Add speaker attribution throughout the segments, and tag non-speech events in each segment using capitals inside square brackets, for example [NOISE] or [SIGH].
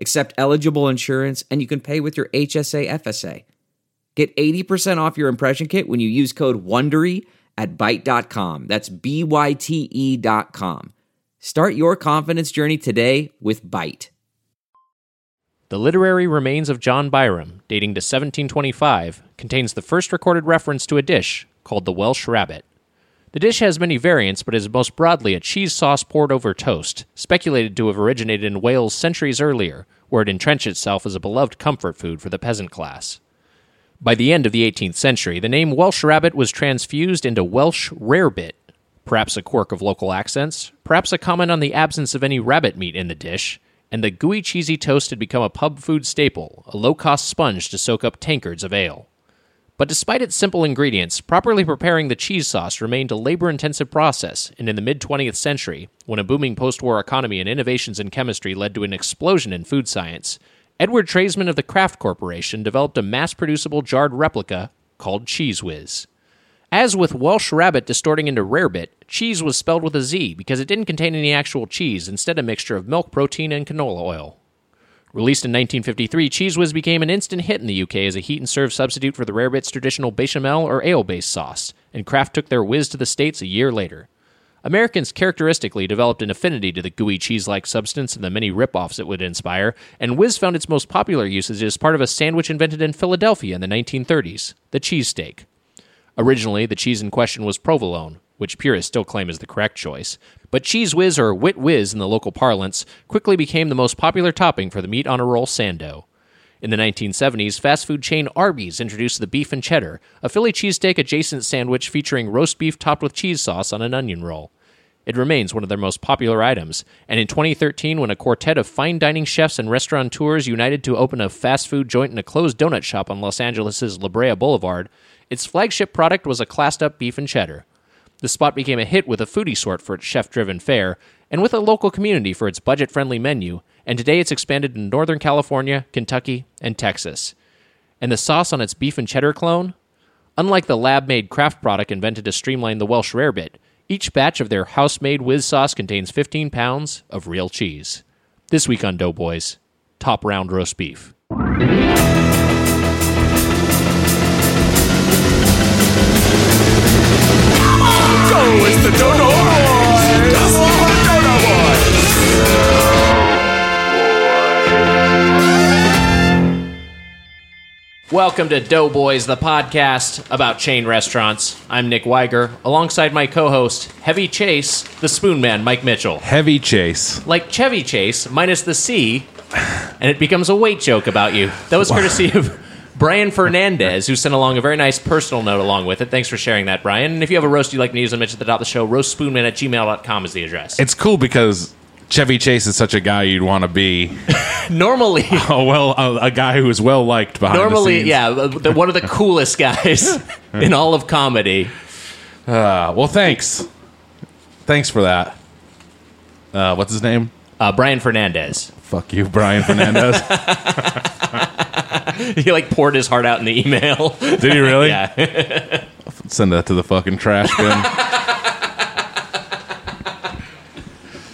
Speaker 1: accept eligible insurance, and you can pay with your HSA FSA. Get 80% off your impression kit when you use code WONDERY at Byte.com. That's B-Y-T-E E dot com. Start your confidence journey today with Byte.
Speaker 2: The literary remains of John Byram, dating to 1725, contains the first recorded reference to a dish called the Welsh rabbit. The dish has many variants, but is most broadly a cheese sauce poured over toast, speculated to have originated in Wales centuries earlier, where it entrenched itself as a beloved comfort food for the peasant class. By the end of the 18th century, the name Welsh rabbit was transfused into Welsh rarebit, perhaps a quirk of local accents, perhaps a comment on the absence of any rabbit meat in the dish, and the gooey cheesy toast had become a pub food staple, a low cost sponge to soak up tankards of ale. But despite its simple ingredients, properly preparing the cheese sauce remained a labor intensive process, and in the mid 20th century, when a booming post war economy and innovations in chemistry led to an explosion in food science, Edward Tradesman of the Kraft Corporation developed a mass producible jarred replica called Cheese Whiz. As with Welsh rabbit distorting into rarebit, cheese was spelled with a Z because it didn't contain any actual cheese, instead, a mixture of milk protein and canola oil. Released in 1953, Cheese Whiz became an instant hit in the UK as a heat and serve substitute for the Rarebit's traditional bechamel or ale based sauce, and Kraft took their whiz to the States a year later. Americans characteristically developed an affinity to the gooey cheese like substance and the many rip-offs it would inspire, and Whiz found its most popular usage as part of a sandwich invented in Philadelphia in the 1930s the cheesesteak. Originally, the cheese in question was provolone, which purists still claim is the correct choice, but cheese whiz or wit whiz in the local parlance quickly became the most popular topping for the meat on a roll sando. In the 1970s, fast food chain Arby's introduced the beef and cheddar, a Philly cheesesteak adjacent sandwich featuring roast beef topped with cheese sauce on an onion roll. It remains one of their most popular items, and in 2013, when a quartet of fine dining chefs and restaurateurs united to open a fast food joint and a closed donut shop on Los Angeles' La Brea Boulevard, its flagship product was a classed up beef and cheddar. The spot became a hit with a foodie sort for its chef driven fare, and with a local community for its budget friendly menu, and today it's expanded in Northern California, Kentucky, and Texas. And the sauce on its beef and cheddar clone? Unlike the lab made craft product invented to streamline the Welsh rarebit, each batch of their house made whiz sauce contains 15 pounds of real cheese. This week on Doughboys, top round roast beef.
Speaker 3: It's the Dodo Boys. The Dodo Boys.
Speaker 2: Welcome to Doughboys, the podcast about chain restaurants. I'm Nick Weiger, alongside my co host, Heavy Chase, the spoon man, Mike Mitchell.
Speaker 4: Heavy chase.
Speaker 2: like Chevy Chase minus the C, and it becomes a weight joke about you. That was courtesy of Brian Fernandez, who sent along a very nice personal note along with it. Thanks for sharing that, Brian. And if you have a roast you'd like me to use on Mitch at the top of the show, roastspoonman at gmail.com is the address.
Speaker 4: It's cool because Chevy Chase is such a guy you'd want to be. [LAUGHS]
Speaker 2: [LAUGHS] normally,
Speaker 4: Oh well, a, a guy who is well liked behind the
Speaker 2: normally,
Speaker 4: scenes.
Speaker 2: yeah, the, one of the coolest
Speaker 4: [LAUGHS]
Speaker 2: guys in all of comedy.
Speaker 4: Uh, well, thanks. Thanks for that. Uh, what's his name?
Speaker 2: Uh, Brian Fernandez. [LAUGHS]
Speaker 4: Fuck you, Brian Fernandez.
Speaker 2: He like poured his heart out in the email. [LAUGHS]
Speaker 4: Did he really?
Speaker 2: yeah.
Speaker 4: [LAUGHS] Send that to the fucking trash bin. [LAUGHS]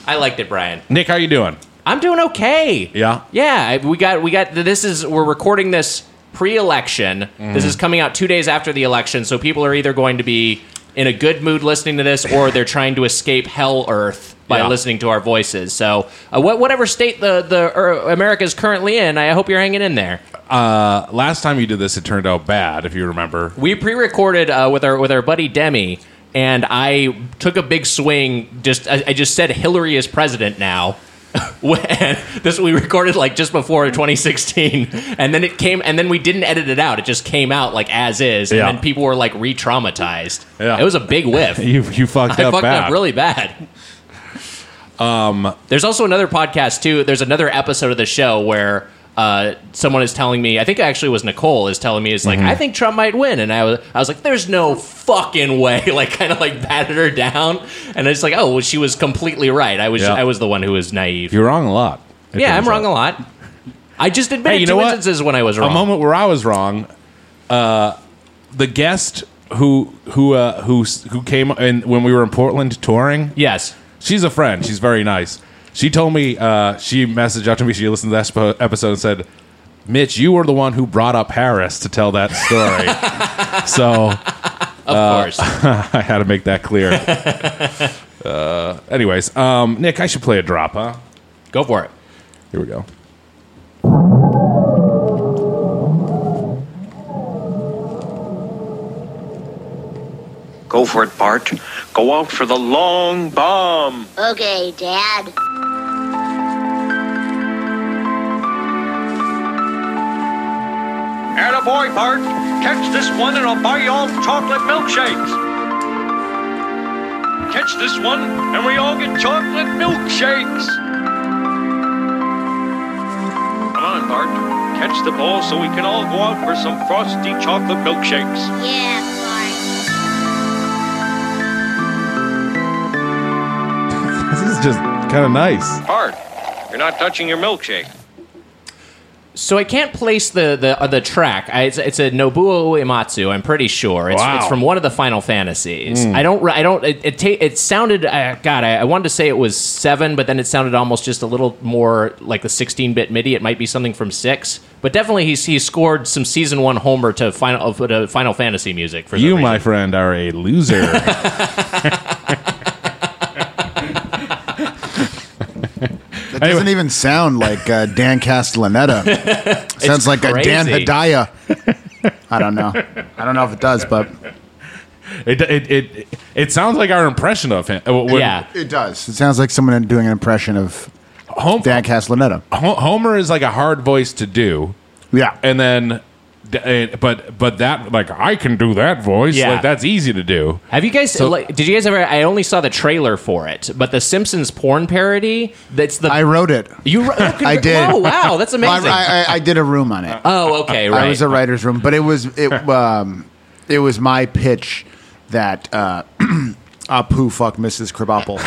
Speaker 2: I liked it, Brian.
Speaker 4: Nick, how you doing?
Speaker 2: I'm doing okay.
Speaker 4: Yeah.
Speaker 2: Yeah, I- we got we got this is we're recording this pre-election. This is coming out 2 days after the election, so people are either going to be in a good mood listening to this or they're trying to escape hell earth by
Speaker 4: Yeah.
Speaker 2: listening to our voices. So, uh, what, whatever state the the er, America is currently in, I hope you're hanging in there.
Speaker 4: Uh, last time you did this, it turned out bad. If you remember,
Speaker 2: We pre-recorded uh, with our with our buddy Demi and I took a big swing just I, I just said Hillary is president now. [LAUGHS] when this we recorded like just before 2016 and then it came and then we didn't edit it out it just came out like as is and
Speaker 4: Yeah.
Speaker 2: then people were like re-traumatized
Speaker 4: Yeah.
Speaker 2: it was a big whiff
Speaker 4: [LAUGHS] you you fucked
Speaker 2: I
Speaker 4: up
Speaker 2: fucked
Speaker 4: bad.
Speaker 2: up really bad. Um, there's also another podcast too. There's another episode of the show where uh, someone is telling me, I think it actually was Nicole is telling me, is
Speaker 4: Mm-hmm.
Speaker 2: like, I think Trump might win, and I was, I was like, there's no fucking way, [LAUGHS] like kind of like batted her down, and it's like, oh, well, she was completely right. I was,
Speaker 4: Yeah.
Speaker 2: I was the one who was naive.
Speaker 4: You're wrong a lot. it
Speaker 2: yeah, I'm
Speaker 4: turns
Speaker 2: wrong
Speaker 4: out.
Speaker 2: a lot. I just admitted
Speaker 4: Hey, you
Speaker 2: two
Speaker 4: know what?
Speaker 2: instances when I was wrong.
Speaker 4: A moment where I was wrong. Uh, the guest who who uh, who s- who came in when we were in Portland touring.
Speaker 2: yes.
Speaker 4: She's a friend. She's very nice. She told me, uh, she messaged up to me, she listened to this epi- episode and said, Mitch, you were the one who brought up Harris to tell that story. so [LAUGHS]
Speaker 2: Of
Speaker 4: Uh,
Speaker 2: course.
Speaker 4: I had to make that clear. uh, anyways, um, Nick, I should play a drop, huh?
Speaker 2: Go for it.
Speaker 4: Here we go.
Speaker 5: Go for it, Bart. Go out for the long bomb.
Speaker 6: Okay, Dad.
Speaker 5: Attaboy, Bart. Catch this one and I'll buy you all chocolate milkshakes. Catch this one and we all get chocolate milkshakes. Come on, Bart. Catch the ball so we can all go out for some frosty chocolate milkshakes.
Speaker 6: Yeah, Bart.
Speaker 4: This is just kind of nice.
Speaker 5: Bart, you're not touching your milkshake.
Speaker 2: So I can't place the the uh, the track. I, it's, it's a Nobuo Uematsu. I'm pretty sure it's,
Speaker 4: Wow.
Speaker 2: it's from one of the Final Fantasies.
Speaker 7: Hmm.
Speaker 2: I don't. re- I don't. It it, ta- it sounded. Uh, God, I, I wanted to say it was seven, but then it sounded almost just a little more like the 16-bit MIDI. It might be something from six, but definitely he's he scored some season one homer to final uh, to Final Fantasy music for
Speaker 4: You,
Speaker 2: Some
Speaker 4: my
Speaker 2: reason.
Speaker 4: friend, are a loser.
Speaker 7: That doesn't even sound like uh,
Speaker 2: [LAUGHS]
Speaker 7: Dan Castellaneta. Sounds like a Dan
Speaker 2: crazy. [LAUGHS]
Speaker 7: Hedaya. I don't know. I don't know if it does, but
Speaker 4: It, it, it, it sounds like our impression of him. Uh, when-
Speaker 2: Yeah.
Speaker 7: it does. It sounds like someone doing an impression of
Speaker 4: Hom-
Speaker 7: Dan Castellaneta.
Speaker 2: Oh.
Speaker 4: Ho- Homer is like a hard voice to do,
Speaker 7: Yeah.
Speaker 4: and then, d- and- but but that like I can do that voice.
Speaker 2: Yeah.
Speaker 4: Like that's easy to do. [LAUGHS]
Speaker 2: Have you guys? like, did you guys ever? I only saw the trailer for it, but the Simpsons porn parody. That's the
Speaker 7: I wrote it.
Speaker 2: you. wrote- Oh,
Speaker 7: [LAUGHS] I did.
Speaker 2: Oh wow, that's
Speaker 7: [LAUGHS] Well,
Speaker 2: amazing.
Speaker 7: I, I, I did a room on it.
Speaker 2: oh okay, right.
Speaker 7: I was a writer's room, but it was
Speaker 2: [LAUGHS]
Speaker 7: it um, it was my pitch that uh, [CLEARS THROAT] Apu fuck Mrs. Krabappel.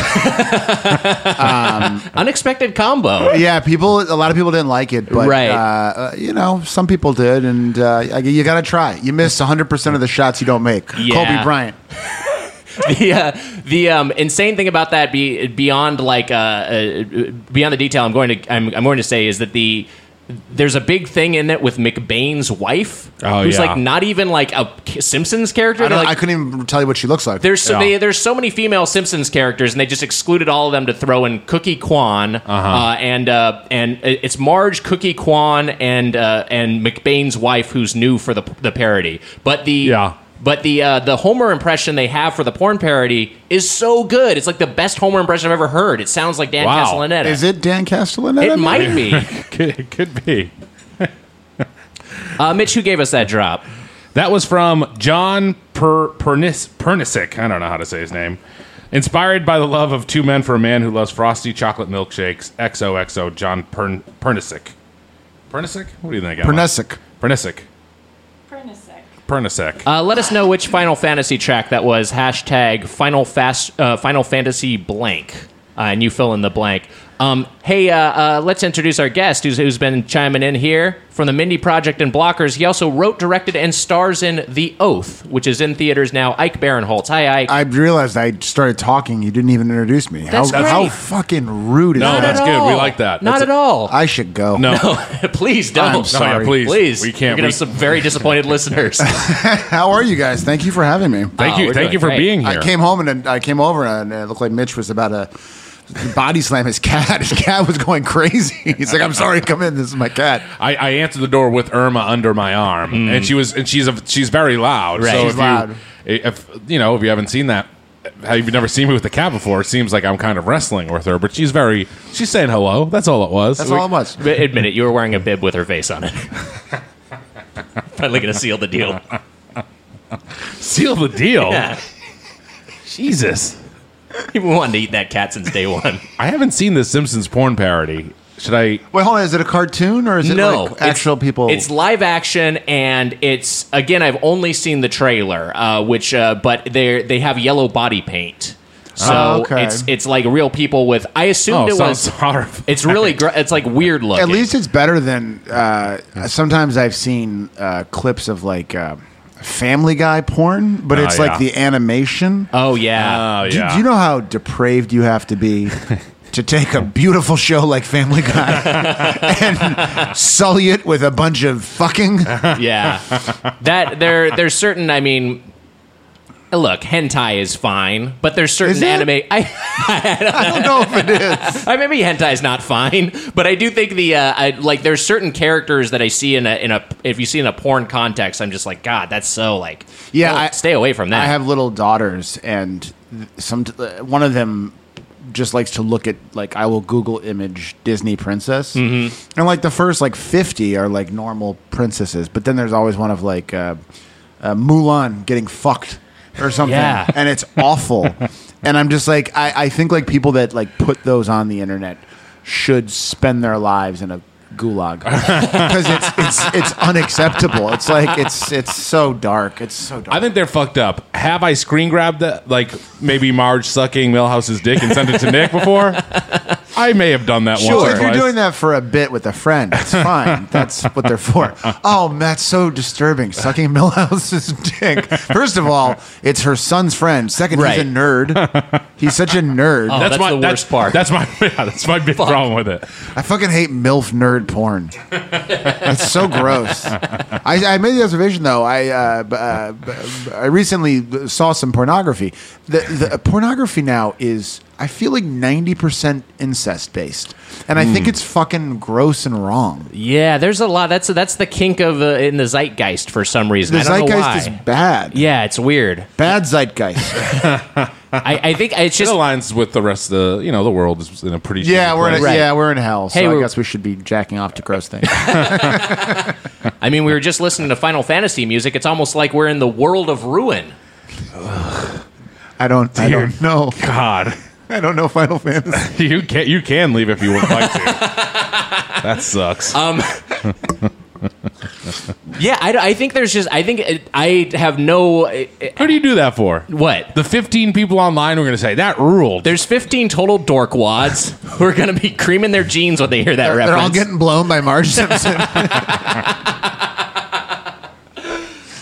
Speaker 2: Unexpected combo.
Speaker 7: [LAUGHS] yeah, people. A lot of people didn't like it, but
Speaker 2: Right.
Speaker 7: uh, uh, you know, some people did, and uh, I- you got to try. You miss 100 percent of the shots you don't make.
Speaker 2: Yeah.
Speaker 7: Kobe Bryant.
Speaker 2: the uh, the um, insane thing about that be, beyond like uh, uh, beyond the detail I'm going to I'm, I'm going to say is that the there's a big thing in it with McBain's wife
Speaker 4: Oh,
Speaker 2: who's
Speaker 4: yeah.
Speaker 2: like not even like a K- Simpsons character.
Speaker 7: I,
Speaker 2: They're
Speaker 7: don't,
Speaker 2: like,
Speaker 7: I couldn't even tell you what she looks like.
Speaker 2: there's so
Speaker 4: Yeah.
Speaker 2: they, there's so many female Simpsons characters, and they just excluded all of them to throw in Cookie Kwan, uh
Speaker 4: Uh-huh.
Speaker 2: and uh, and it's Marge, Cookie Kwan, and uh, and McBain's wife, who's new for the the parody. But the
Speaker 4: Yeah.
Speaker 2: But the uh, the Homer impression they have for the porn parody is so good. It's like the best Homer impression I've ever heard. It sounds like Dan
Speaker 4: Wow.
Speaker 2: Castellaneta.
Speaker 7: Is it Dan Castellaneta?
Speaker 2: It might be.
Speaker 4: Could, it could be.
Speaker 2: Uh, Mitch, who gave us that drop?
Speaker 4: That was from John per, Pernis, Pernisic. I don't know how to say his name. Inspired by the love of two men for a man who loves frosty chocolate milkshakes. XOXO John Pern, Pernisic. Pernisic? What do you think? Alan?
Speaker 7: Pernesic.
Speaker 4: Pernisic. Pernisic.
Speaker 2: Uh, let us know which Final Fantasy track that was. Hashtag Final Fast uh, Final Fantasy blank, uh, and you fill in the blank. Um, hey, uh, uh, let's introduce our guest, who's, who's been chiming in here from the Mindy Project and Blockers. He also wrote, directed, and stars in The Oath, which is in theaters now. Ike Barinholtz. Hi, Ike.
Speaker 7: I realized I started talking. You didn't even introduce me.
Speaker 2: That's
Speaker 7: how, how
Speaker 2: great.
Speaker 7: fucking rude is
Speaker 4: No,
Speaker 7: that?
Speaker 2: Not
Speaker 4: that's
Speaker 2: at
Speaker 4: good. We
Speaker 2: all.
Speaker 4: like that.
Speaker 2: Not
Speaker 4: That's
Speaker 2: at
Speaker 4: a-
Speaker 2: all.
Speaker 7: I should go.
Speaker 4: no.
Speaker 2: [LAUGHS] please don't.
Speaker 7: I'm sorry.
Speaker 4: No, yeah, please.
Speaker 2: Please.
Speaker 4: We can't-
Speaker 2: You're gonna
Speaker 4: we-
Speaker 2: have some very disappointed
Speaker 4: [LAUGHS]
Speaker 2: listeners.
Speaker 7: [LAUGHS] How are you guys? Thank you for having me.
Speaker 4: Thank
Speaker 2: Oh,
Speaker 4: you.
Speaker 2: we're
Speaker 4: Thank
Speaker 2: doing
Speaker 4: you for
Speaker 2: great.
Speaker 4: being here.
Speaker 7: I came home and I came over and uh, it looked like Mitch was about to body slam his cat. [LAUGHS] His cat was going crazy. [LAUGHS] He's like, "I'm sorry, come in. This is my cat."
Speaker 4: I, I answered the door with Irma under my arm, and she was and she's a, she's very loud.
Speaker 2: Right.
Speaker 4: So
Speaker 2: She's
Speaker 4: if
Speaker 7: loud.
Speaker 4: you if you know if you haven't seen that, have you never seen me with the cat before? It seems like I'm kind of wrestling with her, but she's very she's saying hello. That's all it was.
Speaker 7: That's all it was.
Speaker 2: Admit it. You were wearing a bib with her face on it. [LAUGHS] Finally gonna seal the deal.
Speaker 4: Seal the deal.
Speaker 2: Yeah.
Speaker 4: Jesus,
Speaker 2: You've been wanting to eat that cat since day one.
Speaker 4: I haven't seen the Simpsons porn parody. Should I?
Speaker 7: Wait, hold on. Is it a cartoon or [LAUGHS] is it
Speaker 2: no,
Speaker 7: like
Speaker 2: it's-
Speaker 7: actual people?
Speaker 2: It's live action, and it's again. I've only seen the trailer, uh, which uh, but they they have yellow body paint, so
Speaker 7: Oh, okay.
Speaker 2: it's it's like real people with. I assumed
Speaker 4: Oh,
Speaker 2: it was.
Speaker 4: sounds horrible.
Speaker 2: [LAUGHS] It's really gr- it's like weird looking.
Speaker 7: At least it's better than. Uh, Sometimes I've seen uh, clips of like uh, Family Guy porn, but
Speaker 4: Oh,
Speaker 7: it's
Speaker 4: yeah.
Speaker 7: like the animation.
Speaker 2: Oh yeah.
Speaker 4: Oh
Speaker 7: do,
Speaker 4: yeah.
Speaker 7: do you know how depraved you have
Speaker 2: [LAUGHS]
Speaker 7: to be to take a beautiful show like
Speaker 2: [LAUGHS]
Speaker 7: Family Guy and sully it with a bunch of fucking?
Speaker 2: Oh, [LAUGHS] yeah. That there there's certain I mean look, hentai is fine, but there's certain
Speaker 7: Is it?
Speaker 2: anime I
Speaker 7: I don't know if it is.
Speaker 2: I maybe hentai is not fine, [LAUGHS] but I do think the uh I like there's certain characters that I see in a in a if you see in a porn context, I'm just like god, that's so like
Speaker 7: Yeah,
Speaker 2: don't
Speaker 7: I-
Speaker 2: stay away from that.
Speaker 7: I have little daughters, and th- some uh, one of them just likes to look at like I will Google image Disney princess,
Speaker 2: Mm-hmm.
Speaker 7: and like the first like fifty are like normal princesses, but then there's always one of like uh, uh, Mulan getting fucked or something,
Speaker 2: Yeah.
Speaker 7: and it's
Speaker 2: [LAUGHS]
Speaker 7: awful. and I'm just like I, I think like people that like put those on the internet should spend their lives in a
Speaker 2: [LAUGHS]
Speaker 7: gulag because it's it's it's unacceptable it's like it's it's so dark it's so dark
Speaker 4: I think they're fucked up. Have I screen grabbed that? Like maybe Marge sucking Milhouse's dick and sent it to Nick before? I may have done that
Speaker 7: Well,
Speaker 4: once. or
Speaker 7: if you're
Speaker 4: twice.
Speaker 7: doing that for a bit with a friend,
Speaker 2: [LAUGHS]
Speaker 7: it's fine. that's what they're for. Oh, that's so disturbing. Sucking Millhouse's dick. First of all, it's her son's friend. Second,
Speaker 2: Right.
Speaker 7: he's a nerd. He's such a nerd.
Speaker 2: [LAUGHS] Oh, that's
Speaker 4: my
Speaker 2: the worst part.
Speaker 4: That's my [LAUGHS] yeah, that's my big problem with it.
Speaker 7: I fucking hate MILF nerd porn. That's
Speaker 2: [LAUGHS]
Speaker 7: so gross. I, I made the observation though. I uh, b- uh, b- b- I recently saw some pornography. The, the pornography now is I feel like ninety percent incest based, and I
Speaker 2: Hmm.
Speaker 7: think it's fucking gross and wrong.
Speaker 2: yeah, there's a lot that's that's the kink of uh, in the zeitgeist for some reason.
Speaker 7: The
Speaker 2: I don't know
Speaker 7: zeitgeist
Speaker 2: why.
Speaker 7: is bad.
Speaker 2: yeah, it's
Speaker 7: [LAUGHS]
Speaker 2: weird.
Speaker 7: Bad zeitgeist.
Speaker 2: [LAUGHS] I, I think it's
Speaker 4: It
Speaker 2: just
Speaker 4: aligns with the rest of the you know the world is in a pretty
Speaker 7: yeah,
Speaker 4: shitty
Speaker 7: we're in
Speaker 4: place.
Speaker 7: a, yeah we're in hell. So
Speaker 2: Hey,
Speaker 7: I
Speaker 2: we're-
Speaker 7: guess we should be jacking off to
Speaker 2: [LAUGHS]
Speaker 7: gross things.
Speaker 2: I mean, we were just listening to Final Fantasy music. It's almost like we're in the world of ruin.
Speaker 7: I don't. I
Speaker 4: Dear
Speaker 7: don't know.
Speaker 4: God. [LAUGHS]
Speaker 7: I don't know Final Fantasy.
Speaker 4: You can you can leave if you would like
Speaker 7: [LAUGHS]
Speaker 4: to. that sucks.
Speaker 7: Um,
Speaker 2: Yeah, I, I think there's just I think it, I have no it, it-
Speaker 4: Who do you do that for?
Speaker 2: what.
Speaker 4: The 15 people online were going to say that ruled.
Speaker 2: there's 15 total dork wads [LAUGHS] who are going to be creaming their jeans when they hear that
Speaker 7: They're,
Speaker 2: reference.
Speaker 7: they're all getting blown
Speaker 2: [LAUGHS]
Speaker 7: by Marge Simpson.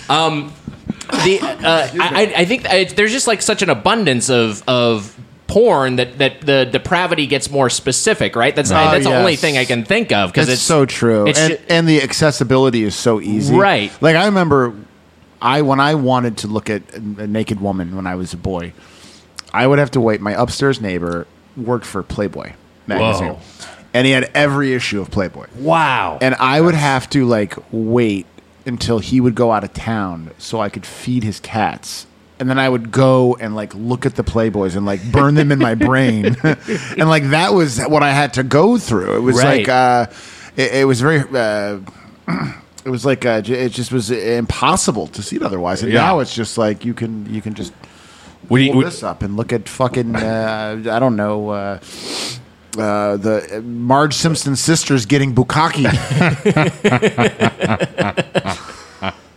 Speaker 2: the, uh, I, I- I think I, there's just like such an abundance of of porn that that the depravity gets more specific, right? That's
Speaker 7: Right.
Speaker 2: that's
Speaker 7: Oh,
Speaker 2: the only
Speaker 7: yes.
Speaker 2: thing I can think of because
Speaker 7: It's,
Speaker 2: it's
Speaker 7: so true,
Speaker 2: it's
Speaker 7: and,
Speaker 2: ju-
Speaker 7: and the accessibility is so easy.
Speaker 2: Right.
Speaker 7: Like I remember, I when I wanted to look at a a naked woman when I was a boy, I would have to wait. My upstairs neighbor worked for Playboy magazine,
Speaker 2: Whoa.
Speaker 7: and he had every issue of Playboy.
Speaker 2: wow.
Speaker 7: and I would have to like wait until he would go out of town so I could feed his cats. And then I would go and like look at the Playboys and like burn them in
Speaker 4: [LAUGHS]
Speaker 7: my brain. [LAUGHS] and like that was what I had to go through. It was
Speaker 2: Right.
Speaker 7: like, uh, it, it was very, uh, [CLEARS THROAT] it was like, uh, j- it just was impossible to see it otherwise. And
Speaker 4: Yeah.
Speaker 7: now it's just like, you can, you can just
Speaker 4: Would you-
Speaker 7: pull
Speaker 4: would-
Speaker 7: this up and look at fucking, uh, I don't know, uh, uh, the Marge Simpson sisters getting
Speaker 4: [LAUGHS]
Speaker 7: bukkake.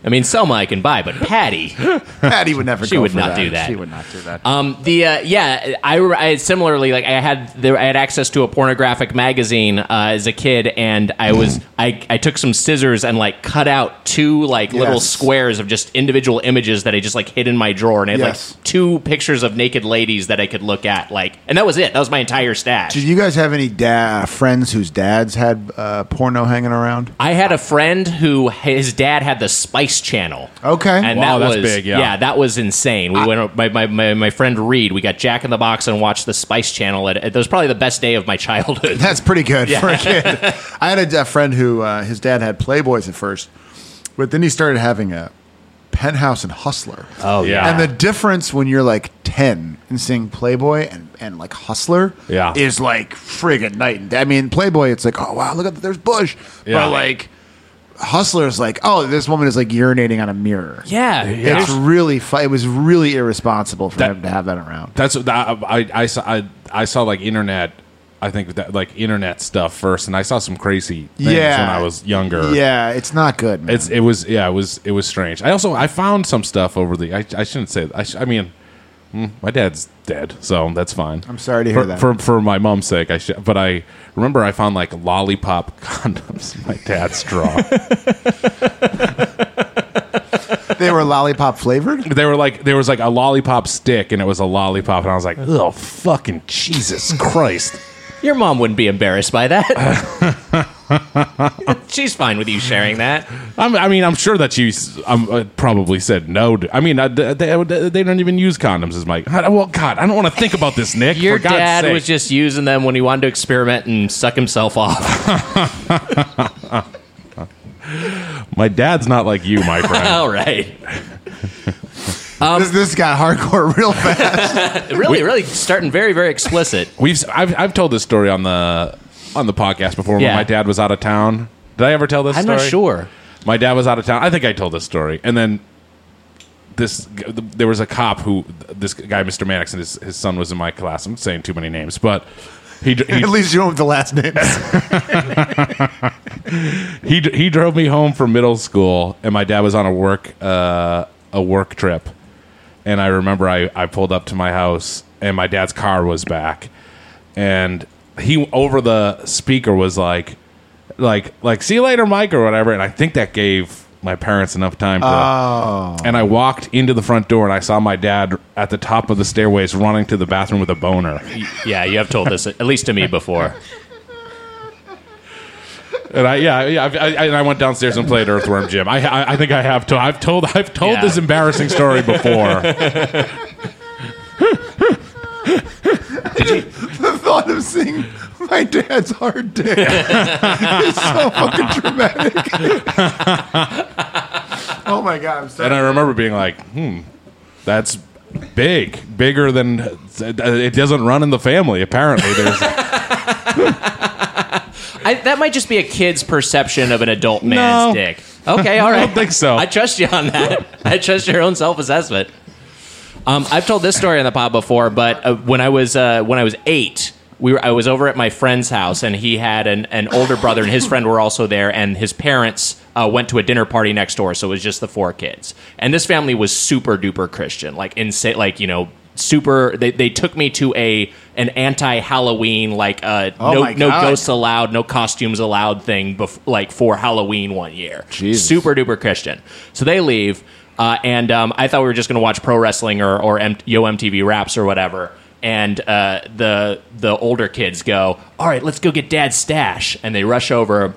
Speaker 2: I mean, Selma I can buy, but Patty.
Speaker 7: Patty would
Speaker 2: [LAUGHS]
Speaker 7: never.
Speaker 2: She
Speaker 7: go
Speaker 2: would
Speaker 7: for
Speaker 2: not do that.
Speaker 7: She would not do that.
Speaker 2: Um, the uh, yeah, I, I similarly like I had there, I had access to a pornographic magazine uh, as a kid, and I was I, I took some scissors and like cut out two like little
Speaker 7: Yes.
Speaker 2: squares of just individual images that I just like hid in my drawer, and I had
Speaker 7: Yes.
Speaker 2: like two pictures of naked ladies that I could look at, like, and that was it. That was my entire stash.
Speaker 7: Did you guys have any da- friends whose dads had uh, porno hanging around?
Speaker 2: I had a friend who his dad had the Spice Channel.
Speaker 7: Okay.
Speaker 2: and
Speaker 4: Wow,
Speaker 2: that
Speaker 4: that's
Speaker 2: was
Speaker 4: big, yeah.
Speaker 2: that was insane. We went my, my my my friend Reed. We got Jack in the Box and watched the Spice Channel. At, at- that was probably the best day of my childhood.
Speaker 7: That's pretty good for a kid. I had a, a friend who uh, his dad had Playboys at first, but then he started having a penthouse and Hustler.
Speaker 2: oh
Speaker 4: yeah.
Speaker 7: And the difference when you're like ten and seeing Playboy and, and like Hustler
Speaker 4: Yeah.
Speaker 7: is like friggin' night and day. I mean, Playboy, it's like, oh wow, look at there's Bush.
Speaker 4: Yeah.
Speaker 7: But like Hustler is like, oh, this woman is like urinating on a mirror.
Speaker 2: [LAUGHS] yeah.
Speaker 7: It's really fu- it was really irresponsible for
Speaker 4: That-
Speaker 7: him to have that around.
Speaker 4: That's what I, I, I saw. I, I saw like internet I think that like internet stuff first, and I saw some crazy things
Speaker 7: Yeah.
Speaker 4: when I was younger.
Speaker 7: Yeah, it's not good. Man.
Speaker 4: It's it was yeah it was it was strange. I also I found some stuff over the I, I shouldn't say I, sh- I mean mm, my dad's dead so that's fine.
Speaker 7: I'm sorry to
Speaker 4: for,
Speaker 7: hear that.
Speaker 4: for for my mom's sake. I sh- but I remember I found like lollipop [LAUGHS] condoms in my dad's
Speaker 7: [LAUGHS]
Speaker 4: drawer.
Speaker 7: they were
Speaker 4: [LAUGHS]
Speaker 7: lollipop flavored.
Speaker 4: they were like there was like a lollipop stick and it was a lollipop and I was like oh fucking Jesus Christ.
Speaker 2: Your mom wouldn't be embarrassed by [LAUGHS] that. She's fine with you sharing that.
Speaker 4: I'm, I mean, I'm sure that you s- um, uh, probably said no. To, I mean, I, they, they they don't even use condoms as my. I- Well, God, I don't want to think about this, Nick.
Speaker 2: Your
Speaker 4: for God's
Speaker 2: dad
Speaker 4: sake.
Speaker 2: was just using them when he wanted to experiment and suck himself off.
Speaker 4: My dad's not like you, my
Speaker 2: [LAUGHS] [LAUGHS]
Speaker 4: friend.
Speaker 2: All right.
Speaker 4: Um,
Speaker 7: this, this got
Speaker 4: [LAUGHS]
Speaker 7: hardcore real fast.
Speaker 2: Really, really starting very, very [LAUGHS] explicit.
Speaker 4: We've I've, I've told this story on the on the podcast before
Speaker 2: Yeah.
Speaker 4: when my dad was out of town. Did I ever tell this
Speaker 2: I'm
Speaker 4: story?
Speaker 2: not sure.
Speaker 4: My dad was out of town. I think I told this story. And then this g- there was a cop who this guy Mr. Mannix and his, his son was in my class. I'm saying too many names, but he d-
Speaker 7: [LAUGHS]
Speaker 4: he
Speaker 7: At least you don't have the last name.
Speaker 4: [LAUGHS] he he drove me home from middle school, and my dad was on a work uh, a work trip, and I remember I, I pulled up to my house, and my dad's car was back, and he over the speaker was like, like like see you later, Mike or whatever, and I think that gave my parents enough time. To, And I walked into the front door, and I saw my dad at the top of the stairways running to the bathroom with a boner.
Speaker 2: Yeah, you have told this at least to me before.
Speaker 4: And I yeah yeah I, I, and I went downstairs and played Earthworm Jim. I I, I think I have to. I've told I've told
Speaker 2: Yeah.
Speaker 4: this embarrassing
Speaker 2: [LAUGHS]
Speaker 4: story before.
Speaker 7: the thought of seeing my dad's hard
Speaker 4: [LAUGHS]
Speaker 7: dick is so fucking dramatic. oh my god, I'm
Speaker 4: and
Speaker 7: sorry.
Speaker 4: I remember being like, hmm, that's big, bigger than it doesn't run in the family.
Speaker 2: [LAUGHS]
Speaker 4: Apparently, there's
Speaker 2: I, that might just be a kid's perception of an adult
Speaker 4: No.
Speaker 2: man's dick.
Speaker 4: [LAUGHS]
Speaker 2: Okay, all right. I
Speaker 4: don't think so.
Speaker 2: I trust you on that. I trust your own self-assessment. Um, I've told this story on the pod before, but uh, when I was uh, when I was eight, we were, I was over at my friend's house, and he had an, an older brother and his friend were also there, and his parents uh, went to a dinner party next door, so it was just the four kids. And this family was super duper Christian, like insane, like you know, super. They, they took me to a an anti Halloween, like uh,
Speaker 7: Oh
Speaker 2: no
Speaker 7: my
Speaker 2: no
Speaker 7: God.
Speaker 2: ghosts allowed, no costumes allowed thing, bef- like for Halloween one year. Super duper Christian. So they leave, uh, and um, I thought we were just going to watch pro wrestling or, or M- Yo MTV Raps or whatever. And uh, the the older kids go, all right, let's go get Dad's stash, and they rush over,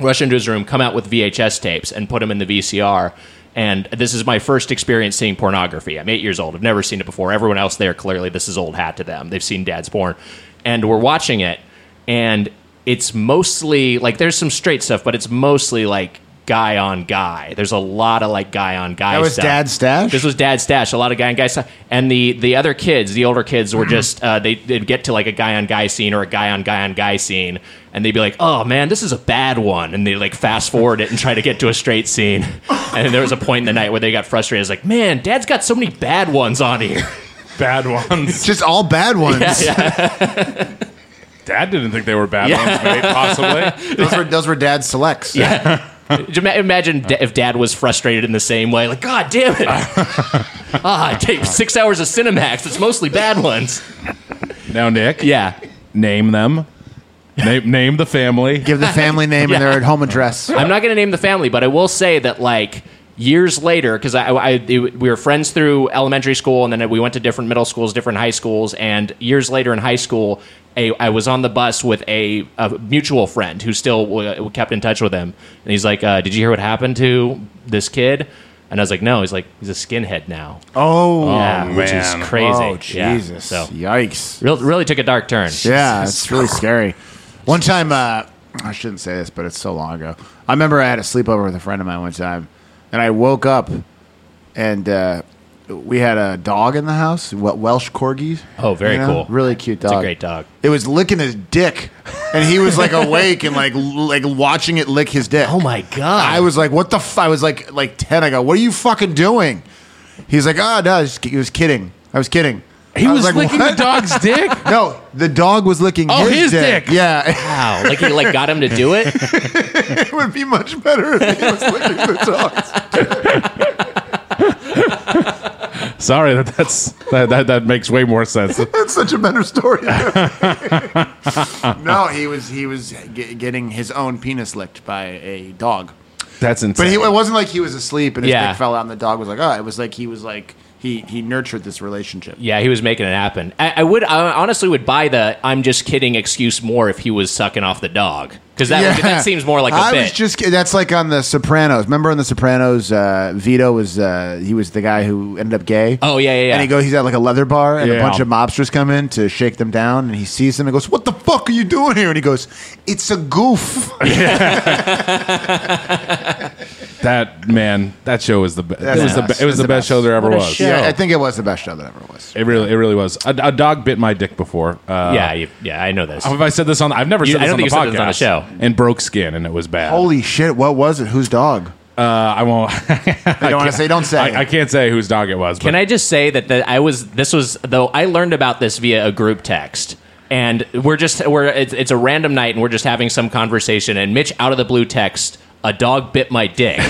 Speaker 2: rush into his room, come out with VHS tapes, and put them in the VCR. And this is my first experience seeing pornography. I'm eight years old. I've never seen it before. Everyone else there, clearly, this is old hat to them. They've seen dad's porn. And we're watching it, and it's mostly like there's some straight stuff, but it's mostly like guy on guy. There's a lot of like guy on guy.
Speaker 7: That was
Speaker 2: stuff.
Speaker 7: Dad's stash?
Speaker 2: This was dad's stash. A lot of guy on guy stuff. And the the other kids, the older kids, were just uh, they they'd get to like a guy on guy scene or a guy on guy on guy scene, and they'd be like, "Oh man, this is a bad one," and they like fast forward it and try to get to a straight scene. And then there was a point in the night where they got frustrated. It's like, "Man, dad's got so many bad ones on here." [LAUGHS]
Speaker 4: bad ones.
Speaker 7: Just all bad ones.
Speaker 4: Dad didn't think they were bad
Speaker 2: Yeah.
Speaker 4: ones,
Speaker 2: [LAUGHS]
Speaker 4: mate. Possibly.
Speaker 7: Those were those were dad's selects.
Speaker 2: Ima- Imagine da- if dad was frustrated in the same way. Like, God damn it. ah, I take six hours of Cinemax. It's mostly bad ones.
Speaker 4: Now, Nick,
Speaker 2: Yeah.
Speaker 4: name them. Name, name the family.
Speaker 7: Give the family name and their home address.
Speaker 2: I'm not going to name the family, but I will say that, like, years later, because I, I, it- we were friends through elementary school, and then we went to different middle schools, different high schools, and years later in high school, a, I was on the bus with a, a mutual friend who still w- kept in touch with him, and he's like, uh, "Did you hear what happened to this kid?" And I was like, "No." He's like, "He's a skinhead now."
Speaker 7: Oh,
Speaker 2: yeah,
Speaker 4: Oh,
Speaker 2: which is
Speaker 4: man.
Speaker 2: crazy.
Speaker 7: Oh,
Speaker 2: Yeah,
Speaker 7: Jesus.
Speaker 2: So
Speaker 7: Yikes.
Speaker 2: real, really took a dark turn.
Speaker 7: Yeah, it's really scary. One time, uh, I shouldn't say this, but it's so long ago. I remember I had a sleepover with a friend of mine one time, and I woke up, and uh, we had a dog in the house, Wel- Welsh corgis.
Speaker 2: Oh, very cool.
Speaker 7: Really cute dog.
Speaker 2: It's a great dog.
Speaker 7: It was licking his dick, and he was like awake and like l- like watching it lick his dick.
Speaker 2: Oh my god!
Speaker 7: I was like, "What the?" F-? I was like, "Ah, like ten. I go, "What are you fucking doing?" He's like, "Oh no, I was, he was kidding. I was kidding."
Speaker 4: He
Speaker 7: I
Speaker 4: was,
Speaker 7: was like,
Speaker 4: licking
Speaker 7: "What?"
Speaker 4: the dog's dick.
Speaker 7: [LAUGHS] No, the dog was licking
Speaker 4: Oh, his
Speaker 7: his,
Speaker 4: dick.
Speaker 7: Yeah, [LAUGHS]
Speaker 2: Wow, like he like got him to do it.
Speaker 7: it would be much better if he was licking the dog's.
Speaker 4: Sorry, that that's that, that that makes way more sense.
Speaker 7: That's such a
Speaker 4: [LAUGHS]
Speaker 7: better story. no, he was he was ge- getting his own penis licked by a dog.
Speaker 4: That's insane.
Speaker 7: But he, it wasn't like he was asleep and his
Speaker 2: Yeah.
Speaker 7: dick fell out and the dog was like, oh, it was like he was like, he, he nurtured this relationship.
Speaker 2: Yeah, he was making it happen. I, I would, I honestly would buy the "I'm just kidding" excuse more if he was sucking off the dog because that would- that seems more
Speaker 4: [LAUGHS]
Speaker 2: like a
Speaker 7: I
Speaker 2: bit.
Speaker 7: was just kid- that's like on the Sopranos. Remember on the Sopranos, uh, Vito was uh, he was the guy who ended up gay.
Speaker 2: oh yeah, yeah, yeah.
Speaker 7: And he goes, he's at like a leather bar, and
Speaker 4: Yeah.
Speaker 7: a bunch of mobsters come in to shake them down, and he sees them and goes, "What the fuck are you doing here?" And he goes, "It's a goof."
Speaker 4: [LAUGHS] that man, that show was the be-
Speaker 7: That's
Speaker 4: it was
Speaker 7: the
Speaker 4: the
Speaker 7: best.
Speaker 4: be- it was
Speaker 7: That's
Speaker 4: the best
Speaker 7: the best.
Speaker 4: show there ever
Speaker 2: What a
Speaker 4: was.
Speaker 2: shit.
Speaker 7: yeah,
Speaker 2: Yo.
Speaker 7: I think it was the best show that ever was.
Speaker 4: It really it really was. A, a dog bit my dick before. Uh,
Speaker 2: yeah, you, yeah. I know this.
Speaker 4: Have I said this on? I've never
Speaker 2: You-
Speaker 4: said
Speaker 2: I
Speaker 4: this
Speaker 2: don't
Speaker 4: on
Speaker 2: think
Speaker 4: the
Speaker 2: you
Speaker 4: podcast.
Speaker 2: said this on the show.
Speaker 4: And broke skin, and it was bad.
Speaker 7: Holy shit! What was it?
Speaker 4: [LAUGHS]
Speaker 7: Whose dog?
Speaker 4: Uh, I won't. [LAUGHS]
Speaker 7: I don't want to say. Don't say.
Speaker 4: I, I can't say whose dog it was. But
Speaker 2: Can I just say that the, I was this was though I learned about this via a group text. And we're just we're it's, it's a random night and we're just having some conversation and Mitch out of the blue text a dog bit my
Speaker 4: [LAUGHS]
Speaker 2: dick.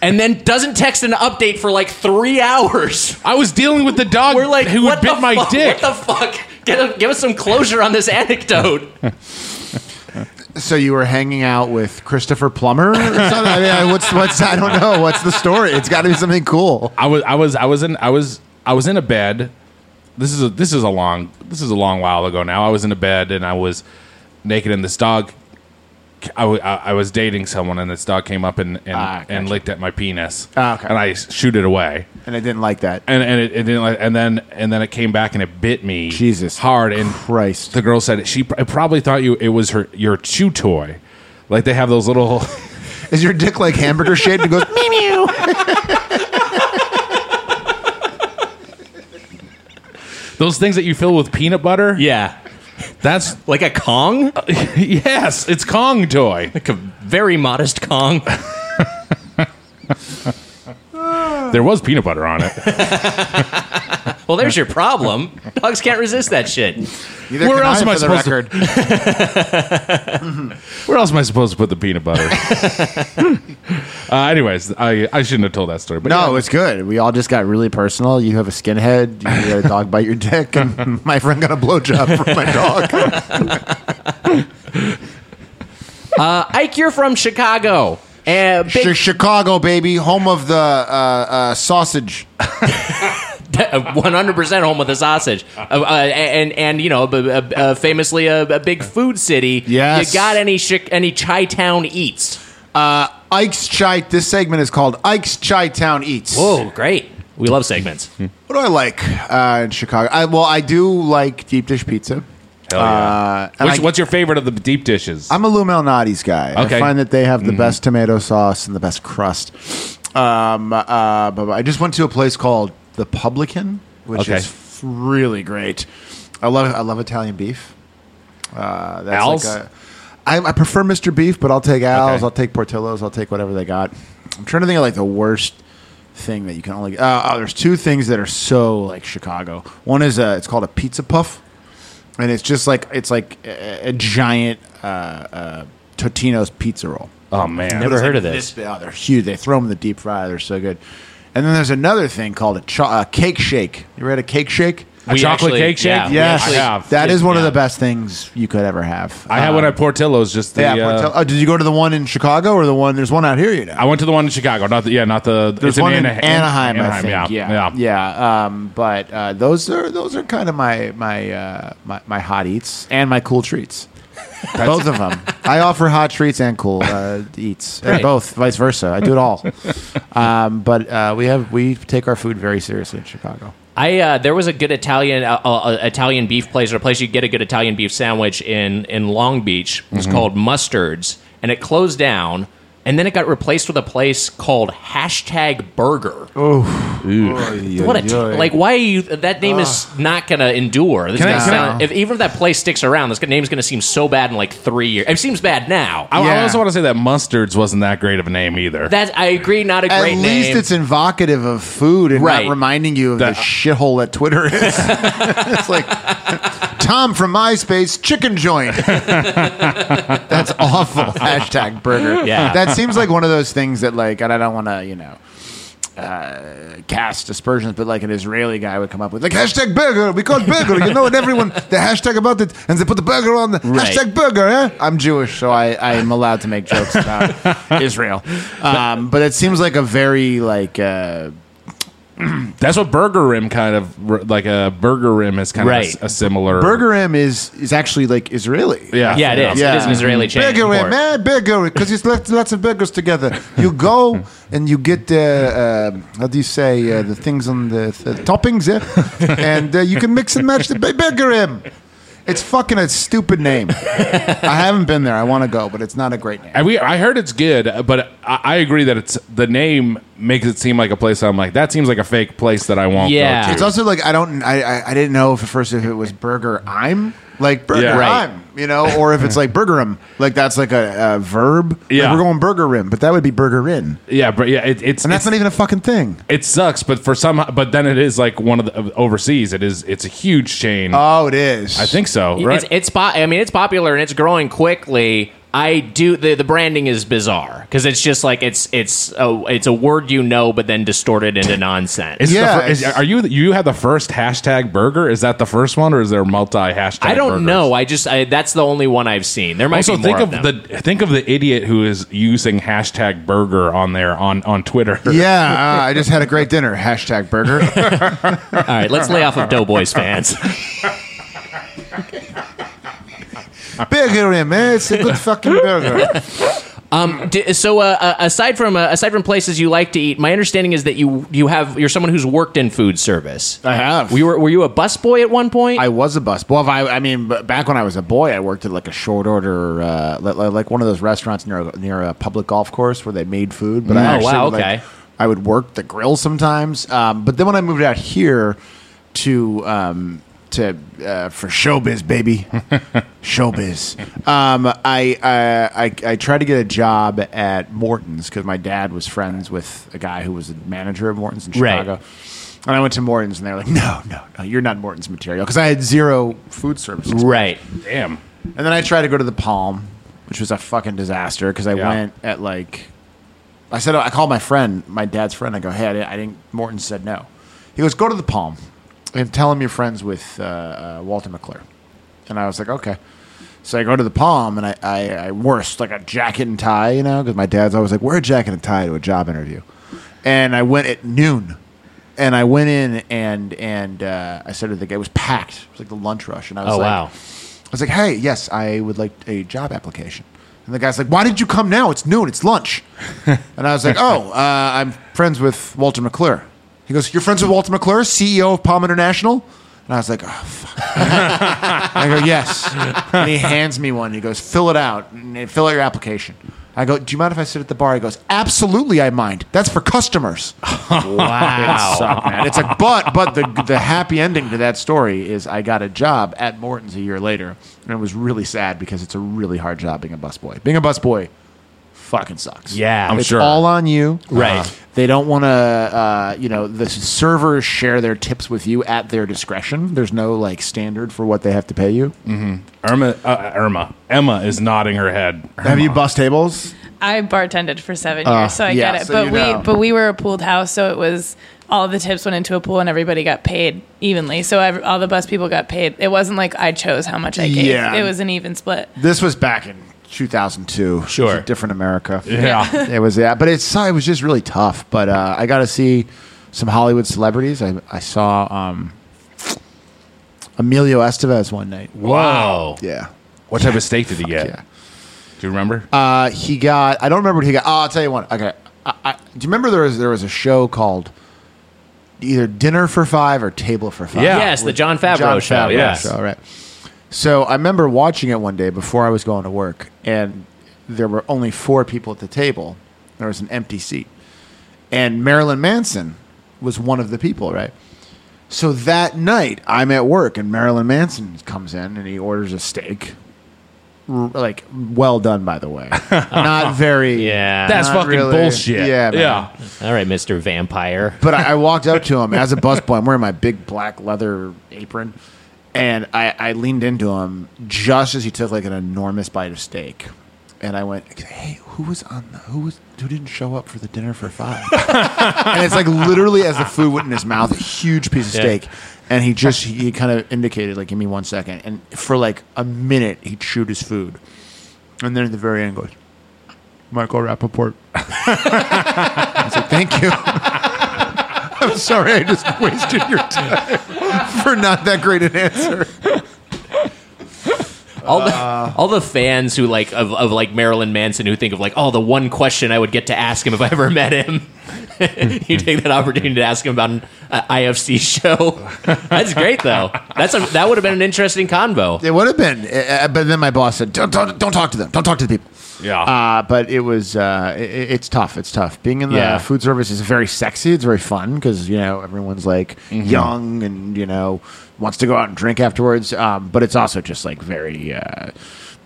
Speaker 2: and then doesn't text an update for like 3 hours.
Speaker 4: I was dealing with the dog
Speaker 2: We're like
Speaker 4: who
Speaker 2: what
Speaker 4: had bit
Speaker 2: the
Speaker 4: my
Speaker 2: fuck?
Speaker 4: dick.
Speaker 2: What the fuck? Get a, give us some closure on this anecdote.
Speaker 7: So you were hanging out with Christopher
Speaker 4: [LAUGHS]
Speaker 7: Plummer? Or something? I mean, I- what's what's? I don't know. What's the story? It's got to be something cool.
Speaker 4: I was I was I was in I was I was in a bed. This is a this is a long this is a long while ago now. I was in a bed and I was naked and this dog. I, w- I- I was dating someone and this dog came up and and,
Speaker 7: Ah, gotcha.
Speaker 4: and licked at my penis.
Speaker 7: Ah, okay.
Speaker 4: And I shoot it away.
Speaker 7: And I didn't like that.
Speaker 4: And and it, it didn't like, and then and then it came back and it bit me.
Speaker 7: Jesus
Speaker 4: hard and
Speaker 7: Christ.
Speaker 4: The girl said she pr- probably thought you it was her your chew toy. Like they have those little [LAUGHS]
Speaker 7: Is your dick like hamburger shaped? and goes meow meow?
Speaker 4: those things that you fill with peanut butter.
Speaker 2: Yeah.
Speaker 4: That's
Speaker 2: Like a Kong?
Speaker 4: yes, it's Kong toy.
Speaker 2: Like a very modest Kong.
Speaker 4: There was peanut butter on it.
Speaker 2: Well, there's your problem. Dogs can't resist that shit.
Speaker 7: Neither
Speaker 4: Where
Speaker 7: can
Speaker 4: else am I
Speaker 7: for the
Speaker 4: supposed to-
Speaker 7: record.
Speaker 4: Where else am I supposed to put the peanut butter? uh, anyways, I, I shouldn't have told that story. But
Speaker 7: [LAUGHS] No,
Speaker 4: yeah.
Speaker 7: it's good. We all just got really personal. You have a skinhead. You had a dog bite your dick, and my friend got a blowjob from my dog.
Speaker 2: Ike, you're from Chicago. Uh,
Speaker 7: Chi-
Speaker 2: [LAUGHS] big,
Speaker 7: Chicago, baby, home of the uh, uh, sausage.
Speaker 2: 100% home with a sausage, uh, uh, and and you know, b- uh, uh, famously a, a big food city.
Speaker 7: Yes.
Speaker 2: you got any chi- any Chi Town eats?
Speaker 7: Uh, Ike's Chai. This segment is called Ike's Chai Town Eats.
Speaker 2: Whoa, great! We love segments.
Speaker 7: What do I like uh, in Chicago? I, well, I do like deep dish pizza.
Speaker 4: Hell yeah.
Speaker 7: Uh, and
Speaker 4: Which,
Speaker 7: I-
Speaker 4: what's your favorite of the deep dishes?
Speaker 7: I'm a Lou Malnati's guy.
Speaker 4: Okay. Mm-hmm.
Speaker 7: I find that they have the best tomato sauce and the best crust. Um, uh, but I just went to a place called The Publican, which
Speaker 4: Okay.
Speaker 7: is f- really great. I love I love Italian beef. Uh, that's
Speaker 4: Al's?
Speaker 7: Like a, I, I prefer Mr. Beef, but I'll take Al's.
Speaker 4: Okay.
Speaker 7: I'll take Portillo's. I'll take whatever they got. I'm trying to think of like the worst thing that you can only. Uh, oh, there's two things that are so like Chicago. One is uh it's called a pizza puff and it's just like it's like a, a giant uh, uh, Totino's pizza roll.
Speaker 4: oh man,
Speaker 2: Never heard of
Speaker 7: This,
Speaker 2: this.
Speaker 7: oh, they're huge. They throw them in the deep fryer. They're so good. And then there's another thing called a cho- uh, cake shake. You ever had a cake shake?
Speaker 4: a
Speaker 2: We
Speaker 4: chocolate
Speaker 2: actually-
Speaker 4: cake shake.
Speaker 2: yeah, we
Speaker 4: Yes,
Speaker 2: actually-
Speaker 4: I have.
Speaker 7: That is one of
Speaker 2: yeah.
Speaker 7: the best things you could ever have.
Speaker 4: I had
Speaker 7: Uh,
Speaker 4: one at Portillo's. Just the.
Speaker 7: yeah.
Speaker 4: uh,
Speaker 7: Portel- oh, did you go to the one in Chicago or the one? There's one out here, you know.
Speaker 4: I went to the one in Chicago. Not the yeah, not the.
Speaker 7: There's
Speaker 4: it's
Speaker 7: one in
Speaker 4: Ana-
Speaker 7: Anaheim, I think.
Speaker 4: yeah,
Speaker 7: Yeah,
Speaker 4: yeah.
Speaker 7: yeah, Um, but uh, those are those are kind of my my, uh, my my hot eats and my
Speaker 4: [LAUGHS]
Speaker 7: cool treats. both of them. I offer hot treats and cool uh, eats, and
Speaker 2: Right.
Speaker 7: both vice versa. I do
Speaker 4: [LAUGHS]
Speaker 7: it all. um, but uh, we have we take our food very seriously in Chicago.
Speaker 2: I uh, there was a good Italian uh, uh, Italian beef place or a place you get a good Italian beef sandwich in in Long Beach. It was called Mustards, and it closed down. and then it got replaced with a place called hashtag Burger.
Speaker 4: Oh,
Speaker 2: What a t- like? Why are you? That name is not gonna endure. This
Speaker 4: Ah. Can I-
Speaker 2: gonna
Speaker 4: can I-
Speaker 2: sound- if even if that place sticks around, this name's gonna seem so bad in like three years. It seems bad now.
Speaker 4: I, I
Speaker 7: Yeah.
Speaker 4: also want to say that mustards wasn't that great of a name either.
Speaker 2: that I agree, not a
Speaker 7: At
Speaker 2: great
Speaker 7: least
Speaker 2: name.
Speaker 7: it's evocative of food and
Speaker 2: Right.
Speaker 7: not reminding you of the,
Speaker 4: The-
Speaker 7: shithole that Twitter is. [LAUGHS] it's like Tom from MySpace, chicken joint. [LAUGHS] That's awful. Hashtag burger.
Speaker 2: Yeah.
Speaker 7: That seems like one of those things that, like, and I don't want to, you know. Uh, cast aspersions, but like an Israeli guy would come up with like hashtag burger. We call it burger, you know, and everyone the hashtag about it, and they put the burger on the
Speaker 2: Right.
Speaker 7: hashtag burger. Eh? I'm Jewish, so I I am allowed to make jokes about Israel. Um, but it seems like a very like uh,
Speaker 4: That's what Burger Rim kind of like a Burger Rim is kind
Speaker 2: Right.
Speaker 4: of a, a similar
Speaker 7: Burger M is is actually like Israeli.
Speaker 4: Yeah,
Speaker 2: yeah, it is. It is an Israeli chain.
Speaker 7: Burger
Speaker 2: import.
Speaker 7: M, eh, burger, because it's lots, lots of burgers together. You
Speaker 2: [LAUGHS]
Speaker 7: go and you get uh, uh, how do you say uh, the things on the, the toppings, eh?
Speaker 2: [LAUGHS]
Speaker 7: and uh, you can mix and match the bu- Burger M. It's fucking a stupid name. I haven't been there. I want to go, but it's not a great name.
Speaker 4: I, we, I heard it's good, but I, I agree that it's the name makes it seem like a place. I'm like, that seems like a fake place that I won't.
Speaker 2: Yeah.
Speaker 4: go to.
Speaker 7: It's also like I don't I, I, I didn't know if at first if it was burger I'm like burger
Speaker 4: Yeah.
Speaker 2: Right.
Speaker 7: I'm you know or if it's like burger 'em. like that's like a, a verb Like,
Speaker 4: Yeah.
Speaker 7: we're going burger in but that would be burger in
Speaker 4: yeah, but yeah, it, it's
Speaker 7: and
Speaker 4: it's-
Speaker 7: that's not even a fucking thing
Speaker 4: it sucks. But for some, but then it is like one of the overseas. It is it's a huge chain.
Speaker 7: oh it is
Speaker 4: I think so. Right?
Speaker 2: It's it's po- I mean it's popular and it's growing quickly. I do the the branding is bizarre because it's just like it's it's a it's a word you know but then distorted into nonsense.
Speaker 4: Is it the
Speaker 7: Yeah,
Speaker 4: fir- is-
Speaker 7: it's-
Speaker 4: are you you have the first hashtag burger? Is that the first one, or is there multi hashtag?
Speaker 2: I don't know. I just I, that's the only one I've seen. There might
Speaker 4: Also,
Speaker 2: be more
Speaker 4: think of,
Speaker 2: of, them.
Speaker 4: the think of the idiot who is using hashtag burger on there on on Twitter.
Speaker 7: yeah uh, I just had a great dinner
Speaker 4: [LAUGHS]
Speaker 7: hashtag burger
Speaker 2: All right, let's lay off of Doughboys fans.
Speaker 7: burger in man it's a good fucking burger
Speaker 2: D- so uh, uh, aside from uh, aside from places you like to eat, my understanding is that you you have you're someone who's worked in food service.
Speaker 7: I have
Speaker 2: We were were you a busboy at one point?
Speaker 7: I was a busboy. Well, if I, I mean, b- back when I was a boy, I worked at like a short order, uh, li- li- like one of those restaurants near a, near a public golf course where they made food. But I
Speaker 2: Oh,
Speaker 7: actually
Speaker 2: wow,
Speaker 7: would, like,
Speaker 2: okay.
Speaker 7: I would work the grill sometimes. Um, but then when I moved out here to um, to uh, for
Speaker 2: [LAUGHS]
Speaker 7: showbiz, baby, showbiz, um, I, I I I tried to get a job at Morton's because my dad was friends with a guy who was the manager of Morton's in
Speaker 2: Right.
Speaker 7: Chicago. And I went to Morton's, and they were like, "No, no, no, you're not Morton's material," because I had zero food service. experience.
Speaker 2: right.
Speaker 4: Damn.
Speaker 7: And then I tried to go to the Palm, which was a fucking disaster because I
Speaker 4: Yeah.
Speaker 7: went at like, I said I called my friend, my dad's friend. I go, "Hey, I didn't." I didn't Morton said no. He goes, "Go to the Palm, and tell him you're friends with uh, uh, Walter McClure." And I was like, "Okay." So I go to the Palm, and I I, I worst like a jacket and tie, you know, because my dad's always like, "Wear a jacket and tie to a job interview." And I went at noon and I went in and and uh, I said to the guy, it was packed. It was like the lunch rush, and I was
Speaker 2: Oh,
Speaker 7: like,
Speaker 2: wow.
Speaker 7: I was like, hey, yes, I would like a job application. And the guy's like, why did you come now? It's noon. It's lunch. and I was like, oh, uh, I'm friends with Walter McClure. He goes, you're friends with Walter McClure, CEO of Palm International. And I was like, oh, fuck. I go, yes. And he hands me one. He goes, fill it out. and Fill out your application. I go, do you mind if I sit at the bar? He goes, absolutely, I mind. That's for customers.
Speaker 2: Wow.
Speaker 7: Suck, man. It's like, but but the the happy ending to that story is I got a job at Morton's a year later, and it was really sad because it's a really hard job being a busboy. Being a busboy fucking sucks.
Speaker 2: Yeah.
Speaker 4: I'm
Speaker 7: it's
Speaker 4: sure.
Speaker 7: all on you.
Speaker 2: Right.
Speaker 7: Uh, they don't want to, uh, you know, the servers share their tips with you at their discretion. There's no like standard for what they have to pay you.
Speaker 4: Irma, uh, Irma, Emma is nodding her head.
Speaker 7: Have you bus tables?
Speaker 8: I bartended for seven years, so I
Speaker 7: Ah, yeah,
Speaker 8: get it.
Speaker 7: so
Speaker 8: but
Speaker 7: you
Speaker 8: we
Speaker 7: know.
Speaker 8: but we were a pooled house, so it was all the tips went into a pool, and everybody got paid evenly. So ev all the bus people got paid. It wasn't like I chose how much I gave.
Speaker 7: Yeah.
Speaker 8: It was an even split.
Speaker 7: This was back in 2002. Sure, different America.
Speaker 4: Yeah.
Speaker 7: It was yeah, but it's uh, it was just really tough. But uh, I got to see some Hollywood celebrities. I I saw um, Emilio Estevez one night.
Speaker 4: wow.
Speaker 7: Yeah,
Speaker 4: What type of steak did he get?
Speaker 7: yeah.
Speaker 4: Do you remember?
Speaker 7: Uh, he got I don't remember what he got. Oh, I'll tell you what. Okay, I, I, do you remember there was there was a show called either Dinner for Five or Table for Five?
Speaker 4: Yeah.
Speaker 2: yes, the John Favreau show.
Speaker 7: Favreau
Speaker 2: yes.
Speaker 7: show, right. So I remember watching it one day before I was going to work, and there were only four people at the table. There was an empty seat. And Marilyn Manson was one of the people, right? So that night, I'm at work, and Marilyn Manson comes in and he orders a steak. R- like, well done, by
Speaker 4: [LAUGHS]
Speaker 7: the way. Not very.
Speaker 2: Yeah.
Speaker 4: That's
Speaker 7: not
Speaker 4: fucking bullshit.
Speaker 7: Yeah, man.
Speaker 4: yeah.
Speaker 2: All right, Mr. Vampire.
Speaker 7: [LAUGHS] But I, I walked up to him as a busboy. I'm wearing my big black leather apron, and I, I leaned into him just as he took like an enormous bite of steak, and I went, "Hey, who was on? The, who was? Who didn't show up for the dinner for five? and it's like literally as the food went in his mouth, a huge piece of
Speaker 2: Yeah.
Speaker 7: steak. And he just he kind of indicated like, "Give me one second. And for like a minute, he chewed his food, and then at the very end, goes, "Michael Rappaport." [LAUGHS] I was like, "Thank you." [LAUGHS] I'm sorry, I just wasted your time for not that great an answer.
Speaker 2: All the
Speaker 4: Uh.
Speaker 2: all the fans who like of, of like Marilyn Manson who think of like, oh, the one question I would get to ask him if I ever met him. [LAUGHS] you take that opportunity to ask him about an uh, IFC show. [LAUGHS] That's great though. That's a, that would have been an interesting convo.
Speaker 7: It would have been, uh, but then my boss said, "Don't, don't, don't talk to them. Don't talk to the people."
Speaker 4: Yeah.
Speaker 7: Uh, but it was, uh, i- i it's tough. It's tough. Being in the
Speaker 2: Yeah.
Speaker 7: food service is very sexy. It's very fun because you know everyone's like
Speaker 2: Mm-hmm.
Speaker 7: young and you know wants to go out and drink afterwards. Um, but it's also just like very, uh,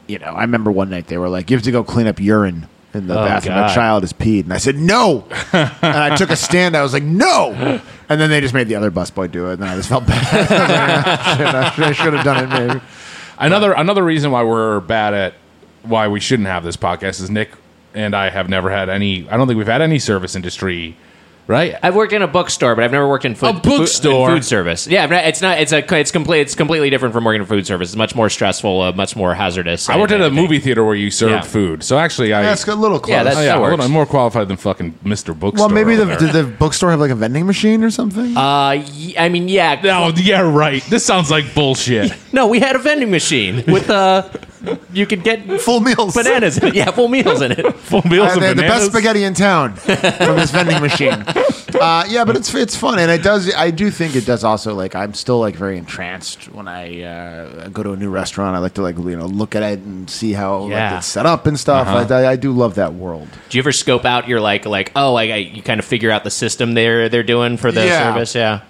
Speaker 7: you know. I remember one night they were like, "You have to go clean up urine." In the
Speaker 2: Oh,
Speaker 7: bathroom,
Speaker 2: God.
Speaker 7: a child has peed, and I said no. and I took a stand. I was like, no. And then they just made the other busboy do it, and I just felt bad. [LAUGHS] I should- I should have done it. Maybe.
Speaker 4: Another another reason why we're bad at why we shouldn't have this podcast is Nick and I have never had any. I don't think we've had any service industry, right?
Speaker 2: I've worked in a bookstore, but I've never worked in food.
Speaker 4: A bookstore?
Speaker 2: food, food service. Yeah, I'm not- it's not. It's a. It's complete. It's completely different from working in food service. It's much more stressful, uh, much more hazardous.
Speaker 4: I worked at a
Speaker 2: think.
Speaker 4: movie theater where you served
Speaker 2: Yeah.
Speaker 4: food, so actually I.
Speaker 7: That's a little close.
Speaker 2: Yeah, that's-
Speaker 4: Oh, yeah,
Speaker 2: that works.
Speaker 4: hold on, I'm more qualified than fucking Mr. Bookstore.
Speaker 7: well, maybe the,
Speaker 4: over there.
Speaker 7: did the bookstore have like a vending machine or something?
Speaker 2: Uh, y- I mean, yeah.
Speaker 4: No, yeah, right. This sounds
Speaker 2: [LAUGHS]
Speaker 4: like bullshit.
Speaker 2: No, we had a vending machine with uh, you could
Speaker 4: [LAUGHS]
Speaker 2: get
Speaker 7: Full meals.
Speaker 2: bananas. In it. Yeah, full meals in it.
Speaker 4: Full meals
Speaker 7: Uh,
Speaker 4: and
Speaker 7: they had the
Speaker 4: bananas.
Speaker 7: best spaghetti in town from this vending machine. Uh, yeah, but it's it's fun, and it does. I do think it does. Also, like I'm still like very entranced when I uh, go to a new restaurant. I like to like you know look at it and see how
Speaker 2: Yeah.
Speaker 7: like, it's set up and stuff. I, I, I do love that world.
Speaker 2: Do you ever scope out your like like oh like I, you kind of figure out the system they're they're doing for the
Speaker 7: Yeah.
Speaker 2: service? Yeah.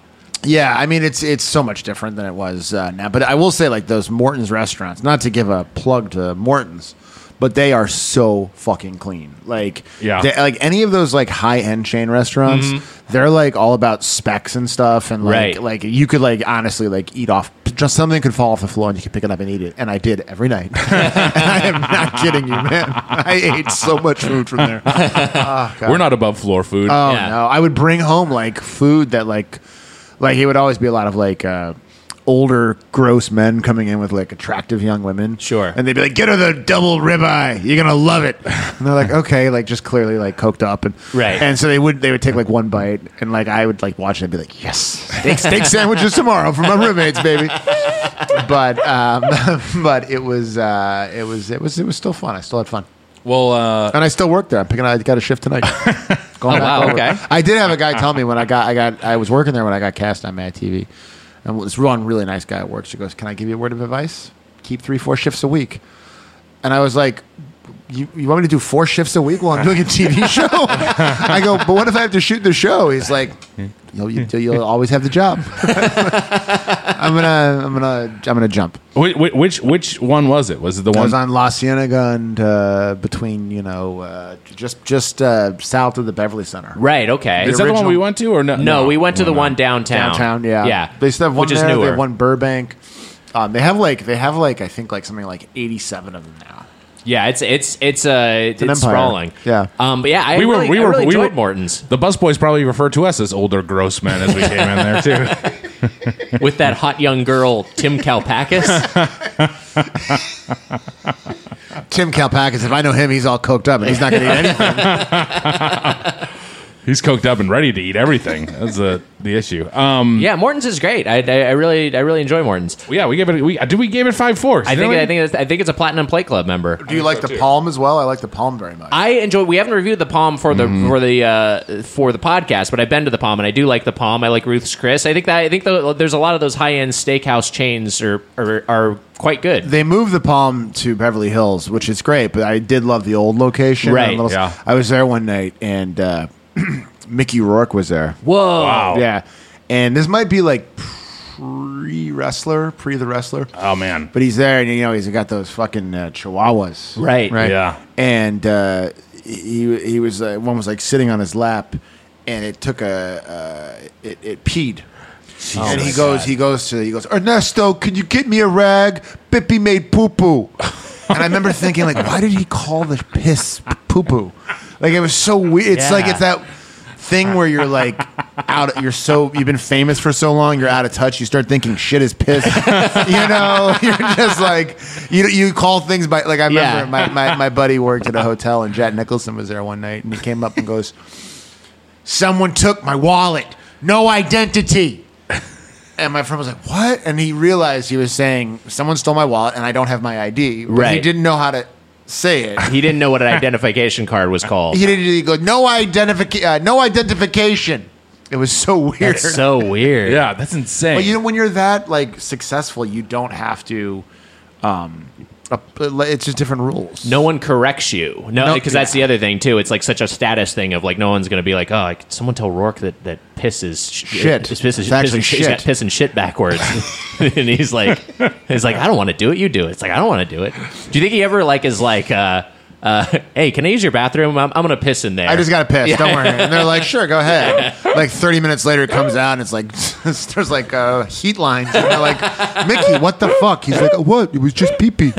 Speaker 7: Yeah, I mean it's it's so much different than it was uh, now. But I will say like those Morton's restaurants, not to give a plug to Morton's, but they are so fucking clean. Like
Speaker 4: Yeah. Mm-hmm.
Speaker 7: they- like any of those like high end chain restaurants, they're like all about specs and stuff, and like
Speaker 2: Right.
Speaker 7: like you could like honestly like eat off just something could fall off the floor and you could pick it up and eat it, and I did every night. [LAUGHS] I am not kidding you, man. I ate so much food from
Speaker 4: [LAUGHS]
Speaker 7: there. Ah,
Speaker 4: We're not above floor food.
Speaker 7: Oh
Speaker 2: Yeah.
Speaker 7: no, I would bring home like food that like like it would always be a lot of like uh older gross men coming in with like attractive young women.
Speaker 2: Sure.
Speaker 7: And they'd be like, "Get her the double ribeye. You're going to love it." And they're like, "Okay," like just clearly like coked up and
Speaker 2: Right.
Speaker 7: And so they would they would take like one bite and like I would like watch it and be like, "Yes. Steak, steak sandwiches tomorrow for my roommates, baby." But um [LAUGHS] but it was uh it was it was it was still fun. I still had fun.
Speaker 4: well, uh,
Speaker 7: And I still work there. I'm picking. I got a
Speaker 2: [LAUGHS]
Speaker 7: shift tonight. Going
Speaker 2: Oh, wow,
Speaker 7: over.
Speaker 2: okay.
Speaker 7: I did have a guy tell me when I got. I got. I was working there when I got cast on Mad TV, and this one really nice guy at work. She goes, "Can I give you a word of advice? Keep three, four shifts a week." And I was like. You, you want me to do four shifts a week while I'm doing
Speaker 2: [LAUGHS]
Speaker 7: a TV show? I go, but what if I have to shoot the show? He's like, you'll, you, you'll always have the job. [LAUGHS] I'm gonna, I'm gonna, I'm gonna jump.
Speaker 4: whi- whi- which which one was it? Was it the
Speaker 7: I
Speaker 4: one?
Speaker 7: was on La Cienega and uh, between you know uh, just just uh, south of the Beverly Center.
Speaker 2: Right. Okay.
Speaker 4: is that the one
Speaker 7: original-
Speaker 4: we went to or no?
Speaker 2: no, we went to the
Speaker 4: no.
Speaker 2: one downtown.
Speaker 7: Downtown, yeah,
Speaker 2: Yeah.
Speaker 7: They still have one
Speaker 2: which is
Speaker 7: there. They
Speaker 2: newer.
Speaker 7: have one Burbank. Um, they have like they have like I think like something like eighty-seven of them now.
Speaker 2: Yeah. It's it's it's uh it's,
Speaker 7: an empire.
Speaker 2: sprawling.
Speaker 7: Yeah.
Speaker 2: Um. But yeah. I
Speaker 4: We were
Speaker 2: really-
Speaker 4: we
Speaker 2: I
Speaker 4: were
Speaker 2: really
Speaker 4: we were
Speaker 2: enjoyed Morton's
Speaker 4: The busboys probably referred to us as older gross men as we came in
Speaker 2: [LAUGHS]
Speaker 4: there too.
Speaker 2: with that hot young girl Tim
Speaker 4: [LAUGHS]
Speaker 2: Kalpakis.
Speaker 7: [LAUGHS] Tim Kalpakis, if I know him, he's all coked up and he's not going to eat anything.
Speaker 4: He's coked up and ready to eat everything. That's the the issue. Um,
Speaker 2: Yeah, Morton's is great. I, I, I really I really enjoy Morton's.
Speaker 4: yeah, we gave it. We did. We gave it five fours.
Speaker 2: I think I think it's, I think it's a Platinum Play Club member.
Speaker 7: Do you like the palm as well? I like the palm very much.
Speaker 2: I enjoy. We haven't reviewed the Palm for the for the uh, for the podcast, but I've been to the Palm and I do like the Palm. I like Ruth's Chris. I think that I think the, there's a lot of those high end steakhouse chains are, are are quite good.
Speaker 7: they moved the palm to Beverly Hills, which is great, but I did love the old location.
Speaker 2: Right,
Speaker 7: A little-
Speaker 4: yeah.
Speaker 7: I was there one night and uh, [CLEARS THROAT] Mickey Rourke was there.
Speaker 2: Whoa!
Speaker 4: Wow.
Speaker 7: Yeah. And this might be like pre wrestler, pre the wrestler.
Speaker 4: Oh man.
Speaker 7: But he's there, and you know he's got those fucking uh, chihuahuas,
Speaker 2: Right.
Speaker 4: Yeah.
Speaker 7: And uh, he he was uh, one was like sitting on his lap, and it took a uh, it, it peed. and he goes, he goes to, he goes, Ernesto, can you get me a rag? Bippy made
Speaker 2: [LAUGHS]
Speaker 7: poo poo. and I remember thinking, like, why did he call the piss poo poo? Like it was so weird. It's like
Speaker 2: Yeah.
Speaker 7: it's that thing where you're like out. You're so you've been famous for so long. You're out of touch. You start thinking shit
Speaker 2: [LAUGHS]
Speaker 7: is piss. you know, [LAUGHS] you're just like you. You call things by like I remember
Speaker 2: Yeah.
Speaker 7: my, my my buddy worked at a hotel and Jack Nicholson was there one night and he came up and goes, "Someone took my wallet. No identity." And my friend was like, "What?" And he realized he was saying, "Someone stole my wallet, and I don't have my ID." But He
Speaker 2: Right.
Speaker 7: didn't know how to say
Speaker 2: [LAUGHS]
Speaker 7: it.
Speaker 2: He didn't know what an identification card was
Speaker 7: [LAUGHS]
Speaker 2: called.
Speaker 7: He didn't. He go no identification. Uh, no identification. It was so weird.
Speaker 2: That's so weird.
Speaker 4: Yeah. That's insane.
Speaker 7: But you know, when you're that like successful, you don't have to. Um, up- it's just different rules.
Speaker 2: No one corrects you. No,
Speaker 7: No,
Speaker 2: because that's the other thing too. It's like such a status thing of like no one's going to be like, oh, could someone tell Rourke that that pisses
Speaker 7: Shit.
Speaker 2: Piss is,
Speaker 7: It's actually
Speaker 2: He's got
Speaker 7: shit.
Speaker 2: piss and shit
Speaker 7: [LAUGHS]
Speaker 2: backwards, [LAUGHS] and he's like, he's like, I don't want to do it. You do it. It's like I don't want to do it. Do you think he ever like is like, uh, uh, hey, can I use your bathroom? I'm, I'm going to piss in there.
Speaker 7: I just got to piss. Don't worry. And they're like, sure,
Speaker 4: [LAUGHS]
Speaker 7: go ahead. Like 30 minutes later, it comes out and it's like, [LAUGHS] there's like uh, heat lines. And they're like, Mickey, what the fuck? He's like, what? It was just pee pee.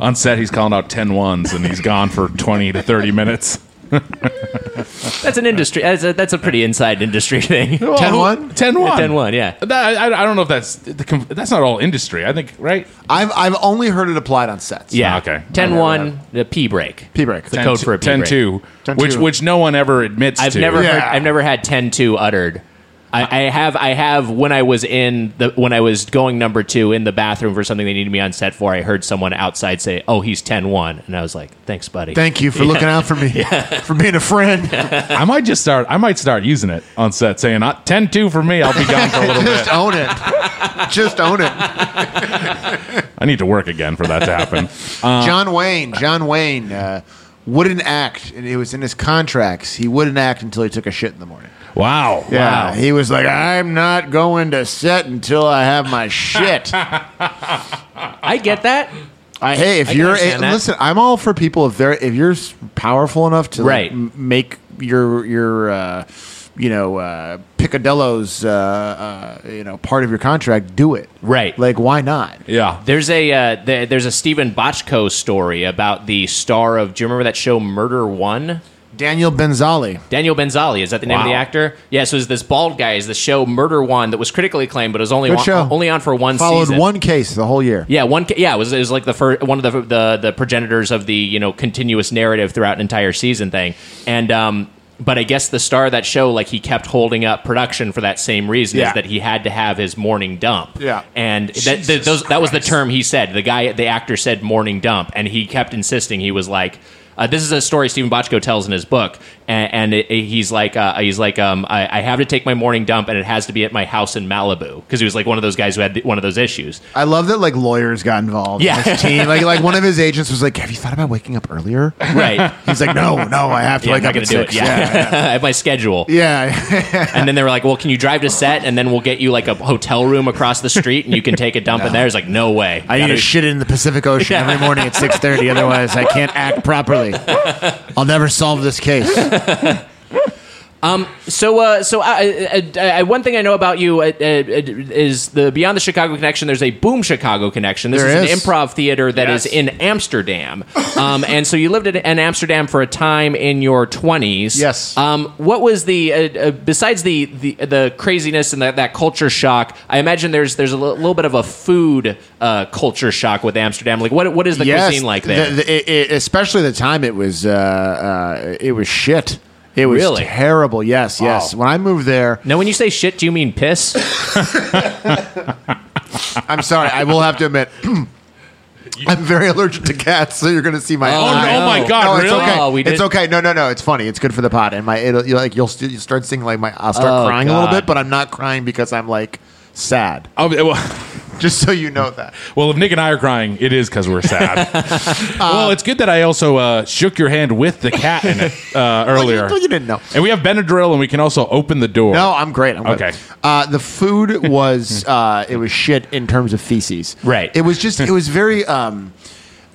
Speaker 4: on set, he's calling out 10 ones and he's gone for 20 to 30 minutes.
Speaker 2: that's an industry. That's a, that's a pretty inside industry thing. [LAUGHS]
Speaker 7: 10 1?
Speaker 4: 10 1.
Speaker 2: 10 1, yeah.
Speaker 4: That- I, I don't know if that's the, com- that's not all industry. I think, right? Ah,
Speaker 7: I've, I've only heard it applied on sets.
Speaker 2: Yeah.
Speaker 4: Okay.
Speaker 2: 10 1, the pee break.
Speaker 7: Pee break.
Speaker 2: The code for a pee
Speaker 4: 10
Speaker 2: break.
Speaker 4: 2,
Speaker 7: 10
Speaker 4: which,
Speaker 7: two.
Speaker 4: which no one ever admits
Speaker 2: I've
Speaker 4: to.
Speaker 2: never
Speaker 7: Yeah.
Speaker 2: heard, I've never had 10-2 uttered. I, I have I have when I was in the when I was going number two in the bathroom for something they needed me on set for, I heard someone outside say, Oh, he's 10-1. and I was like, Thanks, buddy.
Speaker 7: Thank you for looking out for me, for being a friend.
Speaker 4: I might just start. I might start using it on set, saying "Uh, 10 2 for me. I'll be gone
Speaker 7: [LAUGHS]
Speaker 4: for a little bit.
Speaker 7: Just own it. Just
Speaker 4: [LAUGHS]
Speaker 7: own it.
Speaker 4: I need to work again for that to happen.
Speaker 7: John Wayne. John Wayne uh, wouldn't act, and it was in his contracts. He wouldn't act until he took a shit in the morning.
Speaker 4: Wow.
Speaker 7: Yeah,
Speaker 4: Wow.
Speaker 7: he was like, "I'm not going to set until I have
Speaker 4: [LAUGHS]
Speaker 7: my shit."
Speaker 2: I get that.
Speaker 7: I, hey, if
Speaker 2: I can
Speaker 7: you're
Speaker 2: understand
Speaker 7: eh,
Speaker 2: that.
Speaker 7: listen, I'm all for people if they're if you're s- powerful enough to like,
Speaker 2: Right.
Speaker 7: m- make your your uh, you know uh, picadillos uh, uh, you know part of your contract, do it.
Speaker 2: Right.
Speaker 7: Like, why not?
Speaker 4: Yeah.
Speaker 2: There's a uh, th- there's a Stephen Bochco story about the star of do you remember that show Murder One?
Speaker 7: Daniel Benzali.
Speaker 2: Daniel Benzali is that the name of the
Speaker 4: Wow.
Speaker 2: actor? Yeah, so it's this bald guy is the show Murder One that was critically acclaimed, but it was only
Speaker 7: Good
Speaker 2: on,
Speaker 7: show.
Speaker 2: only on for one
Speaker 7: Followed
Speaker 2: season.
Speaker 7: one case the whole year.
Speaker 2: Yeah, one. ca- Yeah, it was, it was like the first one of the, the the progenitors of the you know continuous narrative throughout an entire season thing. And um, but I guess the star of that show, like he kept holding up production for that same reason,
Speaker 7: Yeah.
Speaker 2: is that he had to have his morning dump.
Speaker 7: Yeah.
Speaker 2: and that th- those, that was the term he said. The guy, the actor said morning dump, and he kept insisting. He was like. Uh, this is a story Stephen Bochco tells in his book, and, and it, it- he's like, uh, he's like, um, I, I have to take my morning dump, and it has to be at my house in Malibu because he was like one of those guys who had the, one of those issues.
Speaker 7: I love that like lawyers got involved.
Speaker 2: Yeah.
Speaker 7: in
Speaker 2: [LAUGHS]
Speaker 7: his team. Like like one of his agents was like, "Have you thought about waking up earlier?" [LAUGHS]
Speaker 2: Right.
Speaker 7: He's like, "No, no, I have to
Speaker 2: Yeah, I'm
Speaker 7: wake
Speaker 2: not
Speaker 7: up
Speaker 2: gonna
Speaker 7: at
Speaker 2: do it.
Speaker 7: six.
Speaker 2: Yeah, [LAUGHS] I have my schedule.
Speaker 7: yeah, [LAUGHS] yeah.
Speaker 2: And then they were like, "Well, can you drive to set, and then we'll get you like a hotel room across the street, and you can take a dump in there." It's like, no way.
Speaker 7: I need
Speaker 2: Gotta-
Speaker 7: to shit in the Pacific Ocean every morning at six
Speaker 2: [LAUGHS]
Speaker 7: thirty. Otherwise, I can't act properly. I'll never solve
Speaker 2: [LAUGHS]
Speaker 7: this case."
Speaker 2: so, uh, so I, I, I, one thing I know about you uh, uh, is the Beyond the Chicago Connection. There's a Boom Chicago Connection. This
Speaker 7: There
Speaker 2: is an
Speaker 7: is.
Speaker 2: improv theater that is
Speaker 4: Yes.
Speaker 2: in Amsterdam. Um, [LAUGHS] and so you lived in, in Amsterdam for a time in your 20s.
Speaker 7: Yes.
Speaker 2: Um, what was the uh, uh, besides the, the the craziness and that, that culture shock? I imagine there's there's a li- little bit of a food uh, culture shock with Amsterdam. Like what what is the cuisine like there?
Speaker 7: The- the- it- it- especially the time it was, uh, uh, it was shit. It was
Speaker 2: Really?
Speaker 7: terrible. Yes, yes. When I moved there,
Speaker 2: Now, when you say shit, do you mean
Speaker 7: [COUGHS]
Speaker 2: piss?
Speaker 7: I'm sorry. I will have to
Speaker 2: [LAUGHS]
Speaker 7: admit, [CLEARS THROAT] I'm very allergic to cats. So you're going to see my.
Speaker 4: Oh,
Speaker 7: eyes.
Speaker 4: no, oh my
Speaker 2: no.
Speaker 4: God!
Speaker 7: No, it's
Speaker 4: really?
Speaker 7: okay.
Speaker 2: Oh, we
Speaker 7: it's
Speaker 2: did-
Speaker 7: okay. No, no, no. It's funny. It's good for the pot. And my, it'll, you like, you'll, st- you start seeing like my, I'll start
Speaker 2: Oh,
Speaker 7: crying a little
Speaker 2: God.
Speaker 7: bit, but I'm not crying because I'm like sad.
Speaker 4: Oh, well,
Speaker 7: Just so you know that.
Speaker 4: well, if Nick and I are crying, it is because we're
Speaker 7: [LAUGHS]
Speaker 4: sad. well, it's good that I also uh, shook your hand with the cat in it uh, earlier.
Speaker 7: Well, you didn't know.
Speaker 4: And we have Benadryl, and we can also open the door.
Speaker 7: No, I'm great. I'm good.
Speaker 4: Okay.
Speaker 7: Uh, the food was uh, it was shit in terms of feces.
Speaker 2: Right.
Speaker 7: It was just it was very um,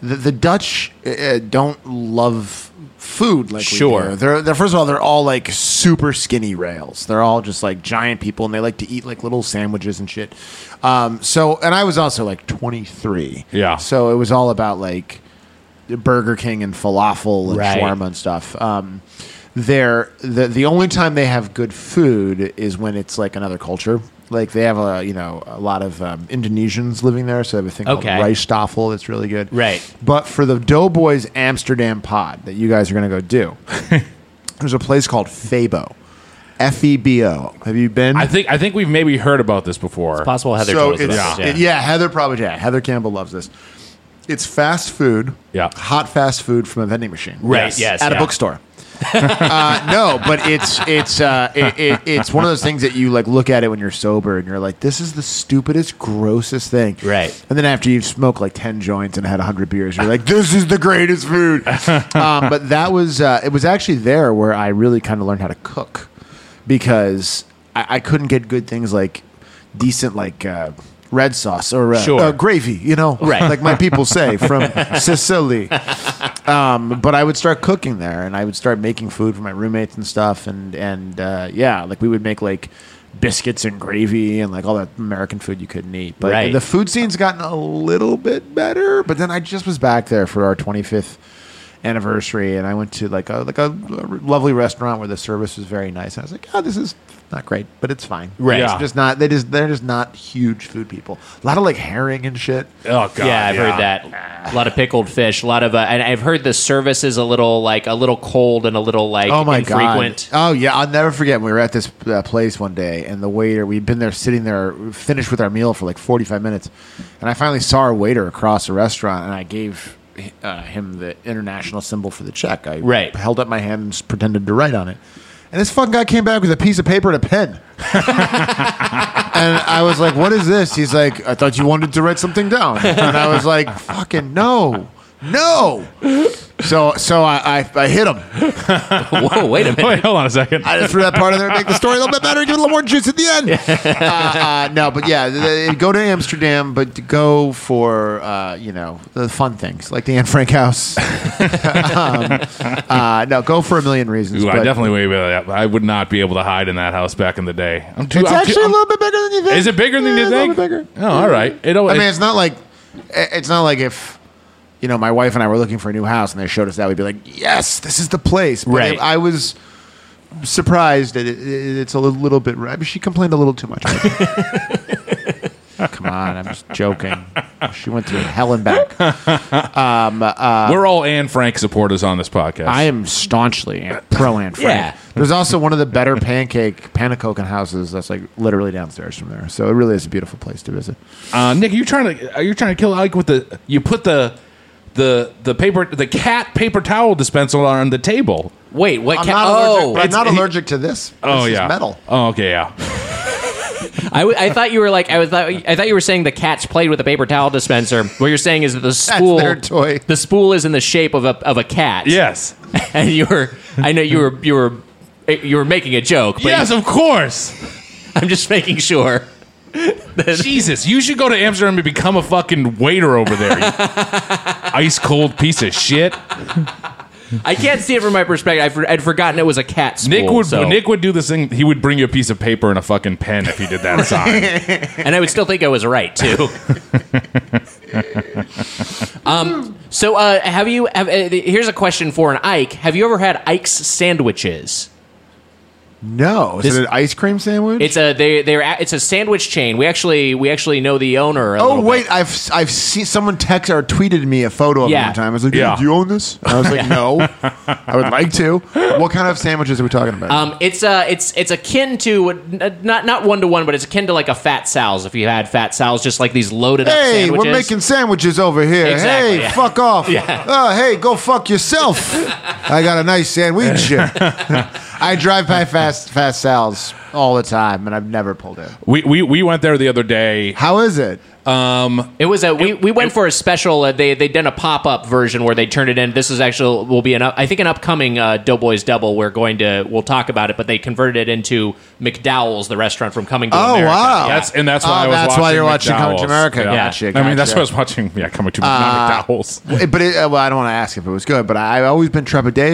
Speaker 7: the, the Dutch uh, don't love food like
Speaker 2: Sure.
Speaker 7: We do. They're, they're first of all they're all like super skinny rails. They're all just like giant people, and they like to eat like little sandwiches and shit. Um, so and I was also like 23.
Speaker 4: Yeah.
Speaker 7: So it was all about like. Burger King and falafel and
Speaker 2: Right.
Speaker 7: shawarma and stuff. Um, they're the the only time they have good food is when it's like another culture. Like they have a you know a lot of um, Indonesians living there, so they have a thing
Speaker 2: Okay.
Speaker 7: called rice stoffel that's really good.
Speaker 2: Right.
Speaker 7: But for the Doughboys Amsterdam pod that you guys are going to
Speaker 2: [LAUGHS]
Speaker 7: go do, there's a place called Fabo, F E B O. Have you been?
Speaker 4: I think I think we've maybe heard about this before.
Speaker 2: Possible Heather
Speaker 7: so
Speaker 2: told us
Speaker 7: it's,
Speaker 2: about
Speaker 7: yeah.
Speaker 2: this,
Speaker 7: It, yeah, Heather probably yeah. Heather Campbell loves this. It's fast food,
Speaker 4: Yeah.
Speaker 7: hot fast food from a vending machine,
Speaker 2: Right, Yes. yes,
Speaker 7: at
Speaker 2: yeah.
Speaker 7: a bookstore.
Speaker 2: [LAUGHS]
Speaker 7: uh, no, but it's it's uh, it, it, it's one of those things that you like look at it when you're sober and you're like, this is the stupidest, grossest thing,
Speaker 2: Right.
Speaker 7: And then after you've smoked like ten joints and had hundred beers, you're like, this is the
Speaker 2: [LAUGHS]
Speaker 7: greatest food. um, but that was uh, it was actually there where I really kind of learned how to cook because I, I couldn't get good things like decent like uh, red sauce or uh,
Speaker 2: Sure.
Speaker 7: uh, gravy, you know,
Speaker 2: Right.
Speaker 7: like my people say from
Speaker 2: [LAUGHS]
Speaker 7: Sicily. Um, but I would start cooking there, and I would start making food for my roommates and stuff, and and uh, yeah, like we would make like biscuits and gravy and like all that American food you couldn't eat. But
Speaker 2: Right.
Speaker 7: the food scene's gotten a little bit better. But then I just was back there for our 25th anniversary, and I went to like a like a lovely restaurant where the service was very nice. And I was like, oh, this is not great, but it's fine.
Speaker 2: Right.
Speaker 7: It's
Speaker 4: Yeah.
Speaker 7: just not they just they're just not huge food people. A lot of like herring and shit.
Speaker 4: Oh God!
Speaker 2: yeah, I've heard that. A lot of pickled fish. A lot of, uh, and I've heard the service is a little like a little cold and a little like
Speaker 7: Oh my
Speaker 2: infrequent.
Speaker 7: god! Oh yeah, I'll never forget. when We were at this uh, place one day, and the waiter. We'd been there sitting there, finished with our meal for like forty-five minutes, and I finally saw our waiter across the restaurant, and I gave uh, him the international symbol for the check. I
Speaker 2: Right.
Speaker 7: held up my hand and s- pretended to write on it, and this fucking guy came back with a piece of paper and a pen. [LAUGHS] And I was like, "What is this?" He's like, "I thought you wanted to write something down." And I was like, "Fucking no, no." So, so I, I, I hit him.
Speaker 2: [LAUGHS] Whoa, wait a minute.
Speaker 4: [LAUGHS] Wait, hold on a second.
Speaker 7: I just threw that part in there to make the story a little bit better, give it a little more juice at the
Speaker 4: [LAUGHS]
Speaker 7: end. uh, uh, no, but yeah, th- th- go to Amsterdam, but to go for uh, you know the fun things like the Anne Frank House. [LAUGHS] um, uh, no, go for a million reasons.
Speaker 4: Ooh, I
Speaker 7: but
Speaker 4: definitely would be able to- I would not be able to hide in that house back in the day. I'm too,
Speaker 7: It's
Speaker 4: I'm too-
Speaker 7: actually a
Speaker 4: I'm-
Speaker 7: little bit bigger than you think.
Speaker 4: Is it bigger than
Speaker 7: Yeah,
Speaker 4: you
Speaker 7: it's a
Speaker 4: think?
Speaker 7: little bit bigger.
Speaker 4: Oh, all right. It, al-
Speaker 7: I mean,
Speaker 4: it-
Speaker 7: it's not like it's not like if you know my wife and I were looking for a new house and they showed us that we'd be like, yes, this is the place. But
Speaker 2: Right.
Speaker 7: it- I was surprised that it, it, it's a little, little bit. I mean, she complained a little too much. [LAUGHS] Come on, I'm just joking. She went through hell and back. uh,
Speaker 4: we're all Anne Frank supporters on this podcast.
Speaker 7: I am staunchly pro Anne Frank.
Speaker 2: Yeah.
Speaker 7: There's also one of the better pancake panacoken houses that's like literally downstairs from there. So it really is a beautiful place to visit.
Speaker 4: Uh, Nick, are you trying to are you trying to kill Ike with the you put the the the paper the cat paper towel dispenser on the table.
Speaker 2: Wait, what?
Speaker 7: I'm
Speaker 2: ca-
Speaker 7: not allergic,
Speaker 2: oh,
Speaker 7: but I'm not
Speaker 4: it's-
Speaker 7: allergic to this.
Speaker 4: Oh
Speaker 7: This is
Speaker 4: yeah,
Speaker 7: metal.
Speaker 4: Oh okay, yeah.
Speaker 2: I, w- I thought you were like I was thought, I thought you were saying the cats played with a paper towel dispenser. What you're saying is that the spool
Speaker 7: their toy.
Speaker 2: the spool is in the shape of a of a cat.
Speaker 4: yes,
Speaker 2: [LAUGHS] and you were I know you were you were you were making a joke, but
Speaker 4: yes, of course.
Speaker 2: I'm just making sure. [LAUGHS]
Speaker 4: Jesus, you should go to Amsterdam and become a fucking waiter over there.
Speaker 7: [LAUGHS]
Speaker 4: you ice cold piece of shit.
Speaker 2: I can't see it from my perspective. I've, I'd forgotten it was a cat spool.
Speaker 4: Nick would
Speaker 2: so-
Speaker 4: Nick would do this thing. He would bring you a piece of paper and a fucking pen if he did that sign.
Speaker 2: and I would still think I was right too. um, so uh, have you? Have, uh, here's a question for an Ike. Have you ever had Ike's sandwiches?
Speaker 7: No, is
Speaker 2: This-
Speaker 7: it an ice cream sandwich?
Speaker 2: It's a they they're a- it's a sandwich chain. We actually we actually know the owner. A
Speaker 7: oh
Speaker 2: little
Speaker 7: wait,
Speaker 2: bit.
Speaker 7: I've I've seen someone text or tweeted me a photo of it
Speaker 2: Yeah.
Speaker 7: one time. I was like,
Speaker 4: Yeah.
Speaker 7: "Do you own this?" I
Speaker 2: [LAUGHS]
Speaker 7: was like, "No, I would like to." What kind of sandwiches are we talking about?
Speaker 2: Um, it's uh, it's it's akin to n- not not one to one, but it's akin to like a fat Sal's. If you had fat Sal's, just like these loaded up
Speaker 7: hey,
Speaker 2: sandwiches.
Speaker 7: we're making sandwiches over here.
Speaker 2: Exactly, [LAUGHS]
Speaker 7: hey,
Speaker 2: yeah.
Speaker 7: fuck off. Uh, hey, go fuck yourself. I got a nice [LAUGHS] sandwich. I drive by fast fast Sal's all the time, and I've never pulled in.
Speaker 4: We, we, we went there the other day.
Speaker 7: How is it?
Speaker 2: It was a we, we went for a special. Uh, they they done a pop up version where they turned it in. This is actually will be an up- I think an upcoming uh, Doughboys Double. We're going to we'll talk about it, but they converted it into McDowell's, the restaurant from Coming to
Speaker 7: Oh,
Speaker 2: America.
Speaker 7: wow.
Speaker 2: Yeah.
Speaker 4: That's and that's why
Speaker 7: Oh,
Speaker 4: I was.
Speaker 7: that's
Speaker 4: watching
Speaker 7: why you're watching Coming to
Speaker 4: McDowell's.
Speaker 7: America.
Speaker 4: Yeah.
Speaker 2: Gotcha,
Speaker 4: I mean, that's
Speaker 7: gotcha.
Speaker 4: what I was watching. Yeah, coming to not McDowell's.
Speaker 7: It- But it, uh, well, I don't want to ask if it was good, but I, I've always been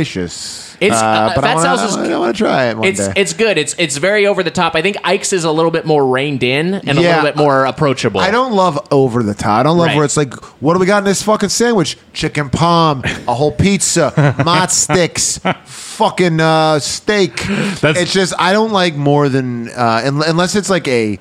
Speaker 7: trepidatious.
Speaker 2: It's- uh,
Speaker 7: but I
Speaker 2: Fat
Speaker 7: wanna-
Speaker 2: Sal's is-
Speaker 7: I want to try it one
Speaker 2: It's
Speaker 7: day.
Speaker 2: it's good. It's it's very over the top. I think Ike's is a little bit more reined in and a
Speaker 7: Yeah.
Speaker 2: little bit more approachable.
Speaker 7: I don't love over the top. I don't love
Speaker 2: Right.
Speaker 7: where it's like, what do we got in this fucking sandwich? Chicken palm, a whole pizza,
Speaker 2: [LAUGHS]
Speaker 7: mott sticks, fucking uh, steak.
Speaker 4: That's-
Speaker 7: it's just I don't like more than uh, un- unless it's like a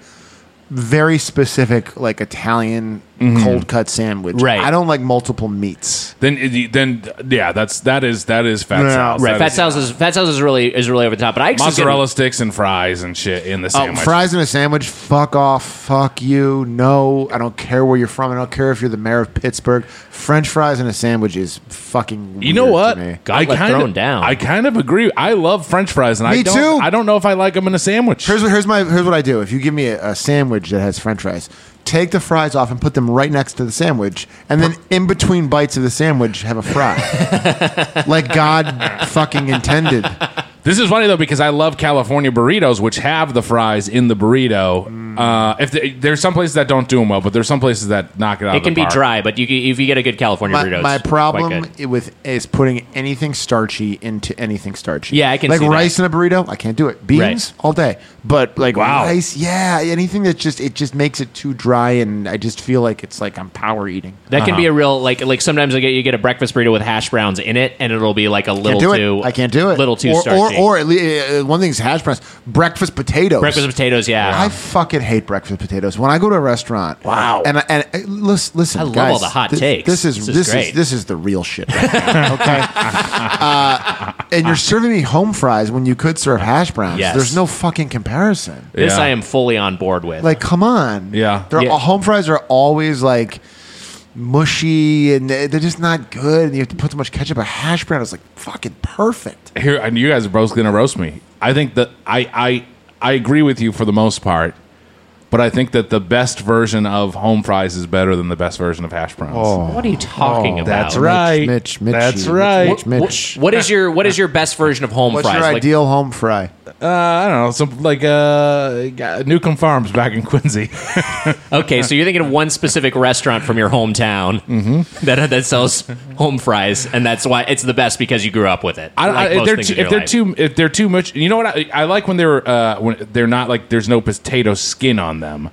Speaker 7: very specific like Italian cold cut sandwich.
Speaker 2: Mm-hmm. Right.
Speaker 7: I don't like multiple meats.
Speaker 4: Then it- then yeah, that's that is that is fat
Speaker 7: No,
Speaker 4: Sal's.
Speaker 2: Right,
Speaker 4: That
Speaker 2: Fat
Speaker 4: is-
Speaker 2: Sal's is Fat Sal's is really is really over the top. But Ike's is
Speaker 4: mozzarella
Speaker 2: getting,
Speaker 4: sticks and fries and shit in the sandwich.
Speaker 7: Oh, Fries in a sandwich, fuck off, fuck you. No, I don't care where you're from. I don't care if you're the mayor of Pittsburgh. French fries in a sandwich is fucking.
Speaker 4: You know
Speaker 7: weird to
Speaker 4: what?
Speaker 7: me.
Speaker 2: Gauntlet
Speaker 4: kinda-
Speaker 2: thrown down.
Speaker 4: I kind of agree. I love French fries, and I
Speaker 7: Me
Speaker 4: don't,
Speaker 7: too.
Speaker 4: I don't know if I like them in a sandwich.
Speaker 7: Here's what here's my here's what I do. If you give me a, a sandwich that has French fries, take the fries off and put them right next to the sandwich, and then in between bites of the sandwich, have a fry,
Speaker 4: [LAUGHS]
Speaker 7: like God fucking intended.
Speaker 4: This is funny though because I love California burritos, which have the fries in the burrito. Uh, if they, there's some places that don't do them well, but there's some places that knock it out.
Speaker 2: it
Speaker 4: of
Speaker 2: can
Speaker 4: the
Speaker 2: be
Speaker 4: park.
Speaker 2: dry, but you can- if you get a good California burrito,
Speaker 7: My,
Speaker 2: it's
Speaker 7: my
Speaker 2: quite
Speaker 7: problem
Speaker 2: good.
Speaker 7: i- with is putting anything starchy into anything starchy.
Speaker 2: Yeah, I can
Speaker 7: like
Speaker 2: see that.
Speaker 7: rice in a burrito. I can't do it. Beans all day, but like
Speaker 4: Wow.
Speaker 7: rice, yeah, anything that just it just makes it too dry, and I just feel like it's like I'm power eating. Uh-huh.
Speaker 2: That can
Speaker 4: Uh-huh.
Speaker 2: be a real like like sometimes I get you get a breakfast burrito with hash browns in it, and it'll be like a little
Speaker 7: can't do
Speaker 2: too
Speaker 7: it. I can't do it.
Speaker 2: little too
Speaker 7: or,
Speaker 2: starchy.
Speaker 7: Or, or at least, uh, one thing's hash browns. Breakfast potatoes.
Speaker 2: breakfast potatoes, yeah.
Speaker 7: I fucking hate breakfast potatoes. When I go to a restaurant, wow, and I- and I- listen, listen,
Speaker 2: I love
Speaker 7: guys,
Speaker 2: all the hot
Speaker 7: thi-
Speaker 2: takes.
Speaker 7: This is
Speaker 2: This
Speaker 7: this
Speaker 2: is
Speaker 7: is
Speaker 2: great.
Speaker 7: this is the real shit. Right now, okay,
Speaker 2: [LAUGHS]
Speaker 7: uh, and you're serving me home fries when you could serve hash browns.
Speaker 2: Ah. Yes.
Speaker 7: There's no fucking comparison.
Speaker 2: this
Speaker 4: Yeah.
Speaker 2: I am fully on board with.
Speaker 7: Like, come on.
Speaker 4: Yeah.
Speaker 7: They're,
Speaker 2: Yeah.
Speaker 7: Home fries are always like mushy and they- they're just not good. And you have to put so much ketchup. A hash brown is like fucking perfect.
Speaker 4: Here, and you guys are both gonna roast me. I think that I I I agree with you for the most part, but I think that the best version of home fries is better than the best version of hash browns.
Speaker 7: Oh.
Speaker 2: what are you talking about?
Speaker 4: that's right,
Speaker 7: Mitch, Mitch,
Speaker 4: that's
Speaker 7: Mitch,
Speaker 4: right.
Speaker 7: Mitch, Mitch.
Speaker 2: What- what is your what is your best version of home
Speaker 7: What's
Speaker 2: fries?
Speaker 7: your
Speaker 2: Like,
Speaker 7: ideal home fry?
Speaker 4: Uh, I don't know, some like uh, Newcomb Farms back in Quincy. [LAUGHS]
Speaker 2: okay, so you're thinking of one specific restaurant from your
Speaker 7: [LAUGHS]
Speaker 2: hometown
Speaker 7: Mm-hmm.
Speaker 2: that that sells home fries, and that's why it's the best because you grew up with it.
Speaker 4: I,
Speaker 2: like
Speaker 4: I, if
Speaker 2: most
Speaker 4: they're
Speaker 2: things
Speaker 4: too,
Speaker 2: in
Speaker 4: if
Speaker 2: your
Speaker 4: they're
Speaker 2: life.
Speaker 4: too if they're too much. You know what I, I like when they're uh, when they're not like there's no potato skin on them.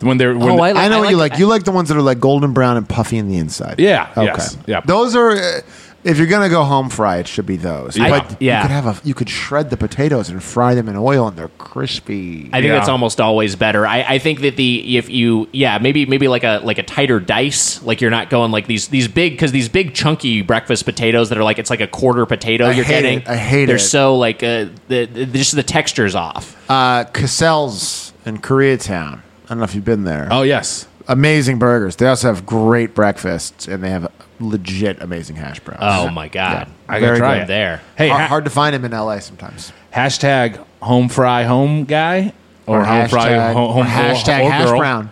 Speaker 4: When they're when
Speaker 2: Oh, I like-
Speaker 7: I know what you
Speaker 2: like-
Speaker 7: like. You like the ones that are like golden brown and puffy in the inside.
Speaker 4: Yeah, yes, yeah.
Speaker 7: Those are. Uh, if you're gonna go home fry, it should be those.
Speaker 2: I-
Speaker 7: but
Speaker 2: yeah.
Speaker 7: you could have a. You could shred the potatoes and fry them in oil, and they're crispy.
Speaker 2: I think
Speaker 4: Yeah.
Speaker 2: that's almost always better. I, I think that the if you yeah maybe maybe like a like a tighter dice like you're not going like these these big because these big chunky breakfast potatoes that are like it's like a quarter potato
Speaker 7: I
Speaker 2: you're
Speaker 7: hate
Speaker 2: getting
Speaker 7: it. I hate
Speaker 2: they're
Speaker 7: it.
Speaker 2: so like uh the, the just the textures off
Speaker 7: uh, Cassell's in Koreatown. I don't know if you've been there.
Speaker 4: oh yes,
Speaker 7: Amazing burgers. They also have great breakfasts, and they have legit amazing hash browns.
Speaker 2: oh my god
Speaker 4: I gotta
Speaker 7: Very
Speaker 4: try
Speaker 7: good.
Speaker 4: it.
Speaker 2: there
Speaker 4: Hey,
Speaker 7: hard,
Speaker 4: ha-
Speaker 7: hard to find them in LA sometimes.
Speaker 4: hashtag home fry home guy or, home fry
Speaker 7: hashtag-
Speaker 4: home,
Speaker 7: or
Speaker 4: home
Speaker 7: hashtag
Speaker 4: home
Speaker 7: hash
Speaker 4: girl. [LAUGHS]
Speaker 7: brown.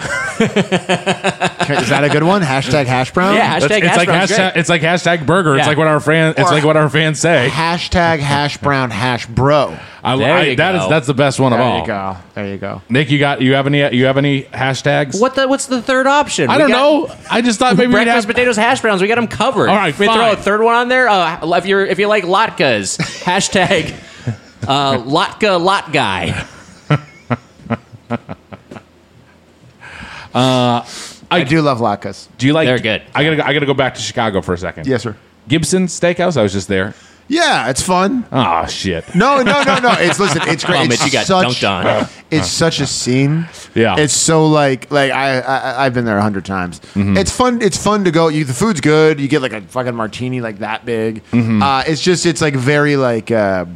Speaker 7: Is that a good one? Hashtag hash brown.
Speaker 2: Yeah,
Speaker 4: That's-
Speaker 2: Hashtag
Speaker 4: it's
Speaker 2: hash
Speaker 4: like
Speaker 2: brown's
Speaker 4: hashtag
Speaker 2: great.
Speaker 4: it's like hashtag burger. It's
Speaker 2: Yeah.
Speaker 4: like what our fans it's
Speaker 7: Or-
Speaker 4: like what our fans say.
Speaker 7: Hashtag hash brown hash bro.
Speaker 4: I,
Speaker 2: There
Speaker 4: I,
Speaker 2: you
Speaker 4: that is-
Speaker 2: go.
Speaker 4: that's the best one
Speaker 7: There
Speaker 4: of all.
Speaker 7: you go. There you go.
Speaker 4: Nick, you got you have any you have any hashtags?
Speaker 2: what the what's the third option
Speaker 4: I
Speaker 2: We
Speaker 4: don't
Speaker 2: got
Speaker 4: know. I just thought maybe we'd
Speaker 2: breakfast
Speaker 4: have
Speaker 2: potatoes hash browns we got them covered
Speaker 4: All right,
Speaker 2: we throw a
Speaker 4: fine.
Speaker 2: third one on there uh, if you're if you like
Speaker 4: [LAUGHS]
Speaker 2: latkes hashtag uh, latka lot guy
Speaker 7: I do love latkes.
Speaker 4: Do you like?
Speaker 2: They're good.
Speaker 4: I gotta. go- I gotta go back to Chicago for a second.
Speaker 7: Yes, sir.
Speaker 4: Gibson Steakhouse. I was just there.
Speaker 7: Yeah, it's fun.
Speaker 4: Ah, shit.
Speaker 7: No, no, no, no. It's listen. It's great.
Speaker 2: Bum
Speaker 7: it's
Speaker 2: it, you got
Speaker 7: such,
Speaker 2: dunked on.
Speaker 7: It's such a scene.
Speaker 4: Yeah.
Speaker 7: It's so like like I, I I've been there a hundred times.
Speaker 4: Mm-hmm.
Speaker 7: It's fun. It's fun to go. You the food's good. You get like a fucking martini like that big.
Speaker 4: Mm-hmm.
Speaker 7: Uh, it's just it's like very like. Uh,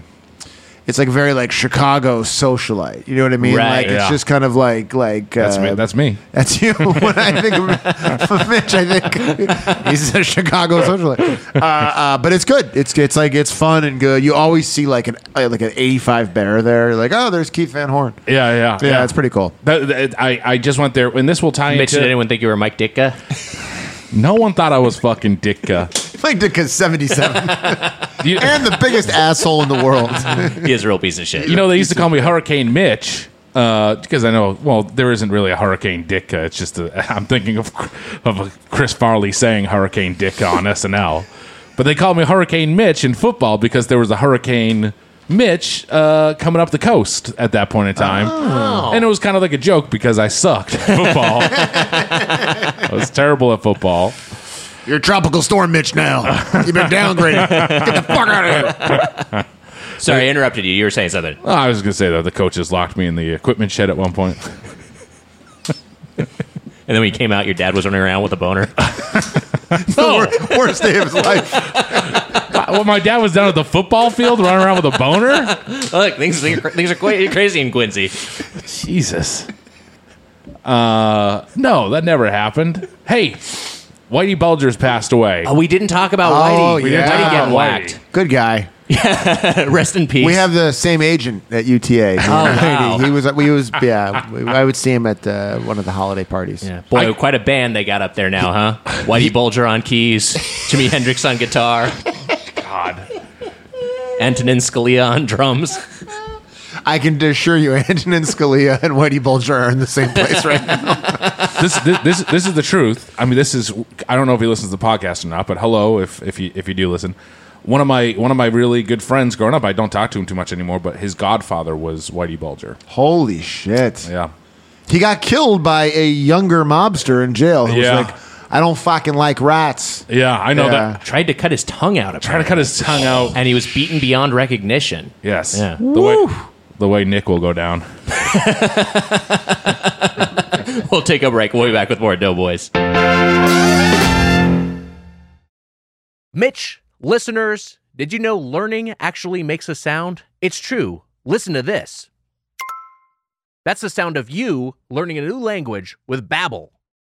Speaker 7: it's like very like Chicago socialite. You know what I mean?
Speaker 2: Right.
Speaker 7: Like it's
Speaker 4: Yeah.
Speaker 7: just kind of like like
Speaker 4: That's
Speaker 7: uh,
Speaker 4: me. That's me.
Speaker 7: that's you. [LAUGHS] when I think of of Mitch, I think [LAUGHS] he's a Chicago socialite. Uh, uh, but it's good. It's it's like it's fun and good. You always see like an uh, like an eighty five bear there. You're like oh, there's Keith Van Horn.
Speaker 4: Yeah, yeah,
Speaker 7: Yeah, it's pretty cool.
Speaker 4: That- that- I, I just went there, and this will tie
Speaker 2: Mitch, did
Speaker 4: into.
Speaker 2: anyone think you were Mike Ditka?
Speaker 4: No one thought I was fucking Ditka.
Speaker 7: Mike Ditka's seventy seven
Speaker 4: You,
Speaker 7: [LAUGHS] and the biggest asshole in the world.
Speaker 2: he is a real piece of shit.
Speaker 4: you know, they used to call me Hurricane Mitch uh, because I know. Well, there isn't really a Hurricane Ditka. It's just a, [LAUGHS] I'm thinking of of Chris Farley saying Hurricane Ditka on SNL, but they called me Hurricane Mitch in football because there was a Hurricane. Mitch uh, coming up the coast at that point in time,
Speaker 2: Oh.
Speaker 4: and it was kind of like a joke because I sucked at football. [LAUGHS] I was terrible at football.
Speaker 7: [LAUGHS] You're tropical storm Mitch now. You've been downgraded. Get the fuck out of here.
Speaker 2: Sorry, I interrupted you. You were saying something.
Speaker 4: Oh, I was going to say that the coaches locked me in the equipment shed at
Speaker 2: [LAUGHS]
Speaker 4: one point.
Speaker 2: And then when you came out, your dad was running around with a boner. [LAUGHS]
Speaker 4: No,
Speaker 7: [LAUGHS]
Speaker 2: Oh.
Speaker 7: Worst day of his life.
Speaker 4: Uh, well, my dad was down at the football field running around with a boner.
Speaker 2: Look, things, things are quite crazy in Quincy.
Speaker 4: Jesus. Uh, no, that never happened. Hey, Whitey Bulger's passed away.
Speaker 2: Oh, we didn't talk about
Speaker 7: Oh,
Speaker 2: Whitey.
Speaker 7: We didn't
Speaker 2: Whitey
Speaker 7: talk
Speaker 2: getting
Speaker 4: about
Speaker 2: whacked.
Speaker 7: Good guy.
Speaker 2: [LAUGHS] Rest in peace.
Speaker 7: We have the same agent at UTA.
Speaker 2: wow.
Speaker 7: he was. We was. Yeah, we- I would see him at uh, one of the holiday parties.
Speaker 2: Yeah. Boy, quite a band they got up there now,
Speaker 4: [LAUGHS]
Speaker 2: huh? Whitey Bulger on keys, Jimi Hendrix on guitar,
Speaker 4: God.
Speaker 2: Antonin Scalia on drums.
Speaker 7: I can assure you, [LAUGHS] Antonin Scalia and Whitey Bulger are in the same
Speaker 4: [LAUGHS]
Speaker 7: place right now.
Speaker 4: This, this this this is the truth. I mean, this is. I don't know if he listens to the podcast or not, but hello, if if you if you do listen, one of my one of my really good friends growing up. I don't talk to him too much anymore, but his godfather was Whitey Bulger.
Speaker 7: Holy shit!
Speaker 4: Yeah.
Speaker 7: He got killed by a younger mobster in jail who
Speaker 4: Yeah.
Speaker 7: was like, "I don't fucking like rats."
Speaker 4: Yeah, I know
Speaker 7: Yeah.
Speaker 4: that.
Speaker 2: Tried to cut his tongue out.
Speaker 4: Trying to
Speaker 2: Apparently.
Speaker 4: cut his tongue out.
Speaker 2: And he was beaten beyond recognition.
Speaker 4: Yes.
Speaker 2: Yeah.
Speaker 4: The way the way Nick will go down.
Speaker 2: We'll take a break. We'll be back with more Doughboys. Mitch, listeners, did you know learning actually makes a sound? It's true. Listen to this. That's the sound of you learning a new language with Babbel.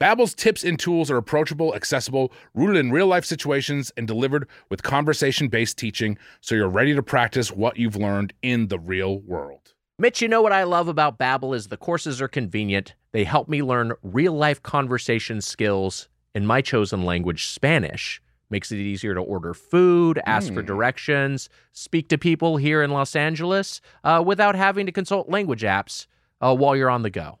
Speaker 4: Babbel's tips and tools are approachable, accessible, rooted in real-life situations and delivered with conversation-based teaching so you're ready to practice what you've learned in the real world.
Speaker 2: Mitch, you know what I love about Babbel is the courses are convenient. They help me learn real-life conversation skills in my chosen language, Spanish. Makes it easier to order food, ask for directions, speak to people here in Los Angeles uh, without having to consult language apps uh, while you're on the go.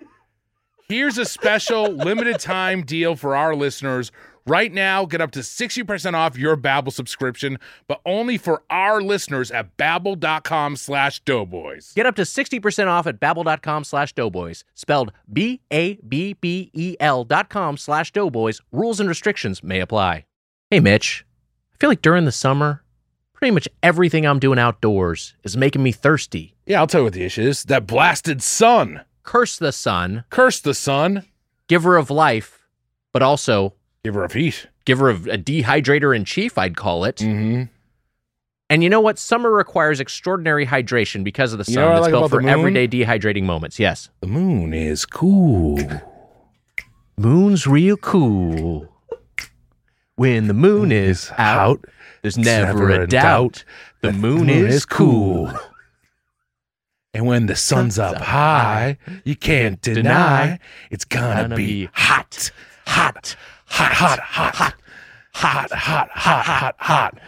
Speaker 4: Here's a special limited time deal for our listeners. Right now, get up to 60% off your Babbel subscription, but only for our listeners at babbel.com slash doughboys.
Speaker 2: Get up to 60% off at babbel.com slash doughboys, spelled B-A-B-B-E-L E dot com slash doughboys. Rules and restrictions may apply. Hey, Mitch, I feel like during the summer, pretty much everything I'm doing outdoors is making me thirsty.
Speaker 4: Yeah, I'll tell you what the issue is. That blasted sun.
Speaker 2: Curse the sun,
Speaker 4: Curse the sun.
Speaker 2: giver of life, but also
Speaker 4: Give her a heat.
Speaker 2: giver of a dehydrator in chief, I'd call it.
Speaker 4: Mm-hmm.
Speaker 2: And you know what? Summer requires extraordinary hydration because of the
Speaker 4: You
Speaker 2: sun
Speaker 4: know what I
Speaker 2: that's
Speaker 4: like
Speaker 2: built
Speaker 4: about
Speaker 2: for
Speaker 4: the moon?
Speaker 2: everyday dehydrating moments. Yes.
Speaker 4: The moon is cool.
Speaker 9: Moon's real cool. When the moon is out, there's never, a doubt. The moon, is cool.
Speaker 3: And when the sun's up high, you can't deny it's gonna be hot, hot, hot, hot, hot, hot, hot, hot, hot, hot, hot.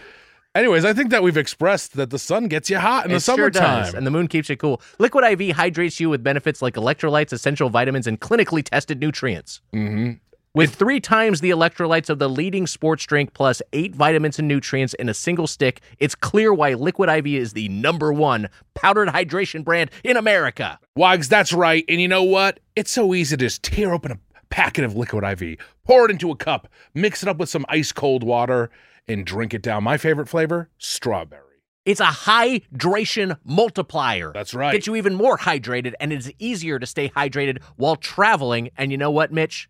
Speaker 3: Anyways, I think that we've expressed that the sun gets you hot in the
Speaker 2: It sure does,
Speaker 4: summertime.
Speaker 2: and the moon keeps you cool. Liquid IV hydrates you with benefits like electrolytes, essential vitamins, and clinically tested nutrients. Mm-hmm. With three times the electrolytes of the leading sports drink, plus eight vitamins and nutrients in a single stick, it's clear why Liquid IV is the number one powdered hydration brand in America.
Speaker 4: Wags, that's right. And you know what? It's so easy to just tear open a packet of liquid IV, pour it into a cup, mix it up with some ice cold water, and drink it down. My favorite flavor, strawberry.
Speaker 2: It's a hydration multiplier.
Speaker 4: That's right.
Speaker 2: Get you even more hydrated, and it's easier to stay hydrated while traveling. And you know what, Mitch?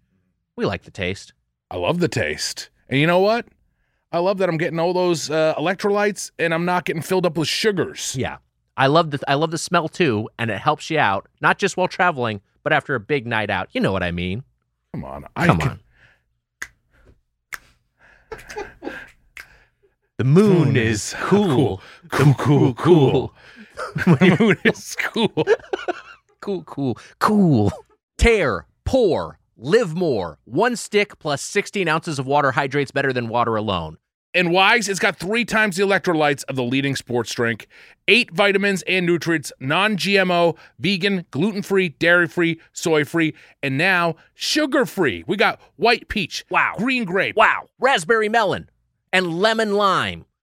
Speaker 2: We like the taste.
Speaker 4: I love the taste. And you know what? I love that I'm getting all those uh, electrolytes and I'm not getting filled up with sugars.
Speaker 2: Yeah. I love the I love the smell too, and it helps you out, not just while traveling, but after a big night out. You know what I mean.
Speaker 4: Come on. I
Speaker 2: Come
Speaker 4: can-
Speaker 2: on.
Speaker 9: The moon is cool.
Speaker 4: [LAUGHS] Cool, cool, cool. [LAUGHS] The moon is cool.
Speaker 2: Cool, cool, cool. Tear, pour, live more. One stick plus 16 ounces of water hydrates better than water alone.
Speaker 4: And Wags, it's got three times the electrolytes of the leading sports drink, eight vitamins and nutrients, non GMO, vegan, gluten free, dairy free, soy free, and now sugar free. We got white peach,
Speaker 2: Wow.
Speaker 4: green grape.
Speaker 2: Wow. Raspberry melon and lemon lime.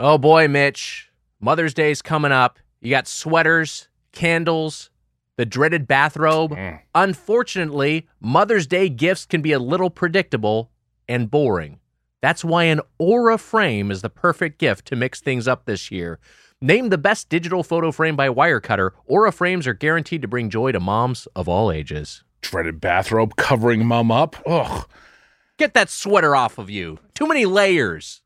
Speaker 2: Oh boy, Mitch. Mother's Day's coming up. You got sweaters, candles, the dreaded bathrobe. Unfortunately, Mother's Day gifts can be a little predictable and boring. That's why an Aura frame is the perfect gift to mix things up this year. Named the best digital photo frame by Wirecutter, Aura frames are guaranteed to bring joy to moms of all ages.
Speaker 4: Dreaded bathrobe covering mum up. Ugh.
Speaker 2: Get that sweater off of you. Too many layers.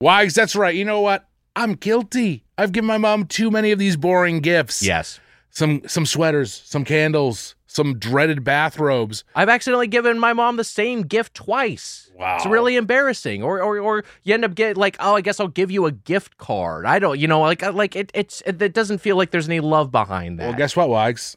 Speaker 4: Wags, that's right. You know what? I'm guilty. I've given my mom too many of these boring gifts.
Speaker 2: Yes.
Speaker 4: Some some sweaters, some candles, some dreaded bathrobes.
Speaker 2: I've accidentally given my mom the same gift twice.
Speaker 4: Wow.
Speaker 2: It's really embarrassing. Or or or you end up getting like, oh, I guess I'll give you a gift card. I don't, you know, like I- like it it's it, it doesn't feel like there's any love behind that.
Speaker 4: Well, guess what, Wags?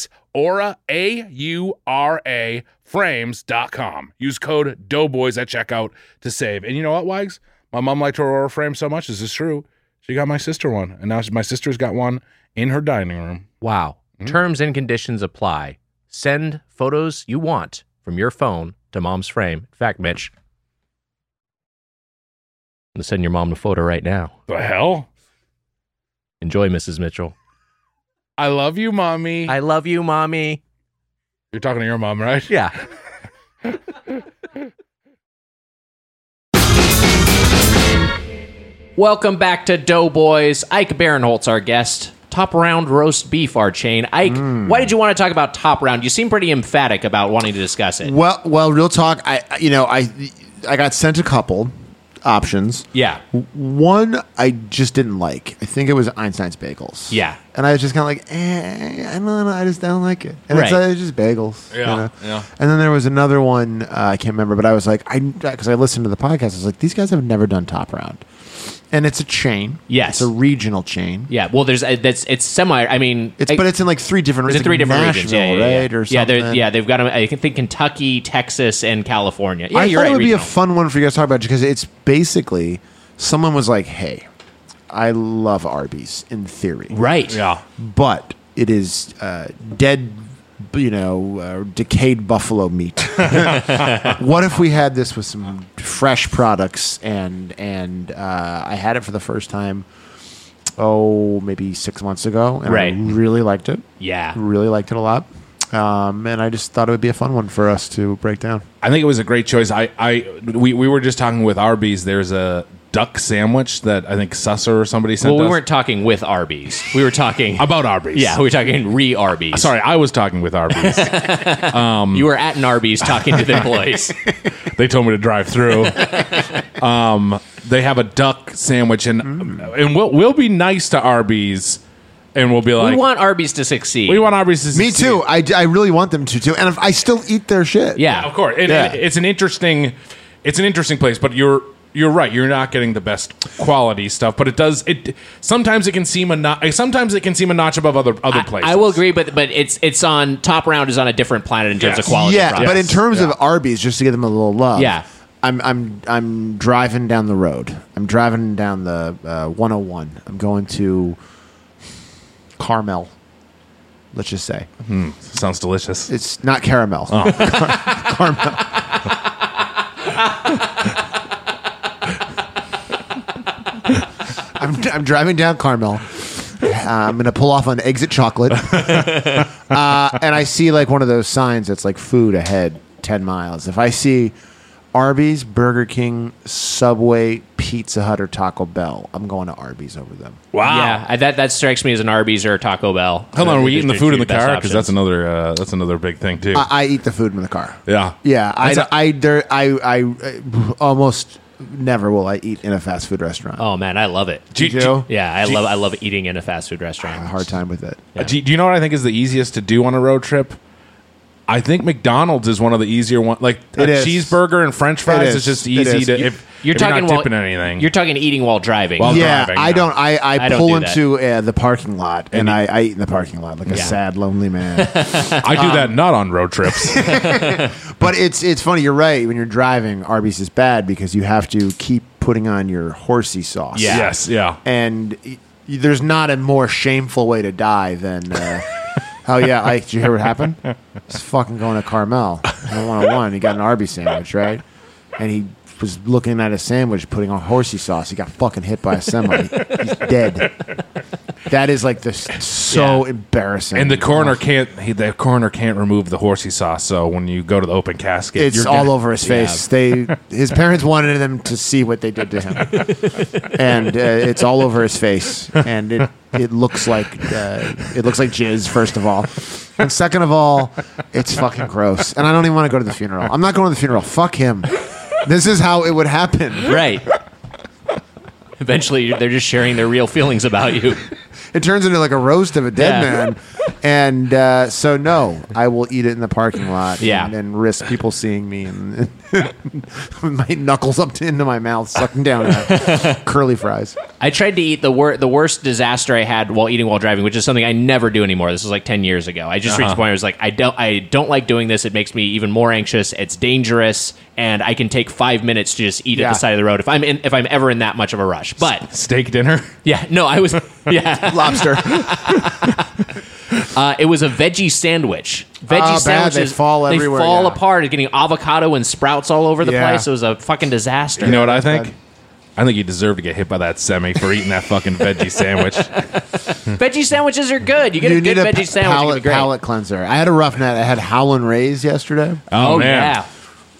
Speaker 4: aura a u r a frames.com. Use code doughboys at checkout to save. And you know what, Wags? My mom liked her aura frame so much, this is true. She got my sister one, and now she- my sister's got one in her dining room.
Speaker 2: Wow.
Speaker 4: Hmm.
Speaker 2: Terms and conditions apply. Send photos you want from your phone to mom's frame. In fact, Mitch. I'm gonna send your mom a photo right now.
Speaker 4: The hell?
Speaker 2: Enjoy, Mrs. Mitchell.
Speaker 4: I love you, mommy.
Speaker 2: I love you, mommy.
Speaker 4: You're talking to your mom, right?
Speaker 2: Yeah. Welcome back to Doughboys. Ike Barinholtz, our guest. Top Round Roast Beef, our chain. Ike,
Speaker 7: Mm.
Speaker 2: why did you want to talk about Top Round? You seem pretty emphatic about wanting to discuss it.
Speaker 7: Well, well, real talk. I, you know, I, I got sent a couple options.
Speaker 2: Yeah.
Speaker 7: One I just didn't like. I think it was Einstein's bagels.
Speaker 2: Yeah.
Speaker 7: And I was just kind of like, eh, I don't know, I just don't like it. And it's,
Speaker 9: Right.
Speaker 7: uh, it's just bagels.
Speaker 4: Yeah,
Speaker 7: You know?
Speaker 4: yeah.
Speaker 7: And then there was another one uh, I can't remember, but I was like, I because I listened to the podcast, I was like, these guys have never done top round, and it's a chain.
Speaker 2: Yes.
Speaker 7: it's a regional chain.
Speaker 2: Yeah, well, there's uh, that's it's semi. I mean,
Speaker 7: It's
Speaker 2: I-
Speaker 7: but it's in like three different.
Speaker 2: There's
Speaker 7: it's
Speaker 2: three
Speaker 7: like
Speaker 2: different regions,
Speaker 7: Nashville,
Speaker 2: yeah, yeah, yeah.
Speaker 7: right? Or
Speaker 2: yeah,
Speaker 7: something.
Speaker 2: they're- yeah, they've got them. I can think Kentucky, Texas, and California. Yeah,
Speaker 7: I
Speaker 2: you're
Speaker 7: thought
Speaker 2: right.
Speaker 7: it would
Speaker 2: regional.
Speaker 7: be a fun one for you guys to talk about because it's basically someone was like, "Hey, I love Arby's in theory,
Speaker 2: right.
Speaker 4: Yeah.
Speaker 7: but it is uh, dead, you know, uh, decayed buffalo meat. [LAUGHS] what if we had this with some fresh products? And and uh, I had it for the first time, oh, maybe six months ago, and
Speaker 2: Right.
Speaker 7: I really liked it.
Speaker 2: Yeah.
Speaker 7: really liked it a lot. Um, and I just thought it would be a fun one for us to break down.
Speaker 4: I think it was a great choice. I, I we, we were just talking with Arby's. There's a duck sandwich that I think Susser or somebody sent
Speaker 2: Well, we
Speaker 4: us.
Speaker 2: weren't talking with Arby's. We were talking.
Speaker 4: [LAUGHS] about Arby's.
Speaker 2: yeah, we were talking re Arby's.
Speaker 4: Sorry, I was talking with
Speaker 2: [LAUGHS]
Speaker 4: Arby's.
Speaker 2: you were at an Arby's talking
Speaker 4: [LAUGHS]
Speaker 2: to the employees.
Speaker 4: they told me to
Speaker 2: [LAUGHS]
Speaker 4: drive through. um, they have a duck sandwich, and
Speaker 2: Mm-hmm.
Speaker 4: and we'll we'll be nice to Arby's, and we'll be like,
Speaker 2: we want Arby's to succeed.
Speaker 4: we want Arby's to
Speaker 7: Me
Speaker 4: succeed.
Speaker 7: too. I, I really want them to too, and if I still eat their shit.
Speaker 2: Yeah,
Speaker 4: Of course, It-
Speaker 7: Yeah.
Speaker 4: it's an interesting, it's an interesting place, but you're. You're right. You're not getting the best quality stuff, but it does. It sometimes it can seem a not, sometimes it can seem a notch above other other
Speaker 2: I,
Speaker 4: places.
Speaker 2: I will agree, but but it's it's on top round is on a different planet in terms
Speaker 4: Yes.
Speaker 2: of quality.
Speaker 7: yeah,
Speaker 2: of
Speaker 7: but in
Speaker 2: products.
Speaker 7: terms of Arby's, just to give them a little love.
Speaker 2: Yeah.
Speaker 7: I'm I'm I'm driving down the road. I'm driving down the uh, 101. I'm going to Carmel. Let's just say
Speaker 4: Sounds delicious.
Speaker 7: it's not caramel. [LAUGHS] Car- Carmel. I'm, I'm driving down Carmel. Uh, I'm gonna pull off on exit chocolate, uh, and I see like one of those signs that's like food ahead ten miles. If I see Arby's, Burger King, Subway, Pizza Hut, or Taco Bell, I'm going to Arby's over them.
Speaker 4: wow.
Speaker 2: yeah, I- that that strikes me as an Arby's or a Taco Bell.
Speaker 4: Hold on, are we eating the
Speaker 2: Those
Speaker 4: food
Speaker 2: two
Speaker 4: in the
Speaker 2: best
Speaker 4: car? Because
Speaker 2: options.
Speaker 4: that's another uh, that's another big thing too.
Speaker 7: I, I eat the food in the car.
Speaker 4: yeah,
Speaker 7: Yeah, I,
Speaker 4: That's a-
Speaker 7: I, there, I, I, I- almost never will I eat in a fast food restaurant.
Speaker 2: Oh man, I love it.
Speaker 4: Do you-
Speaker 7: You
Speaker 4: do you-
Speaker 7: do?
Speaker 2: Yeah, I love I love eating in a fast food
Speaker 7: I have a
Speaker 2: restaurant.
Speaker 7: hard time with it.
Speaker 4: Uh, Do, you- do you know what I think is the easiest to do on a road trip? I think McDonald's is one of the easier one. Like a
Speaker 7: It is.
Speaker 4: cheeseburger and French fries is.
Speaker 7: is.
Speaker 4: just
Speaker 7: It
Speaker 4: easy
Speaker 7: is.
Speaker 4: to.
Speaker 7: You-
Speaker 4: If,
Speaker 2: You're
Speaker 4: if
Speaker 2: talking
Speaker 4: not
Speaker 2: while-
Speaker 4: dipping anything.
Speaker 2: You're talking eating while driving.
Speaker 4: While
Speaker 7: yeah,
Speaker 4: driving,
Speaker 7: I
Speaker 4: no.
Speaker 7: don't. I, I,
Speaker 2: I don't
Speaker 7: pull
Speaker 2: do that.
Speaker 7: into uh, the parking lot and I, I eat in the parking lot like a
Speaker 2: Yeah.
Speaker 7: sad, lonely
Speaker 2: [LAUGHS]
Speaker 7: man.
Speaker 4: I do that not on road trips.
Speaker 7: but it's it's funny. You're right. When you're driving, Arby's is bad because you have to keep putting on your horsey sauce.
Speaker 4: Yes, yeah.
Speaker 7: and y- y- there's not a more shameful way to die
Speaker 4: [LAUGHS]
Speaker 7: than. Uh, Oh yeah, Ike. Did you hear what happened? He's fucking going to Carmel on one on one. He got an Arby's sandwich, right? And he was looking at his sandwich, putting on horsey sauce. He got fucking hit by a semi. He's dead. That is like this so embarrassing.
Speaker 4: And the coroner can't. He, the coroner can't remove the horsey sauce. So when you go to the open casket,
Speaker 7: It's
Speaker 4: you're
Speaker 7: all
Speaker 4: gonna-
Speaker 7: over his face. They his parents wanted them to see what they did to him,
Speaker 4: [LAUGHS]
Speaker 7: and uh, it's all over his face. And it it looks like uh, it looks like jizz. First of all, and second of all, it's fucking gross. And I don't even want to go to the funeral. I'm not going to the funeral. Fuck him. This is how it would
Speaker 4: [LAUGHS]
Speaker 7: happen.
Speaker 2: Right. Eventually, you're- they're just sharing their real feelings about you.
Speaker 7: It turns into like a roast of a dead
Speaker 2: Yeah.
Speaker 7: man. And uh, so no, I will eat it in the parking lot.
Speaker 2: Yeah.
Speaker 7: and, and risk people seeing me and, and [LAUGHS] my knuckles up to, into my mouth, sucking down uh, curly fries.
Speaker 2: I tried to eat the wor- the worst disaster I had while eating while driving, which is something I never do anymore. This was like ten years ago. I just
Speaker 7: Uh-huh.
Speaker 2: reached a point where I was like, I don't I don't like doing this. It makes me even more anxious. It's dangerous, and I can take five minutes to just eat at
Speaker 7: Yeah.
Speaker 2: the side of the road if I'm in, if I'm ever in that much of a rush.
Speaker 7: [LAUGHS]
Speaker 2: But
Speaker 4: steak dinner. [LAUGHS]
Speaker 2: yeah, no, I was yeah.
Speaker 7: Lobster.
Speaker 2: Uh, it was a veggie sandwich. Veggie
Speaker 7: Ah, bad.
Speaker 2: sandwiches
Speaker 7: They fall
Speaker 2: they
Speaker 7: everywhere,
Speaker 2: fall
Speaker 7: yeah.
Speaker 2: apart. It's Getting avocado and sprouts all over the
Speaker 7: Yeah.
Speaker 2: place. It was a fucking disaster.
Speaker 4: You know what I
Speaker 7: that's
Speaker 4: think? I think you deserve to get hit by that semi for eating that fucking veggie sandwich.
Speaker 2: veggie sandwiches are good. You get a good veggie
Speaker 7: pa-
Speaker 2: sandwich. it'd be
Speaker 7: palate,
Speaker 2: great.
Speaker 7: palate cleanser. I had a rough night. I had Howlin' Rays yesterday.
Speaker 2: Oh,
Speaker 4: Oh, man.
Speaker 2: yeah,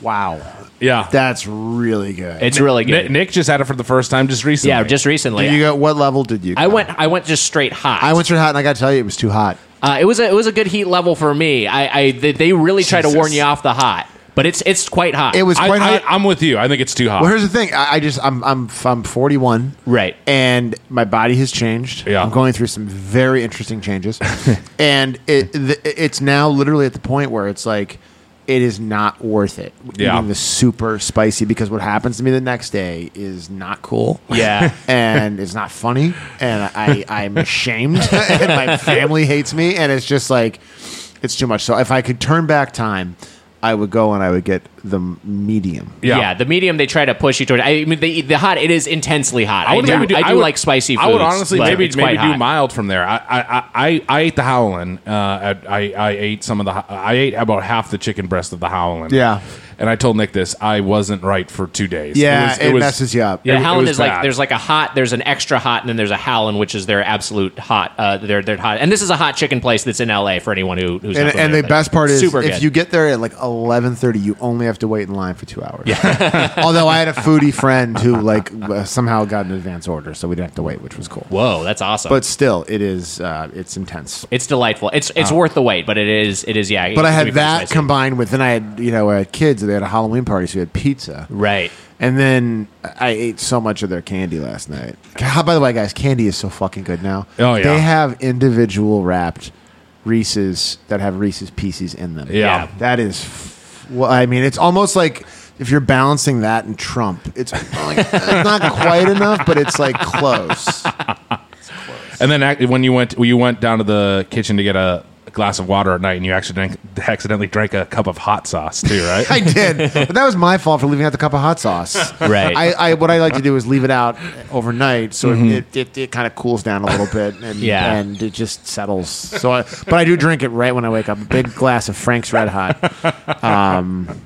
Speaker 7: Wow,
Speaker 4: Yeah.
Speaker 7: that's really good.
Speaker 2: it's really
Speaker 4: Nick,
Speaker 2: good.
Speaker 4: Nick just had it for the first time just recently.
Speaker 2: yeah, just recently.
Speaker 7: Did you go? What level did you?
Speaker 2: I
Speaker 7: go?
Speaker 2: went. I went just straight hot.
Speaker 7: I went to hot, and I got to tell you, it was too hot.
Speaker 2: Uh, it was a it was a good heat level for me. I, I they, they really try to warn you off the hot. but it's it's quite hot.
Speaker 7: It was
Speaker 4: I,
Speaker 7: quite hot.
Speaker 4: I, am with you. I think it's too hot.
Speaker 7: Well, here's the thing. I, I just I'm I'm I'm 41,
Speaker 2: Right.
Speaker 7: And my body has changed.
Speaker 4: Yeah.
Speaker 7: I'm going through some very interesting changes, and it th- it's now literally at the point where it's like it is not worth it
Speaker 4: Yeah.
Speaker 7: eating the super spicy because what happens to me the next day is not cool.
Speaker 2: Yeah.
Speaker 7: [LAUGHS] and it's not funny, and I I'm ashamed, [LAUGHS] and my family hates me, and it's just like it's too much. So if I could turn back time. I would go and I would get the medium.
Speaker 4: yeah.
Speaker 2: yeah. the medium they try to push you toward. I mean, the, the hot it is intensely hot. I,
Speaker 4: would
Speaker 2: do,
Speaker 4: maybe
Speaker 2: I do
Speaker 4: would-
Speaker 2: like spicy. Foods,
Speaker 4: I would honestly
Speaker 2: but
Speaker 4: maybe
Speaker 2: it's quite
Speaker 4: maybe do
Speaker 2: hot.
Speaker 4: mild from there. I I, I, I ate the howlin. Uh, at, I I ate some of the. ho- I ate about half the chicken breast of the howlin.
Speaker 7: Yeah.
Speaker 4: and I told Nick this. I wasn't right for two days.
Speaker 7: Yeah, it messes you up.
Speaker 2: Yeah,
Speaker 4: it
Speaker 2: Howland
Speaker 4: was
Speaker 2: is like
Speaker 4: bad.
Speaker 2: there's like a hot, there's an extra hot, and then there's a Howland, which is their absolute hot. Uh, they're they're hot, and this is a hot chicken place that's in L.A. for anyone who who's
Speaker 7: and,
Speaker 2: not
Speaker 7: and
Speaker 2: familiar
Speaker 7: the
Speaker 2: with it.
Speaker 7: best part is
Speaker 2: super
Speaker 7: if
Speaker 2: good.
Speaker 7: you get there at like 11.30 you only have to wait in line for two hours [LAUGHS] although i had a foodie friend who like uh, somehow got an advance order so we didn't have to wait which was cool
Speaker 2: Whoa, that's awesome.
Speaker 7: but still it is uh, it's intense
Speaker 2: it's delightful. It's it's worth the wait, but it is it is yeah. it
Speaker 7: Uh, but i
Speaker 2: can be
Speaker 7: had
Speaker 2: pretty
Speaker 7: that
Speaker 2: spicy.
Speaker 7: combined with then i had you know i had kids and they had a halloween party so we had pizza
Speaker 2: right.
Speaker 7: and then I ate so much of their candy last night. God, by the way, guys, candy is so fucking good now.
Speaker 4: Oh, yeah.
Speaker 7: They have individual wrapped Reese's that have Reese's pieces in them.
Speaker 4: Yeah.
Speaker 7: That is, f- well, I mean, it's almost like if you're balancing that and Trump,
Speaker 4: [LAUGHS]
Speaker 7: it's like, it's not quite enough, but it's like close.
Speaker 4: And then act- when you went when you went down to the kitchen to get a glass of water at night, and you accidentally accidentally drank a cup of hot sauce
Speaker 7: [LAUGHS]
Speaker 4: too, right?
Speaker 7: I did, but that was my fault for leaving out the cup of hot sauce.
Speaker 2: [LAUGHS] Right. Mm-hmm.
Speaker 7: I, I what I like to do is leave it out overnight, so it, it, it kind of cools down a little bit, and
Speaker 2: Yeah.
Speaker 7: and it just settles. So, I, but I do drink it right when I wake up. A big glass of Frank's Red Hot. Um,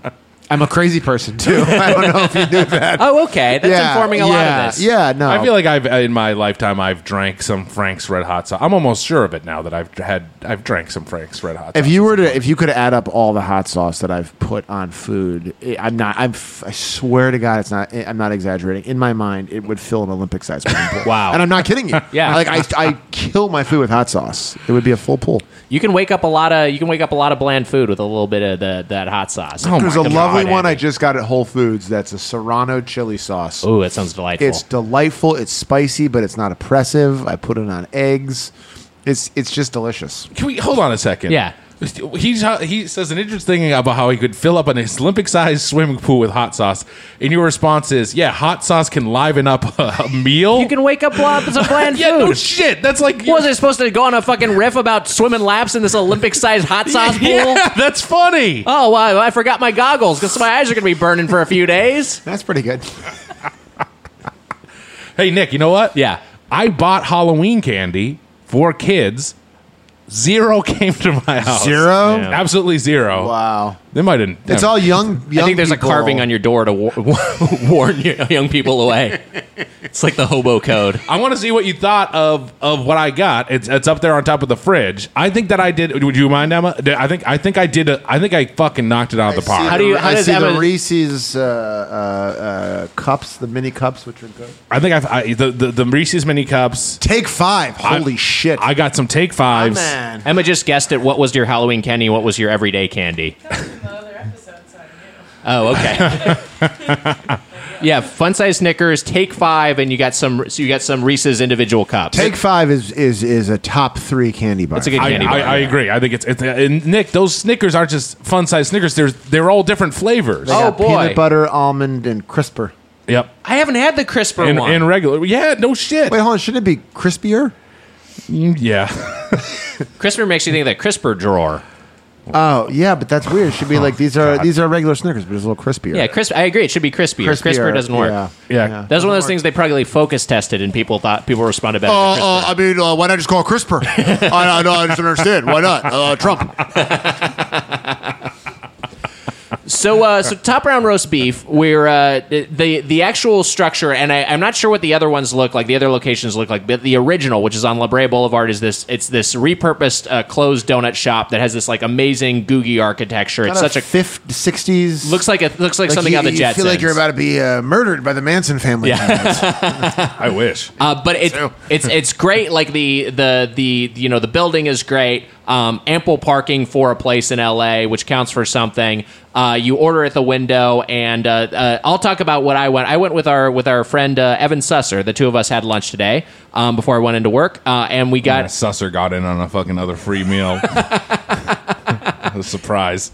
Speaker 7: I'm a crazy person too. [LAUGHS] I don't know if you knew that.
Speaker 2: Oh, okay. That's
Speaker 7: yeah,
Speaker 2: informing a
Speaker 7: yeah,
Speaker 2: lot of this.
Speaker 7: Yeah, no,
Speaker 4: I feel like I've in my lifetime I've drank some Frank's Red Hot sauce. I'm almost sure of it now that I've had I've drank some Frank's Red Hot.
Speaker 7: If
Speaker 4: sauce.
Speaker 7: you were to, if you could add up all the hot sauce that I've put on food, I- I'm not. I'm. f- I swear to God, it's not. eh, I'm not exaggerating. In my mind, it would fill an Olympic-sized swimming pool.
Speaker 2: [LAUGHS] Wow.
Speaker 7: And I'm not kidding you.
Speaker 2: Yeah.
Speaker 7: Like I, I kill my food with hot sauce. It would be a full pool.
Speaker 2: You can wake up a lot of you can wake up a lot of bland food with a little bit of the, that hot sauce.
Speaker 7: There's a
Speaker 2: Oh God,
Speaker 7: Oh lovely one I
Speaker 2: Andy.
Speaker 7: just got at Whole Foods. That's a Serrano chili sauce.
Speaker 2: Ooh, that sounds delightful.
Speaker 7: It's delightful. It's spicy, but it's not oppressive. I put it on eggs. It's it's just delicious.
Speaker 4: Can we hold on a second?
Speaker 2: Yeah.
Speaker 4: He's, he says an interesting thing about how he could fill up an Olympic sized swimming pool with hot sauce. And your response is, yeah, hot sauce can liven up a, a meal.
Speaker 2: you can wake up with some
Speaker 7: [LAUGHS]
Speaker 2: bland
Speaker 4: yeah,
Speaker 2: food.
Speaker 4: no shit. That's like.
Speaker 2: was I supposed to go on a fucking riff about swimming laps in this Olympic-sized
Speaker 7: [LAUGHS]
Speaker 2: hot sauce pool?
Speaker 4: Yeah, [LAUGHS] that's funny.
Speaker 2: Oh, wow, I forgot my goggles because my eyes are going to be burning for a few days.
Speaker 7: That's pretty good.
Speaker 4: Hey, Nick, you know what?
Speaker 2: Yeah.
Speaker 4: I bought Halloween candy for kids. Zero [LAUGHS] came to my house.
Speaker 7: Zero?
Speaker 4: Yeah. Absolutely zero.
Speaker 7: Wow.
Speaker 4: They might have.
Speaker 7: It's all young. young
Speaker 2: Oh. I think there's
Speaker 7: people.
Speaker 2: a carving on your door to war- [LAUGHS] warn y- young people away. It's like the hobo code.
Speaker 4: I want to see what you thought of of what I got. It's it's up there on top of the fridge. I think that I did. Would you mind, Emma? Did- I think I think I did. A, I think I fucking knocked it out of the
Speaker 7: I see
Speaker 4: park.
Speaker 2: How do you-
Speaker 7: the-
Speaker 2: how
Speaker 7: I
Speaker 2: does
Speaker 7: see
Speaker 2: Emma-
Speaker 7: the Reese's uh, uh, uh, cups, the mini cups, which are good.
Speaker 4: I think I've, I the, the the Reese's mini cups.
Speaker 7: Take five. Holy
Speaker 4: I-
Speaker 7: shit!
Speaker 4: I got some take
Speaker 7: Oh,
Speaker 4: fives.
Speaker 7: man.
Speaker 2: Emma just guessed at what was your Halloween candy, what was your everyday candy. Oh, okay. yeah, fun size Snickers, take five, and you got some. So you got some Reese's individual cups.
Speaker 7: Take five is is is a top three candy bar.
Speaker 2: That's a good
Speaker 4: I,
Speaker 2: candy
Speaker 4: I,
Speaker 2: bar.
Speaker 4: I agree. I think it's, it's and Nick. Those Snickers aren't just fun size Snickers. They're they're all different flavors.
Speaker 7: They
Speaker 2: Oh,
Speaker 7: got
Speaker 2: boy.
Speaker 7: Peanut butter, almond, and crisper.
Speaker 4: Yep.
Speaker 2: I haven't had the crisper
Speaker 4: And,
Speaker 2: one.
Speaker 4: and regular. Yeah. No shit.
Speaker 7: Wait, hold on. Shouldn't it be crispier?
Speaker 4: Yeah. [LAUGHS]
Speaker 2: crisper makes you think of that crisper drawer.
Speaker 7: Oh yeah, but that's weird. It should be like these are these are regular Snickers, but it's a little crispier.
Speaker 2: Yeah, crisp. I agree. It should be crispier.
Speaker 7: Crispier,
Speaker 2: Crisper doesn't work.
Speaker 7: yeah.
Speaker 4: Yeah.
Speaker 2: That's one of those things they probably focus tested, and people thought people responded better.
Speaker 7: Uh,
Speaker 2: to
Speaker 7: uh,
Speaker 2: crisper.
Speaker 7: I mean, uh, why not just call it CRISPR? I, I, no, I just don't understand. Why not? Uh, Trump.
Speaker 2: so, uh, so top round roast beef. We're uh, the the actual structure, and I, I'm not sure what the other ones look like. The other locations look like, but the original, which is on La Brea Boulevard, is this. It's this repurposed uh, closed donut shop that has this like amazing googie architecture. It's such a
Speaker 7: 50, 60s.
Speaker 2: looks like it looks like, something
Speaker 7: you,
Speaker 2: out of the
Speaker 7: you
Speaker 2: Jetsons.
Speaker 7: feel like you're about to be uh, murdered by the Manson family.
Speaker 2: [LAUGHS]
Speaker 4: I wish.
Speaker 2: Uh, but it's it's it's great. Like the the the you know the building is great. um, ample parking for a place in LA, which counts for something. Uh, you order at the window, and uh, uh, I'll talk about what I went. I went with our with our friend uh, Evan Susser. The two of us had lunch today um, before I went into work, uh, and we got
Speaker 4: Susser got in on a fucking other
Speaker 2: [LAUGHS]
Speaker 4: free meal. [LAUGHS] a surprise.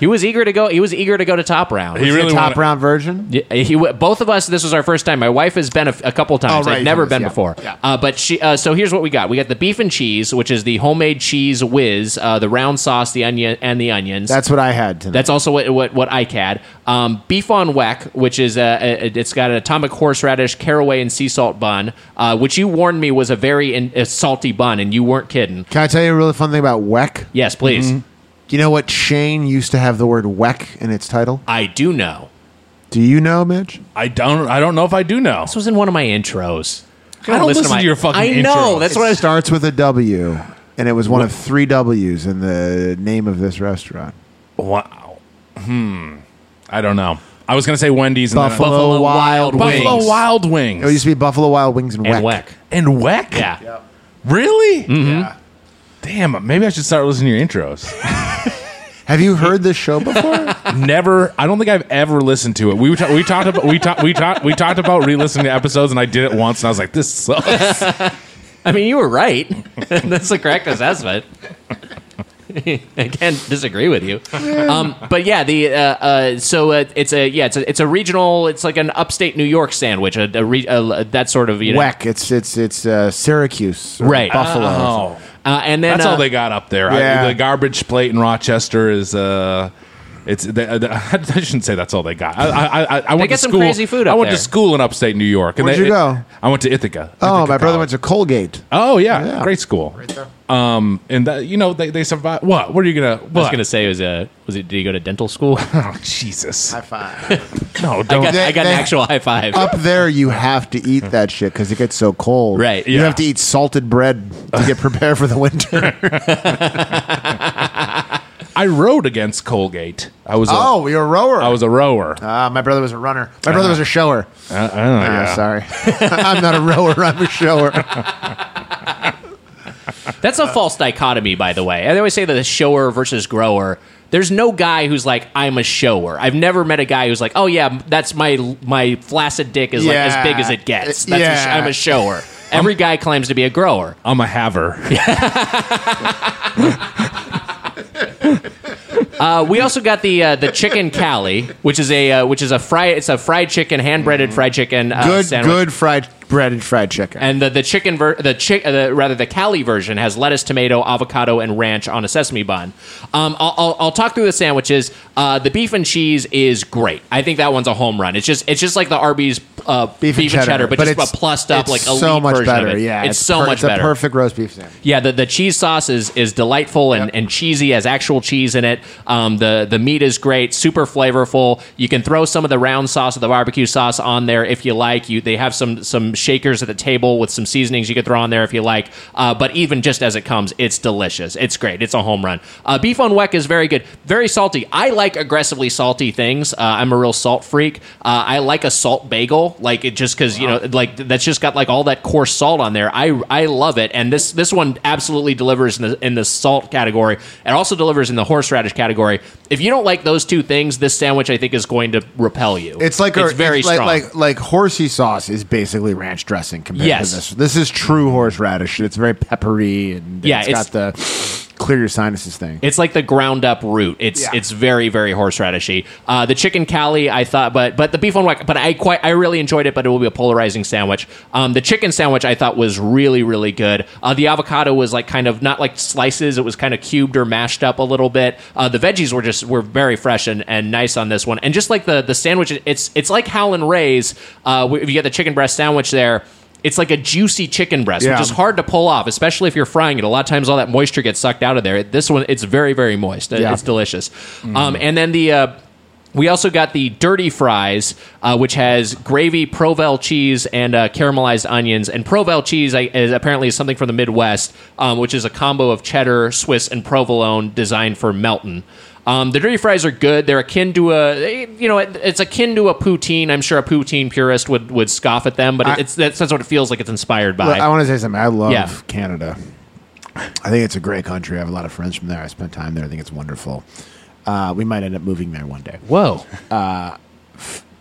Speaker 2: He was eager to go. He was eager to go to top round.
Speaker 4: He really
Speaker 7: top
Speaker 4: wanted-
Speaker 7: round version.
Speaker 2: Yeah, he w- both of us. This was our first time. My wife has been a, a couple times.
Speaker 7: Oh, right,
Speaker 2: I've never
Speaker 7: yes,
Speaker 2: been
Speaker 7: yeah,
Speaker 2: before.
Speaker 7: yeah.
Speaker 2: Uh, but she. Uh, so here's what we got. We got the beef and cheese, which is the homemade cheese whiz, uh, the round sauce, the onion, and the onions.
Speaker 7: That's what I had tonight.
Speaker 2: That's also what what, what Ike had. Um, beef on weck, which is a, a- it's got an atomic horseradish, caraway, and sea salt bun, uh, which you warned me was a very in, a salty bun, and you weren't kidding.
Speaker 7: Can I tell you a really fun thing about Weck?
Speaker 2: Yes, please.
Speaker 7: Mm-hmm. Do you know what Shane used to have the word Weck in its title?
Speaker 2: I do know.
Speaker 7: Do you know, Mitch?
Speaker 4: I don't. I don't know if I do know.
Speaker 2: This was in one of my intros.
Speaker 4: I don't listen to your fucking
Speaker 2: I know.
Speaker 4: intros.
Speaker 2: That's what I was
Speaker 7: starts with a W, and it was one of three W's in the name of this restaurant.
Speaker 4: Wow. Hmm. I don't know. I was gonna say Wendy's and then-
Speaker 7: Buffalo,
Speaker 2: Buffalo Wild
Speaker 7: Wild, Wings.
Speaker 4: Buffalo
Speaker 2: Wings.
Speaker 4: Wild Wings. Oh,
Speaker 7: It used to be Buffalo Wild Wings and,
Speaker 2: and
Speaker 7: Weck.
Speaker 2: weck.
Speaker 4: and Weck.
Speaker 2: Yeah.
Speaker 4: Really? Mm-hmm. Damn. Maybe I should start listening to your intros. [LAUGHS]
Speaker 7: Have you heard this show before?
Speaker 4: Never. I don't think I've ever listened to it. We were ta- we talked about we talked we talked we talked about re-listening to episodes, and I did it once, and I was like, this sucks.
Speaker 2: I mean, you were right. [LAUGHS] That's the correct assessment. [LAUGHS] I can't disagree with you. Um, but yeah, the uh, uh, so uh, it's a yeah, it's a it's a regional. It's like an upstate New York sandwich. A, a, re, a that sort of [LAUGHS] you know.
Speaker 7: Weck. It's it's it's uh, Syracuse, or
Speaker 2: Right.
Speaker 7: Buffalo.
Speaker 4: Oh,
Speaker 2: Uh, and then
Speaker 4: that's
Speaker 2: uh,
Speaker 4: all they got up there. I-
Speaker 7: Yeah.
Speaker 4: the garbage plate in Rochester is. Uh, it's. They, uh, [LAUGHS] I shouldn't say that's all they got. I, I, I, I went
Speaker 2: get
Speaker 4: to
Speaker 2: some
Speaker 4: school.
Speaker 2: crazy food up
Speaker 4: I went
Speaker 2: there.
Speaker 4: to school in upstate New York. And
Speaker 7: Where'd
Speaker 4: they-
Speaker 7: you go?
Speaker 4: I went to Ithaca.
Speaker 7: Oh,
Speaker 4: Ithaca
Speaker 7: my brother
Speaker 4: College.
Speaker 7: went to Colgate.
Speaker 4: Oh yeah,
Speaker 7: Yeah.
Speaker 4: great school. Um, and that, you know they they survived. What? What are you gonna? What?
Speaker 2: I was gonna say was uh was it? Did you go to dental school? [LAUGHS] I
Speaker 4: oh Jesus!
Speaker 7: Fine.
Speaker 4: No, don't.
Speaker 2: got, I got an
Speaker 7: they-
Speaker 2: actual high five.
Speaker 7: Up there, you have to eat that shit because it gets so cold.
Speaker 2: Right,
Speaker 7: You
Speaker 4: yeah.
Speaker 7: have to eat salted bread to get prepared for the
Speaker 2: [LAUGHS]
Speaker 7: winter.
Speaker 4: I rowed against Colgate. I was. A,
Speaker 7: oh, you're a rower.
Speaker 4: I was a rower.
Speaker 2: Uh.
Speaker 7: Ah, my brother was a runner. My brother
Speaker 2: Uh-huh.
Speaker 7: was a shower.
Speaker 4: I don't know,
Speaker 7: Ah,
Speaker 4: yeah.
Speaker 7: Sorry, [LAUGHS] I'm not a rower. I'm a
Speaker 2: [LAUGHS]
Speaker 7: shower.
Speaker 2: Uh, That's
Speaker 7: Uh,
Speaker 2: a false dichotomy, by the way. I always say that the shower versus grower. There's no guy who's like, I'm a shower. I've never met a guy who's like, oh yeah, that's my my flaccid dick is like as
Speaker 7: Yeah. Uh,
Speaker 2: big as it gets. That's a sh-
Speaker 7: Yeah.
Speaker 2: I'm a
Speaker 7: [LAUGHS]
Speaker 2: shower. Every guy claims to be a grower.
Speaker 4: I'm
Speaker 2: [LAUGHS]
Speaker 4: a haver.
Speaker 2: Uh,
Speaker 7: Mm-hmm.
Speaker 2: we also got the uh, the
Speaker 7: [LAUGHS]
Speaker 2: chicken Cali, which is a uh, which is a fried it's a fried chicken, hand breaded fried chicken uh,
Speaker 7: Mm-hmm. Good,
Speaker 2: sandwich.
Speaker 7: good fried breaded fried chicken.
Speaker 2: And the the chicken ver- the chick uh, the, rather the Cali version has lettuce, tomato, avocado, and ranch on a sesame bun. Um, I'll, I'll, I'll talk through the sandwiches. Uh, the beef and cheese is great. I think that one's a home run. It's just it's just like the Arby's uh, beef, and cheddar, but, just a plussed up
Speaker 7: it's
Speaker 2: like elite
Speaker 7: so much
Speaker 2: version
Speaker 7: better.
Speaker 2: Of it.
Speaker 7: Yeah,
Speaker 2: it's, so
Speaker 7: per-
Speaker 2: much
Speaker 7: it's
Speaker 2: better.
Speaker 7: A perfect roast beef sandwich.
Speaker 2: Yeah, the, the cheese sauce is is delightful and, and cheesy, has actual cheese in it. Um, the the meat is great, super flavorful. You can throw some of the round sauce or the barbecue sauce on there if you like. You they have some some shakers at the table with some seasonings you could throw on there if you like. Uh, but even just as it comes, it's delicious. It's great. It's a home run. Uh, beef on weck is very good, very salty. I like aggressively salty things. Uh, I'm a real salt freak. Uh, I like a salt bagel, like it just because you know, like that's just got like all that coarse salt on there. I I love it, and this this one absolutely delivers in the in the salt category. It also delivers in the horseradish category. If you don't like those two things, this sandwich I think is going to repel you.
Speaker 7: It's like
Speaker 2: it's
Speaker 7: a,
Speaker 2: very
Speaker 7: it's like,
Speaker 2: strong.
Speaker 7: like like horsey sauce is basically ranch dressing compared
Speaker 2: Yes.
Speaker 7: to this. This is true horseradish. It's very peppery and
Speaker 2: Yeah,
Speaker 7: it's got the clear your sinuses thing.
Speaker 2: It's like the ground up root. It's it's very very horseradishy. Uh, the chicken cali, I thought, but but the beef on wack, but I quite I really enjoyed it. But it will be a polarizing sandwich. Um, the chicken sandwich I thought was really really good. Uh, the avocado was like kind of not like slices. It was kind of cubed or mashed up a little bit. Uh, the veggies were just were very fresh and, and nice on this one. And just like the the sandwich, it's it's like Howlin' Ray's. Uh, if you get the chicken breast sandwich there. It's like a juicy chicken breast,
Speaker 7: Yeah.
Speaker 2: which is hard to pull off, especially if you're frying it. A lot of times, all that moisture gets sucked out of there. This one, it's very, very moist. It-
Speaker 7: Yeah. Mm.
Speaker 2: It's delicious. Um, and then the. Uh, we also got the dirty fries, uh, which has gravy, Provel cheese, and uh, caramelized onions. And Provel cheese I, is apparently is something from the Midwest, um, which is a combo of cheddar, Swiss, and provolone designed for melting. Um, the dirty fries are good. They're akin to a, you know, it, it's akin to a poutine. I'm sure a poutine purist would, would scoff at them, but
Speaker 7: I-
Speaker 2: it's that's, that's what it feels like. It's inspired by.
Speaker 7: Look, I want to say something. I love
Speaker 2: Yeah.
Speaker 7: Canada. I think it's a great country. I have a lot of friends from there. I spent time there. I think it's wonderful. Uh, we might end up moving there one day.
Speaker 2: Whoa.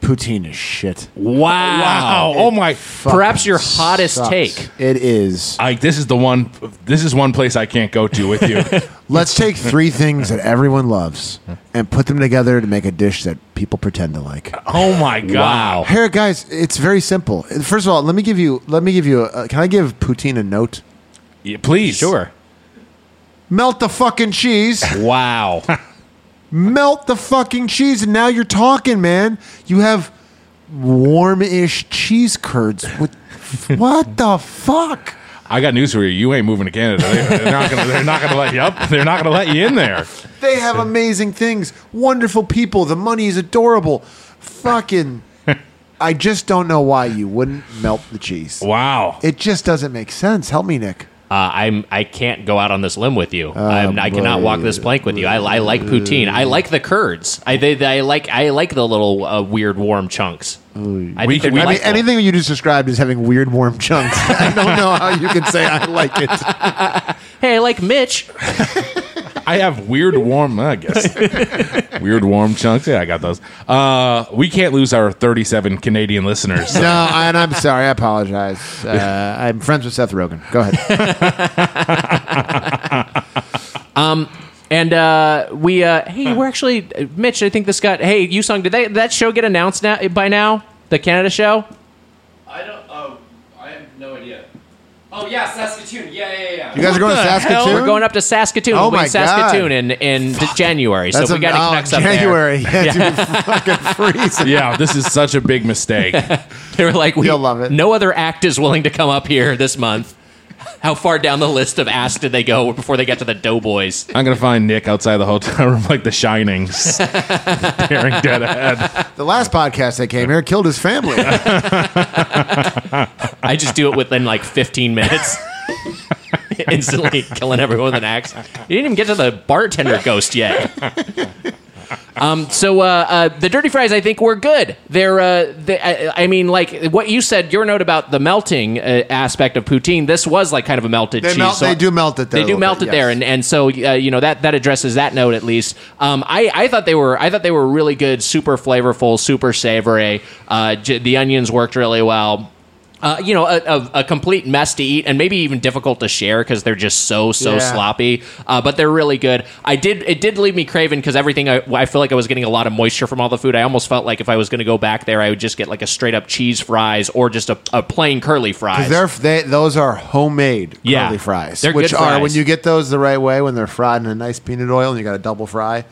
Speaker 7: Poutine is shit.
Speaker 2: Wow.
Speaker 4: Wow. Oh my.
Speaker 2: Perhaps
Speaker 7: Fucking
Speaker 2: your hottest
Speaker 7: sucks.
Speaker 2: take.
Speaker 7: It is.
Speaker 4: I, this is the one. This is one place I can't go to
Speaker 2: [LAUGHS]
Speaker 4: with you.
Speaker 7: Let's take three things that everyone loves and put them together to make a dish that people pretend to like.
Speaker 4: [LAUGHS] oh my god.
Speaker 7: Here, guys, it's very simple. First of all, let me give you. Let me give you. A, can I give poutine a note?
Speaker 4: Yeah, please.
Speaker 2: Sure.
Speaker 7: Melt the fucking cheese.
Speaker 2: [LAUGHS] Wow.
Speaker 7: melt the fucking cheese and now you're talking man you have warm-ish cheese curds with what the fuck
Speaker 4: I got news for you. You ain't moving to Canada. They, are not gonna. They're not gonna let you up. They're not gonna let you in there.
Speaker 7: they have amazing things wonderful people the money is adorable fucking i just don't know why you wouldn't melt the cheese
Speaker 4: Wow.
Speaker 7: it just doesn't make sense help me nick
Speaker 2: Uh, I'm I can't go out on this limb with you. I'm, I cannot walk this plank with you. I, I like poutine. I like the curds. I they, they- I like I like the little uh, weird warm chunks. I think
Speaker 4: We
Speaker 2: they're
Speaker 4: can- I mean,
Speaker 7: I mean,
Speaker 2: delightful.
Speaker 7: anything you just described is having weird warm chunks. [LAUGHS] I don't know how you can say I like it.
Speaker 2: Hey, I like Mitch.
Speaker 4: I have weird warm. I guess weird warm chunks. Yeah, I got those. Uh, we can't lose our 37 Canadian
Speaker 7: [LAUGHS]
Speaker 4: listeners.
Speaker 7: [LAUGHS] No, and I'm sorry. I apologize. [LAUGHS] Uh, I'm friends with Seth Rogen. Go ahead.
Speaker 2: And uh, we uh, hey, we're actually Mitch. I think this got hey, you sung. Did they, that show get announced now by now? The Canada show.
Speaker 9: I don't. Oh, I have no idea. Oh yeah, Saskatoon. Yeah, yeah, yeah.
Speaker 7: You guys are going to Saskatoon.
Speaker 2: Oh, We're going up to Saskatoon. we'll
Speaker 7: Oh
Speaker 2: be in
Speaker 7: my God.
Speaker 2: Saskatoon in in January.
Speaker 7: That's
Speaker 2: so if we
Speaker 7: a-
Speaker 2: got to
Speaker 7: oh,
Speaker 2: connect up there.
Speaker 7: January. Yeah, dude, fucking freezing.
Speaker 4: Yeah, this is such a big mistake.
Speaker 2: [LAUGHS] They were like, we,
Speaker 7: You'll love it.
Speaker 2: No other act is willing to come up here this month. How far down the list of acts did they go before they got to the Doughboys?
Speaker 4: I'm gonna find Nick outside the hotel room like the Shining, staring dead ahead.
Speaker 7: The last podcast that came here killed
Speaker 2: [LAUGHS]
Speaker 7: his family.
Speaker 2: I just do it within like 15
Speaker 7: [LAUGHS]
Speaker 2: minutes. Instantly killing everyone with an axe. You didn't even get to the bartender ghost yet. Um, so uh, uh, the dirty fries, I think, were good. They're, uh, they, I, I mean, like what you said, your note about the melting uh, aspect of poutine. This was like kind of a melted
Speaker 7: They
Speaker 2: cheese.
Speaker 7: melt-
Speaker 2: so-
Speaker 7: they do melt it there
Speaker 2: They
Speaker 7: a
Speaker 2: do
Speaker 7: little
Speaker 2: melt
Speaker 7: bit,
Speaker 2: it there,
Speaker 7: yes.
Speaker 2: and and so uh, you know that that addresses that note at least. Um, I I thought they were I thought they were really good, super flavorful, super savory. Uh, j- the onions worked really well. Uh, you know, a, a, a complete mess to eat, and maybe even difficult to share because they're just so so
Speaker 7: Yeah.
Speaker 2: sloppy. Uh, but they're really good. I did it did leave me craving because everything I, I feel like I was getting a lot of moisture from all the food. I almost felt like if I was going to go back there, I would just get like a straight up cheese fries or just a, a plain curly fries.
Speaker 7: They're, they, those are homemade
Speaker 2: Yeah.
Speaker 7: curly fries,
Speaker 2: They're
Speaker 7: which
Speaker 2: good
Speaker 7: are
Speaker 2: fries.
Speaker 7: when you get those the right way when they're fried in a nice peanut oil and you got a double fry.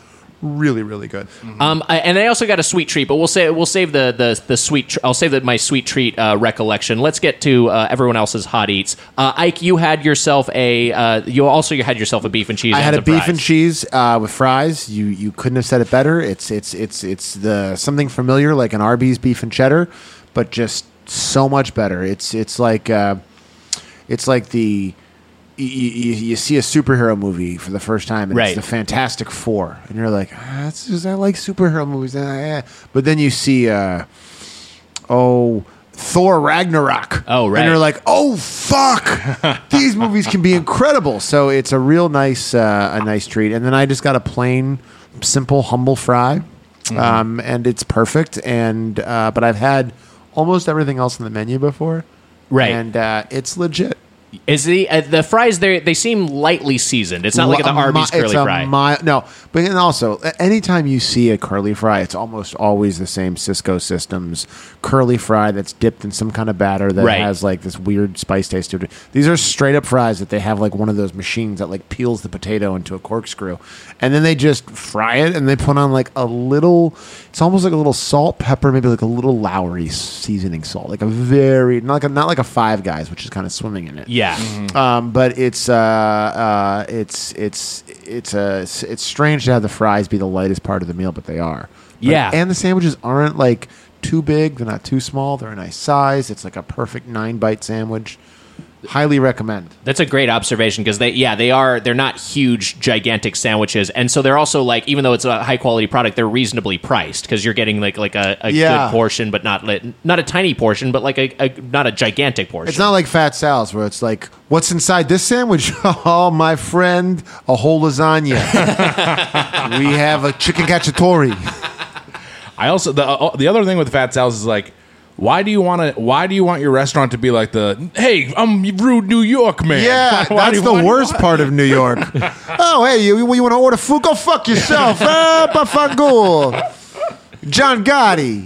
Speaker 7: Really, really good.
Speaker 2: Um, I, and I also got a sweet treat, but we'll say we'll save the the, the sweet. Tr- I'll save the, my sweet treat uh, recollection. Let's get to uh, everyone else's hot eats. Uh, Ike, you had yourself a. Uh, you also had yourself a beef and cheese.
Speaker 7: I
Speaker 2: and
Speaker 7: had a
Speaker 2: some
Speaker 7: beef
Speaker 2: fries.
Speaker 7: and cheese uh, with fries. You you couldn't have said it better. It's it's it's it's the something familiar like an Arby's beef and cheddar, but just so much better. It's it's like uh, it's like the you, you see a superhero movie for the first time and
Speaker 2: Right.
Speaker 7: it's the Fantastic Four and you're like ah, that's just, I like superhero movies and I, eh." but then you see uh, oh. Thor Ragnarok.
Speaker 2: Oh, right.
Speaker 7: And you're like, oh fuck, these movies can be incredible. So it's a real nice, uh, a nice treat. And then I just got a plain, simple, humble fry, um, and it's perfect. And uh, but I've had almost everything else on the menu before,
Speaker 2: Right.
Speaker 7: And uh, it's legit.
Speaker 2: Is the uh, the fries there? They seem lightly seasoned. It's not like the
Speaker 7: Li- a
Speaker 2: Arby's
Speaker 7: mi-
Speaker 2: curly
Speaker 7: it's a
Speaker 2: fry.
Speaker 7: mi- no, but then also, a- anytime you see a curly fry, it's almost always the same Cisco Systems curly fry that's dipped in some kind of batter that
Speaker 2: Right.
Speaker 7: has like this weird spice taste to it. These are straight up fries that they have like one of those machines that like peels the potato into a corkscrew, and then they just fry it and they put on like a little. It's almost like a little salt, pepper, maybe like a little Lowry seasoning salt, like a very not like a, not like a Five Guys, which is kind of swimming in it
Speaker 2: yeah.
Speaker 7: um, but it's uh, uh, it's it's it's uh, s- it's strange to have the fries be the lightest part of the meal, but they are. But-
Speaker 2: Yeah.
Speaker 7: and the sandwiches aren't like too big; they're not too small. They're a nice size. It's like a perfect nine bite sandwich. Highly recommend.
Speaker 2: That's a great observation because they, yeah, they are. They're not huge, gigantic sandwiches, and so they're also like, even though it's a high quality product, they're reasonably priced because you're getting like like a, a
Speaker 7: Yeah.
Speaker 2: good portion, but not li- not a tiny portion, but like a, a not a gigantic portion.
Speaker 7: It's not like Fat Sal's where it's like, what's inside this sandwich? [LAUGHS] oh, my friend, a whole lasagna. we have a chicken cacciatore.
Speaker 4: I also the uh, the other thing with fat Sal's is like, why do you want to? Why do you want your restaurant to be like the Hey, I'm rude New York man.
Speaker 7: Yeah,
Speaker 4: [LAUGHS] Why do
Speaker 7: that's
Speaker 4: you-
Speaker 7: the
Speaker 4: why do you
Speaker 7: worst part of
Speaker 4: [LAUGHS]
Speaker 7: New York. oh, hey, you, you want to order food? Go fuck yourself.
Speaker 4: [LAUGHS]
Speaker 7: ah, pafangool. John Gotti.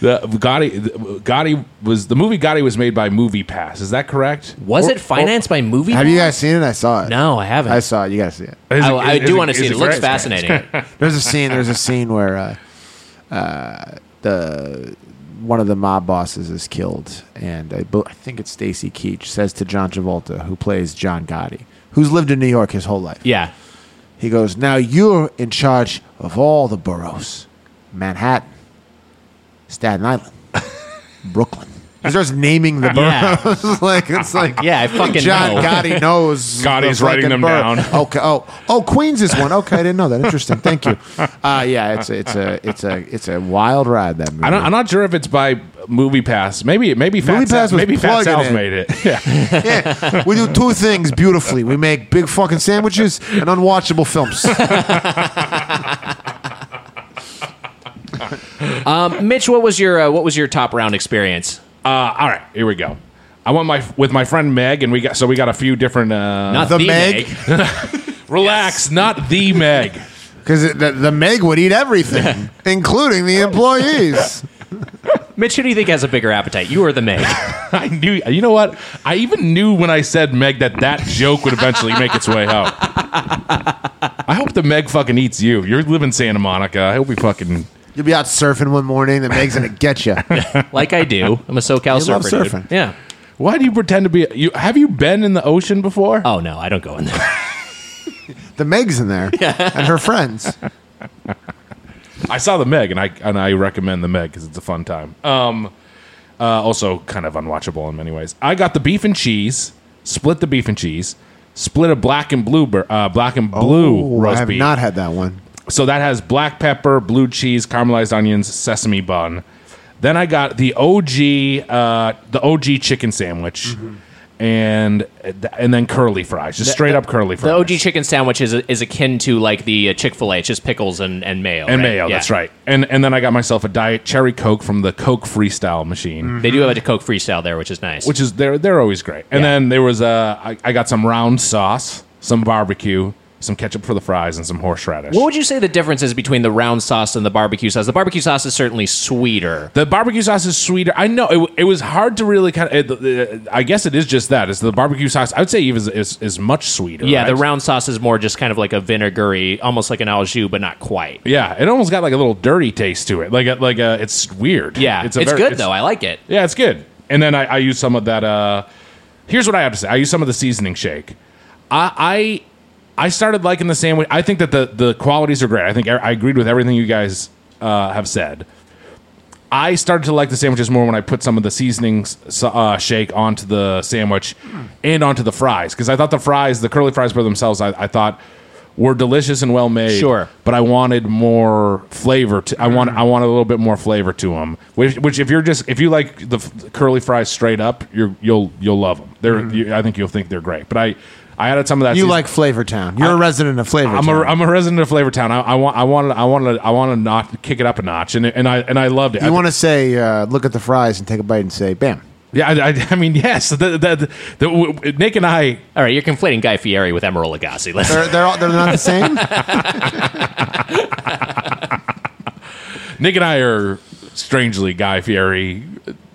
Speaker 4: The Gotti the- Gotti was the movie Gotti was made by Movie Pass. Is that correct?
Speaker 2: Was it financed by Movie?
Speaker 7: Have you guys seen it? I saw it.
Speaker 2: No, I haven't.
Speaker 7: I saw it. You got to see it.
Speaker 4: Is
Speaker 2: Oh, I- I do wanna see
Speaker 4: is
Speaker 2: it. It looks
Speaker 4: great?
Speaker 7: [LAUGHS]
Speaker 2: fascinating. [LAUGHS]
Speaker 7: there's a scene. There's a scene where uh, uh, the one of the mob bosses is killed, and I, bel- I think it's Stacy Keach says to John Travolta, who plays John Gotti, who's lived in New York his whole life.
Speaker 2: Yeah.
Speaker 7: He goes, "Now you're in charge of all the boroughs: Manhattan, Staten Island, [LAUGHS] Brooklyn." He starts naming the
Speaker 2: Yeah.
Speaker 7: boroughs. [LAUGHS] like it's like
Speaker 2: Yeah, I fucking
Speaker 7: John
Speaker 2: know. [LAUGHS]
Speaker 7: Gotti knows.
Speaker 4: Gotti's
Speaker 7: the
Speaker 4: writing
Speaker 7: fucking
Speaker 4: them
Speaker 7: borough.
Speaker 4: down.
Speaker 7: Okay. Oh, oh, Queens is one. Okay, I didn't know that. Interesting. Thank you. Uh, yeah, it's a, it's a it's a it's a wild ride that movie.
Speaker 4: I don't, I'm not sure if it's by Movie Pass. Maybe maybe Fat
Speaker 7: MoviePass
Speaker 4: Sal's,
Speaker 7: was
Speaker 4: maybe Fat
Speaker 7: plugging
Speaker 4: Sal's
Speaker 7: it.
Speaker 4: made it. [LAUGHS] Yeah.
Speaker 7: [LAUGHS] Yeah, we do two things beautifully. We make big fucking sandwiches and
Speaker 2: [LAUGHS]
Speaker 7: unwatchable films.
Speaker 2: Um, Mitch, what was your uh, what was your top round experience?
Speaker 4: Uh, all right, here we go. I went my with my friend Meg, and we got so we got a few different. Uh,
Speaker 2: Not
Speaker 7: the
Speaker 2: the
Speaker 7: Meg?
Speaker 2: Meg.
Speaker 4: relax, not the Meg. [LAUGHS]
Speaker 7: Because the, the Meg would eat everything, [LAUGHS] including the employees.
Speaker 2: Mitch, who do you think has a bigger appetite? You or the
Speaker 7: [LAUGHS]
Speaker 2: Meg?
Speaker 4: I knew. You know what? I even knew when I said Meg that that joke would eventually make its way out. [LAUGHS] I hope the Meg fucking eats you. You're living Santa Monica. I hope we fucking.
Speaker 7: You'll be out surfing one morning, the Meg's gonna get you.
Speaker 2: like I do. I'm a SoCal
Speaker 7: You love
Speaker 2: surfer. dude.
Speaker 7: surfing.
Speaker 2: Yeah.
Speaker 4: Why do you pretend to be? You have you been in the ocean before?
Speaker 2: Oh no, I don't go in there.
Speaker 7: The Meg's in there and her friends.
Speaker 4: I saw the Meg, and I and I recommend the Meg because it's a fun time. Um, uh, also kind of unwatchable in many ways. I got the beef and cheese, split the beef and cheese, split a black and blue, bur- uh, black and blue
Speaker 7: Ooh, Oh, I
Speaker 4: roast
Speaker 7: have
Speaker 4: beef.
Speaker 7: not had that one.
Speaker 4: so that has black pepper, blue cheese, caramelized onions, sesame bun. Then I got the OG, uh, the OG chicken sandwich, and and then curly fries, just straight up curly fries.
Speaker 2: The OG chicken sandwich is, is akin to like the Chick Fil A. It's just pickles and, and mayo.
Speaker 4: and
Speaker 2: right?
Speaker 4: mayo.
Speaker 2: Yeah.
Speaker 4: That's right. And and then I got myself a diet cherry coke from the Coke Freestyle machine.
Speaker 2: They do have a Coke freestyle there, which is nice.
Speaker 4: which is they're they're always great. And
Speaker 2: Yeah.
Speaker 4: then there was uh, I, I got some round sauce, some barbecue, some ketchup for the fries, and some horseradish.
Speaker 2: what would you say the difference is between the round sauce and the barbecue sauce? The barbecue sauce is certainly sweeter.
Speaker 4: the barbecue sauce is sweeter. I know it, w- it was hard to really kind of. I guess it is just that. It's the barbecue sauce. I would say even is, is, is much sweeter.
Speaker 2: Yeah, the
Speaker 4: right?
Speaker 2: round sauce is more just kind of like a vinegary, almost like an au jus, but not quite.
Speaker 4: Yeah, it almost got like a little dirty taste to it. Like a, like a, it's weird.
Speaker 2: Yeah, it's,
Speaker 4: a very-
Speaker 2: good though. I like it.
Speaker 4: Yeah, it's good. And then I, I use some of that. Uh, here's what I have to say: I use some of the seasoning shake. I I, I started liking the sandwich. I think that the the qualities are great. I think e, I, I agreed with everything you guys uh, have said. I started to like the sandwiches more when I put some of the seasoning s- s- uh, shake onto the sandwich and onto the fries because I thought the fries, the curly fries by themselves, I, I thought were delicious and well made.
Speaker 2: Sure.
Speaker 4: but I wanted more flavor. To, I want
Speaker 7: Mm-hmm.
Speaker 4: I want a little bit more flavor to them. Which, which if you're just if you like the f- curly fries straight up, you're, you'll you'll love them. They're you, I think you'll think they're great. But I I added some of that.
Speaker 7: Mm-hmm. You
Speaker 4: season-
Speaker 7: like Flavor Town. You're a resident of Flavor
Speaker 4: I'm a, I'm a resident of Flavor Town. I, I want I want I want to I want to not kick it up a notch, and and I and I loved it. I
Speaker 7: you want to say, uh, look at the fries and take a bite and say, bam.
Speaker 4: Yeah, I, I, I mean, yes. The, the, the, w- w- Nick and I,
Speaker 2: All right, you're conflating Guy Fieri with Emeril Lagasse. Let's-
Speaker 7: They're, they're, all, they're not the
Speaker 4: [LAUGHS]
Speaker 7: same?
Speaker 4: Nick and I are strangely Guy Fieri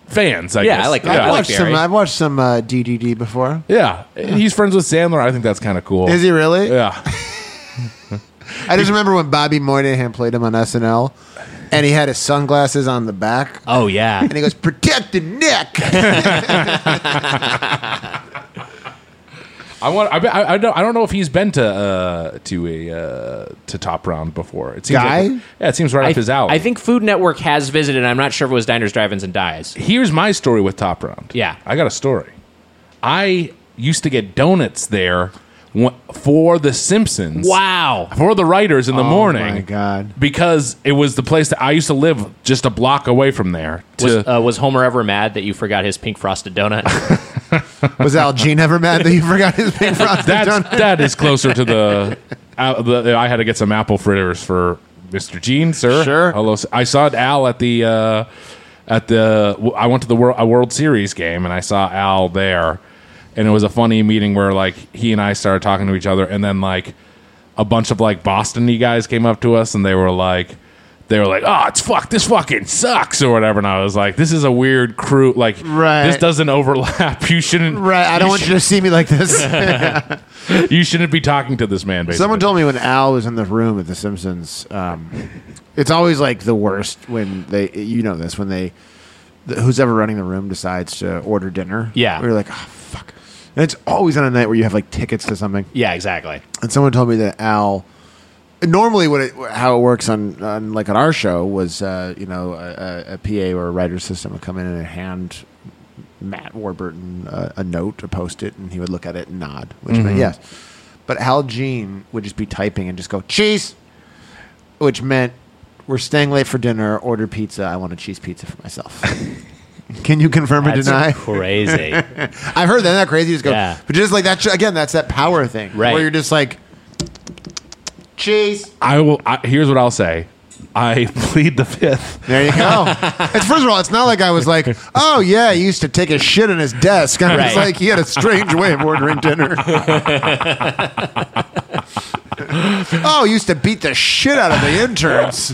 Speaker 4: fans. I
Speaker 2: Yeah,
Speaker 4: guess.
Speaker 2: I like- I
Speaker 4: Yeah,
Speaker 7: I've,
Speaker 2: like
Speaker 7: watched some,
Speaker 2: Barry.
Speaker 7: I've watched some uh, DDD before.
Speaker 4: yeah. He's friends with Sandler. I think that's kind of cool.
Speaker 7: Is he really?
Speaker 4: Yeah,
Speaker 7: I just remember when Bobby Moynihan played him on SNL, and he had his sunglasses on the back,
Speaker 2: [LAUGHS] oh yeah,
Speaker 7: and he
Speaker 4: [LAUGHS]
Speaker 7: goes, "Protect the neck."
Speaker 4: I I want. I, I, I don't. I don't know if he's been to uh, to a uh, to top round before. It seems
Speaker 10: Guy?
Speaker 4: Like, yeah, [LAUGHS] it seems right
Speaker 10: I,
Speaker 4: up his alley.
Speaker 10: I think Food Network has visited. I'm not sure if it was Diners, Drive-ins, and Dives.
Speaker 4: Here's my story with Top Round.
Speaker 10: Yeah.
Speaker 4: I got a story. I used to get donuts there wh- for The Simpsons.
Speaker 10: Wow.
Speaker 4: For the writers in the
Speaker 7: Oh,
Speaker 4: morning.
Speaker 7: my God.
Speaker 4: Because it was the place that I used to live just a block away from there.
Speaker 10: Was, uh, was Homer ever mad that you forgot his pink frosted donut?
Speaker 4: [LAUGHS]
Speaker 7: Was Al Jean ever mad that you forgot his big frosted
Speaker 4: That's,
Speaker 7: donut?
Speaker 4: [LAUGHS] that is closer to the, uh, the. I had to get some apple fritters for Mr. Gene, sir. Sure. Hello. s- I saw Al at the. Uh, at the, w- I went to the World, a World Series game and I saw Al there, and it was a funny meeting where like he and I started talking to each other, and then like a bunch of like Boston y guys came up to us and they were like, they were like, oh, it's fuck, this fucking sucks or whatever, and I was like, this is a weird crew, like
Speaker 7: Right.
Speaker 4: this doesn't overlap. [LAUGHS] You shouldn't.
Speaker 7: Right. I don't want you to see me like this.
Speaker 4: you shouldn't be talking to this man. Basically,
Speaker 7: Someone told me when Al was in the room at The Simpsons, um, it's always like the worst when they, you know this, when they, the, who's ever running the room decides to order dinner.
Speaker 10: Yeah.
Speaker 7: We're like, oh, fuck. And it's always on a night where you have like tickets to something.
Speaker 10: yeah, exactly.
Speaker 7: And someone told me that Al, normally what it, how it works on, on like on our show was, uh, you know, a, a- a PA or a writer system would come in and hand Matt Warburton a, a note, a post it, and he would look at it and nod, which meant
Speaker 4: Mhm.
Speaker 7: yes. But Al Jean would just be typing and just go cheese, which meant we're staying late for dinner. Order pizza. I want a cheese pizza for myself. Can you confirm or
Speaker 10: That's
Speaker 7: deny? [LAUGHS]
Speaker 10: crazy.
Speaker 7: I've heard that. Isn't that crazy? Just go.
Speaker 10: Yeah.
Speaker 7: But just like that. Again, that's that power thing.
Speaker 4: Right.
Speaker 7: Where you're just like cheese.
Speaker 4: I will. I, here's what I'll say. I [LAUGHS] plead the fifth.
Speaker 7: There you go.
Speaker 4: [LAUGHS]
Speaker 7: it's, first of all, it's not like I was like, oh yeah, he used to take a shit in his desk. I
Speaker 4: Right.
Speaker 7: was like, he had a strange way of
Speaker 4: [LAUGHS]
Speaker 7: ordering dinner. oh, he used to beat the shit out of the interns.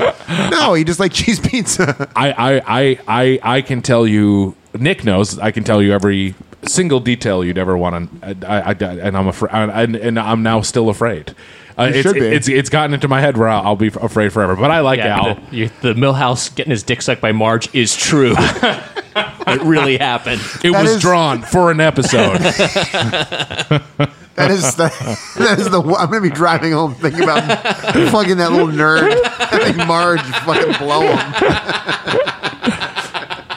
Speaker 7: No, he just like cheese pizza. [LAUGHS]
Speaker 4: I, I, I, I, I can tell you. Nick knows. I can tell you every single detail you'd ever want. to I, I, I- and I'm afraid. And, and I'm now still afraid. Uh,
Speaker 10: You
Speaker 4: it's,
Speaker 10: should be.
Speaker 4: it's it's gotten into my head where I'll, I'll be afraid forever. But I like
Speaker 10: Yeah, [LAUGHS]
Speaker 4: Al.
Speaker 10: The, you, the Millhouse getting his dick sucked by Marge is true. it really happened.
Speaker 4: It was drawn for
Speaker 10: [LAUGHS]
Speaker 4: an episode.
Speaker 7: That is the that is the one- I'm gonna be driving home thinking about fucking that little nerd. I think Marge fucking blow him.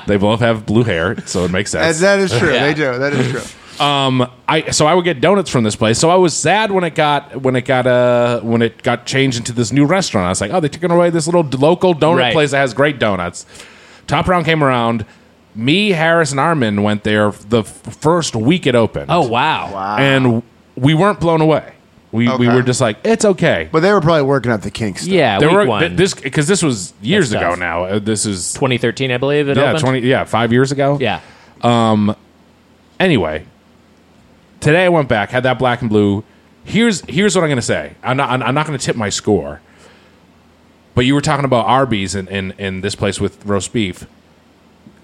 Speaker 4: they both have blue hair, so it makes sense.
Speaker 7: Uh, that is true. They do. That is true.
Speaker 4: Um, I so I would get donuts from this place. So I was sad when it got when it got uh when it got changed into this new restaurant. I was like, oh, they're taking away this little d- local donut
Speaker 10: Right.
Speaker 4: place that has great donuts. Top round came around. Me, Harris, and Armin went there the f- first week it opened.
Speaker 10: Oh wow! Wow.
Speaker 4: and we weren't blown away. We we
Speaker 7: Okay.
Speaker 4: were just like, it's okay.
Speaker 7: But they were probably working out the kinks. still.
Speaker 4: There were- th- this because this was years
Speaker 10: That's
Speaker 4: ago
Speaker 10: tough.
Speaker 4: now. Uh, This is
Speaker 10: 2013, I believe. It
Speaker 4: yeah,
Speaker 10: opened.
Speaker 4: twenty. Yeah, five years ago.
Speaker 10: Yeah.
Speaker 4: Um. Anyway, today I went back, had that black and blue. Here's here's what I'm gonna say. I'm not I'm, I'm not gonna tip my score. But you were talking about Arby's and in, in, this place with roast beef.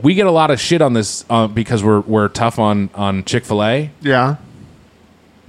Speaker 4: We get a lot of shit on this uh, because we're we're tough on on Chick Fil A.
Speaker 7: Yeah.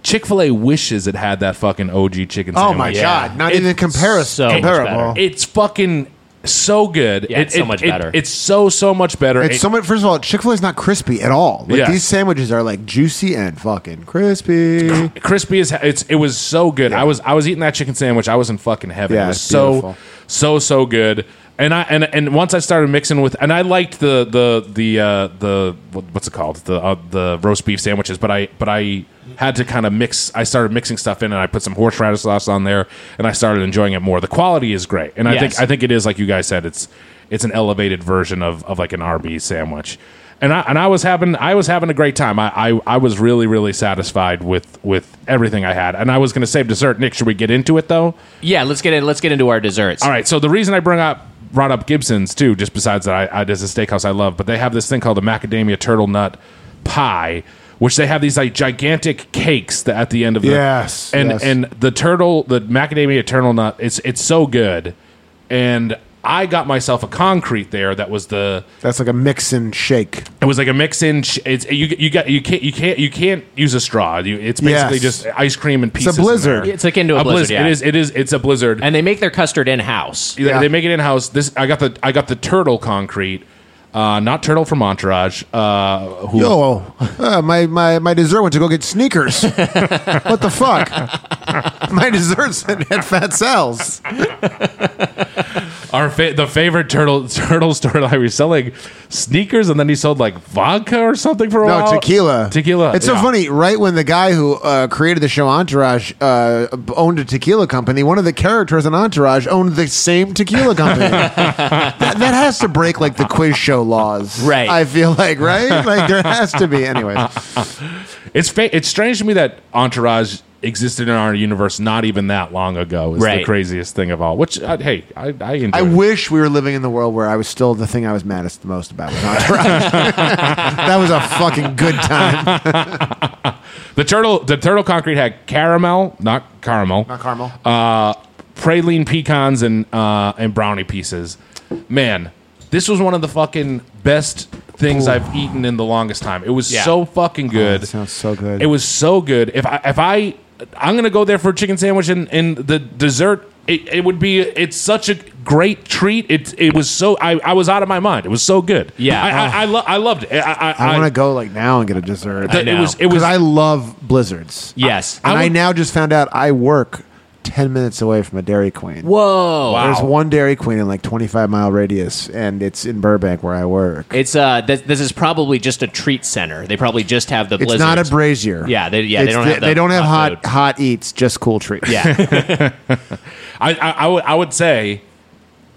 Speaker 4: Chick Fil A wishes it had that fucking OG chicken.
Speaker 7: Oh
Speaker 4: sandwich.
Speaker 7: my god! Not even comparison. comparable.
Speaker 4: It's fucking so good.
Speaker 7: Yeah, it's so much better.
Speaker 4: it's so so much better.
Speaker 7: It's
Speaker 4: It-
Speaker 7: so much. First of all, Chick Fil A is not crispy at all. Like
Speaker 4: Yeah.
Speaker 7: these sandwiches are like juicy and fucking crispy.
Speaker 4: crispy as it's it was so good. I was I was eating that chicken sandwich. I was in fucking heaven.
Speaker 7: Yeah,
Speaker 4: it was
Speaker 7: it's
Speaker 4: so
Speaker 7: beautiful.
Speaker 4: so so good. And I and and once I started mixing with and I liked the the the uh, the what- what's it called the uh, the roast beef sandwiches, but I but I had to kind of mix. I started mixing stuff in, and I put some horseradish sauce on there, and I started enjoying it more. The quality is great, and I
Speaker 10: Yes.
Speaker 4: think I think it is like you guys said. It's it's an elevated version of of like an RB sandwich, and I and I was having I was having a great time. I I, I was really really satisfied with with everything I had, and I was going to save dessert. Nick, should we get into it though?
Speaker 10: Yeah, let's get in. Let's get into our desserts.
Speaker 4: All right. So the reason I bring up brought up Gibson's too, just besides that, I, I there's a steakhouse I love, but they have this thing called the macadamia turtle nut pie, which they have these like gigantic cakes that at the end of the
Speaker 7: Yes,
Speaker 4: and
Speaker 7: yes.
Speaker 4: and the turtle, the macadamia turtle nut, it's it's so good, and I got myself a concrete there that was the
Speaker 7: That's like a mix and shake.
Speaker 4: it was like a mix in. sh- It's you you got you can't you can't you can't use a straw. You, it's basically
Speaker 10: Yes.
Speaker 4: just ice cream and
Speaker 10: It's
Speaker 4: pieces.
Speaker 10: a
Speaker 4: in there.
Speaker 10: blizzard. It's akin to a blizzard, yeah.
Speaker 4: It is. It is. It's a blizzard.
Speaker 10: And they make their custard in house.
Speaker 4: They- They make it in house. This I got the I got the turtle concrete. Uh, not Turtle from Entourage. Uh, who,
Speaker 7: Yo, uh, my, my, my dessert went to go get
Speaker 4: [LAUGHS]
Speaker 7: sneakers. what the fuck? My desserts had fat cells.
Speaker 4: Our fa- the favorite turtle [LAUGHS] turtle store that I was selling sneakers, and then he sold like vodka or something for a
Speaker 7: No,
Speaker 4: while.
Speaker 7: tequila.
Speaker 4: Tequila.
Speaker 7: It's so
Speaker 4: Yeah.
Speaker 7: funny. Right when the guy who uh, created the show Entourage uh, owned a tequila company, one of the characters in Entourage owned the same
Speaker 4: [LAUGHS]
Speaker 7: tequila company. that, that has to break like the quiz show laws,
Speaker 4: Right.
Speaker 7: I feel
Speaker 4: [LAUGHS]
Speaker 7: like, right? Like there has to be, anyways.
Speaker 4: It's fa- it's strange to me that Entourage existed in our universe not even that long ago. Is the
Speaker 7: Right.
Speaker 4: craziest thing of all. Which uh, hey, I I enjoy.
Speaker 7: I
Speaker 4: it.
Speaker 7: wish we were living in the world where I was still the thing I was maddest the most about
Speaker 4: [LAUGHS]
Speaker 7: was Entourage. that was a fucking good time.
Speaker 4: the turtle the turtle concrete had caramel, not caramel,
Speaker 7: Not caramel.
Speaker 4: uh, praline pecans and uh, and brownie pieces. Man, this was one of the fucking best things
Speaker 7: Ooh.
Speaker 4: I've eaten in the longest time. It was
Speaker 7: Yeah.
Speaker 4: so fucking good.
Speaker 7: that sounds so good.
Speaker 4: It was so good. If I if I I'm gonna go there for a chicken sandwich and, and the dessert. It, it would be. It's such a great treat. It it was so. I, I was out of my mind. It was so good.
Speaker 7: Yeah.
Speaker 4: I I, I, lo- I loved it. I, I,
Speaker 7: I want to go like now and get a dessert.
Speaker 4: I It know. was- it was-
Speaker 7: 'Cause I love blizzards.
Speaker 2: Yes.
Speaker 7: and
Speaker 4: I
Speaker 7: I,
Speaker 4: would-
Speaker 7: now just found out I work ten minutes away from a Dairy Queen.
Speaker 2: Whoa!
Speaker 7: There's one Dairy Queen in like 25 mile radius, and it's in Burbank where I work.
Speaker 2: It's uh, this, this is probably just a treat center. They probably just have the.
Speaker 7: It's not a
Speaker 2: blizzards.
Speaker 7: brazier.
Speaker 2: Yeah, they, yeah, they
Speaker 7: It's
Speaker 2: don't
Speaker 7: the-
Speaker 2: have. The
Speaker 7: they don't have hot hot, eats, just cool treats.
Speaker 2: Yeah.
Speaker 4: I, I, I, would, I would say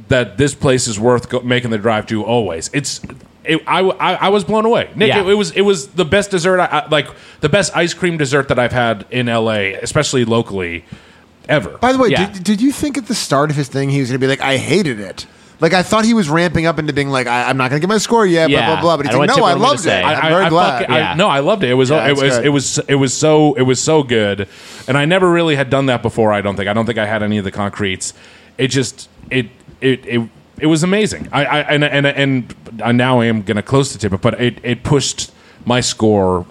Speaker 4: that this place is worth go- making the drive to always. It's. It, I, w- I- I was blown away, Nick.
Speaker 2: Yeah.
Speaker 4: It, it was it was the best dessert, I, I, like the best ice cream dessert that I've had in L.A., especially locally, ever.
Speaker 7: [LAUGHS] By the way,
Speaker 4: Yeah.
Speaker 7: did, did you think at the start of his thing he was going to be like, I hated it? Like I thought he was ramping up into being like, I, I'm not going to get my score yet,
Speaker 4: Yeah.
Speaker 7: blah blah blah. But
Speaker 4: I
Speaker 7: he's
Speaker 4: don't
Speaker 7: like,
Speaker 4: want
Speaker 7: no, I
Speaker 4: Tim Berman to
Speaker 7: loved it.
Speaker 4: say.
Speaker 7: I'm
Speaker 4: I-
Speaker 7: very
Speaker 4: I
Speaker 7: glad.
Speaker 4: fucking- I- no, I loved it. It was
Speaker 7: Yeah,
Speaker 4: it
Speaker 7: it's
Speaker 4: was
Speaker 7: good.
Speaker 4: it was it was so it was so good, and I never really had done that before. I don't think I don't think I had any of the concretes. It just it it it. It was amazing. I, I and and and I now am going to close the tip, but it, it pushed my score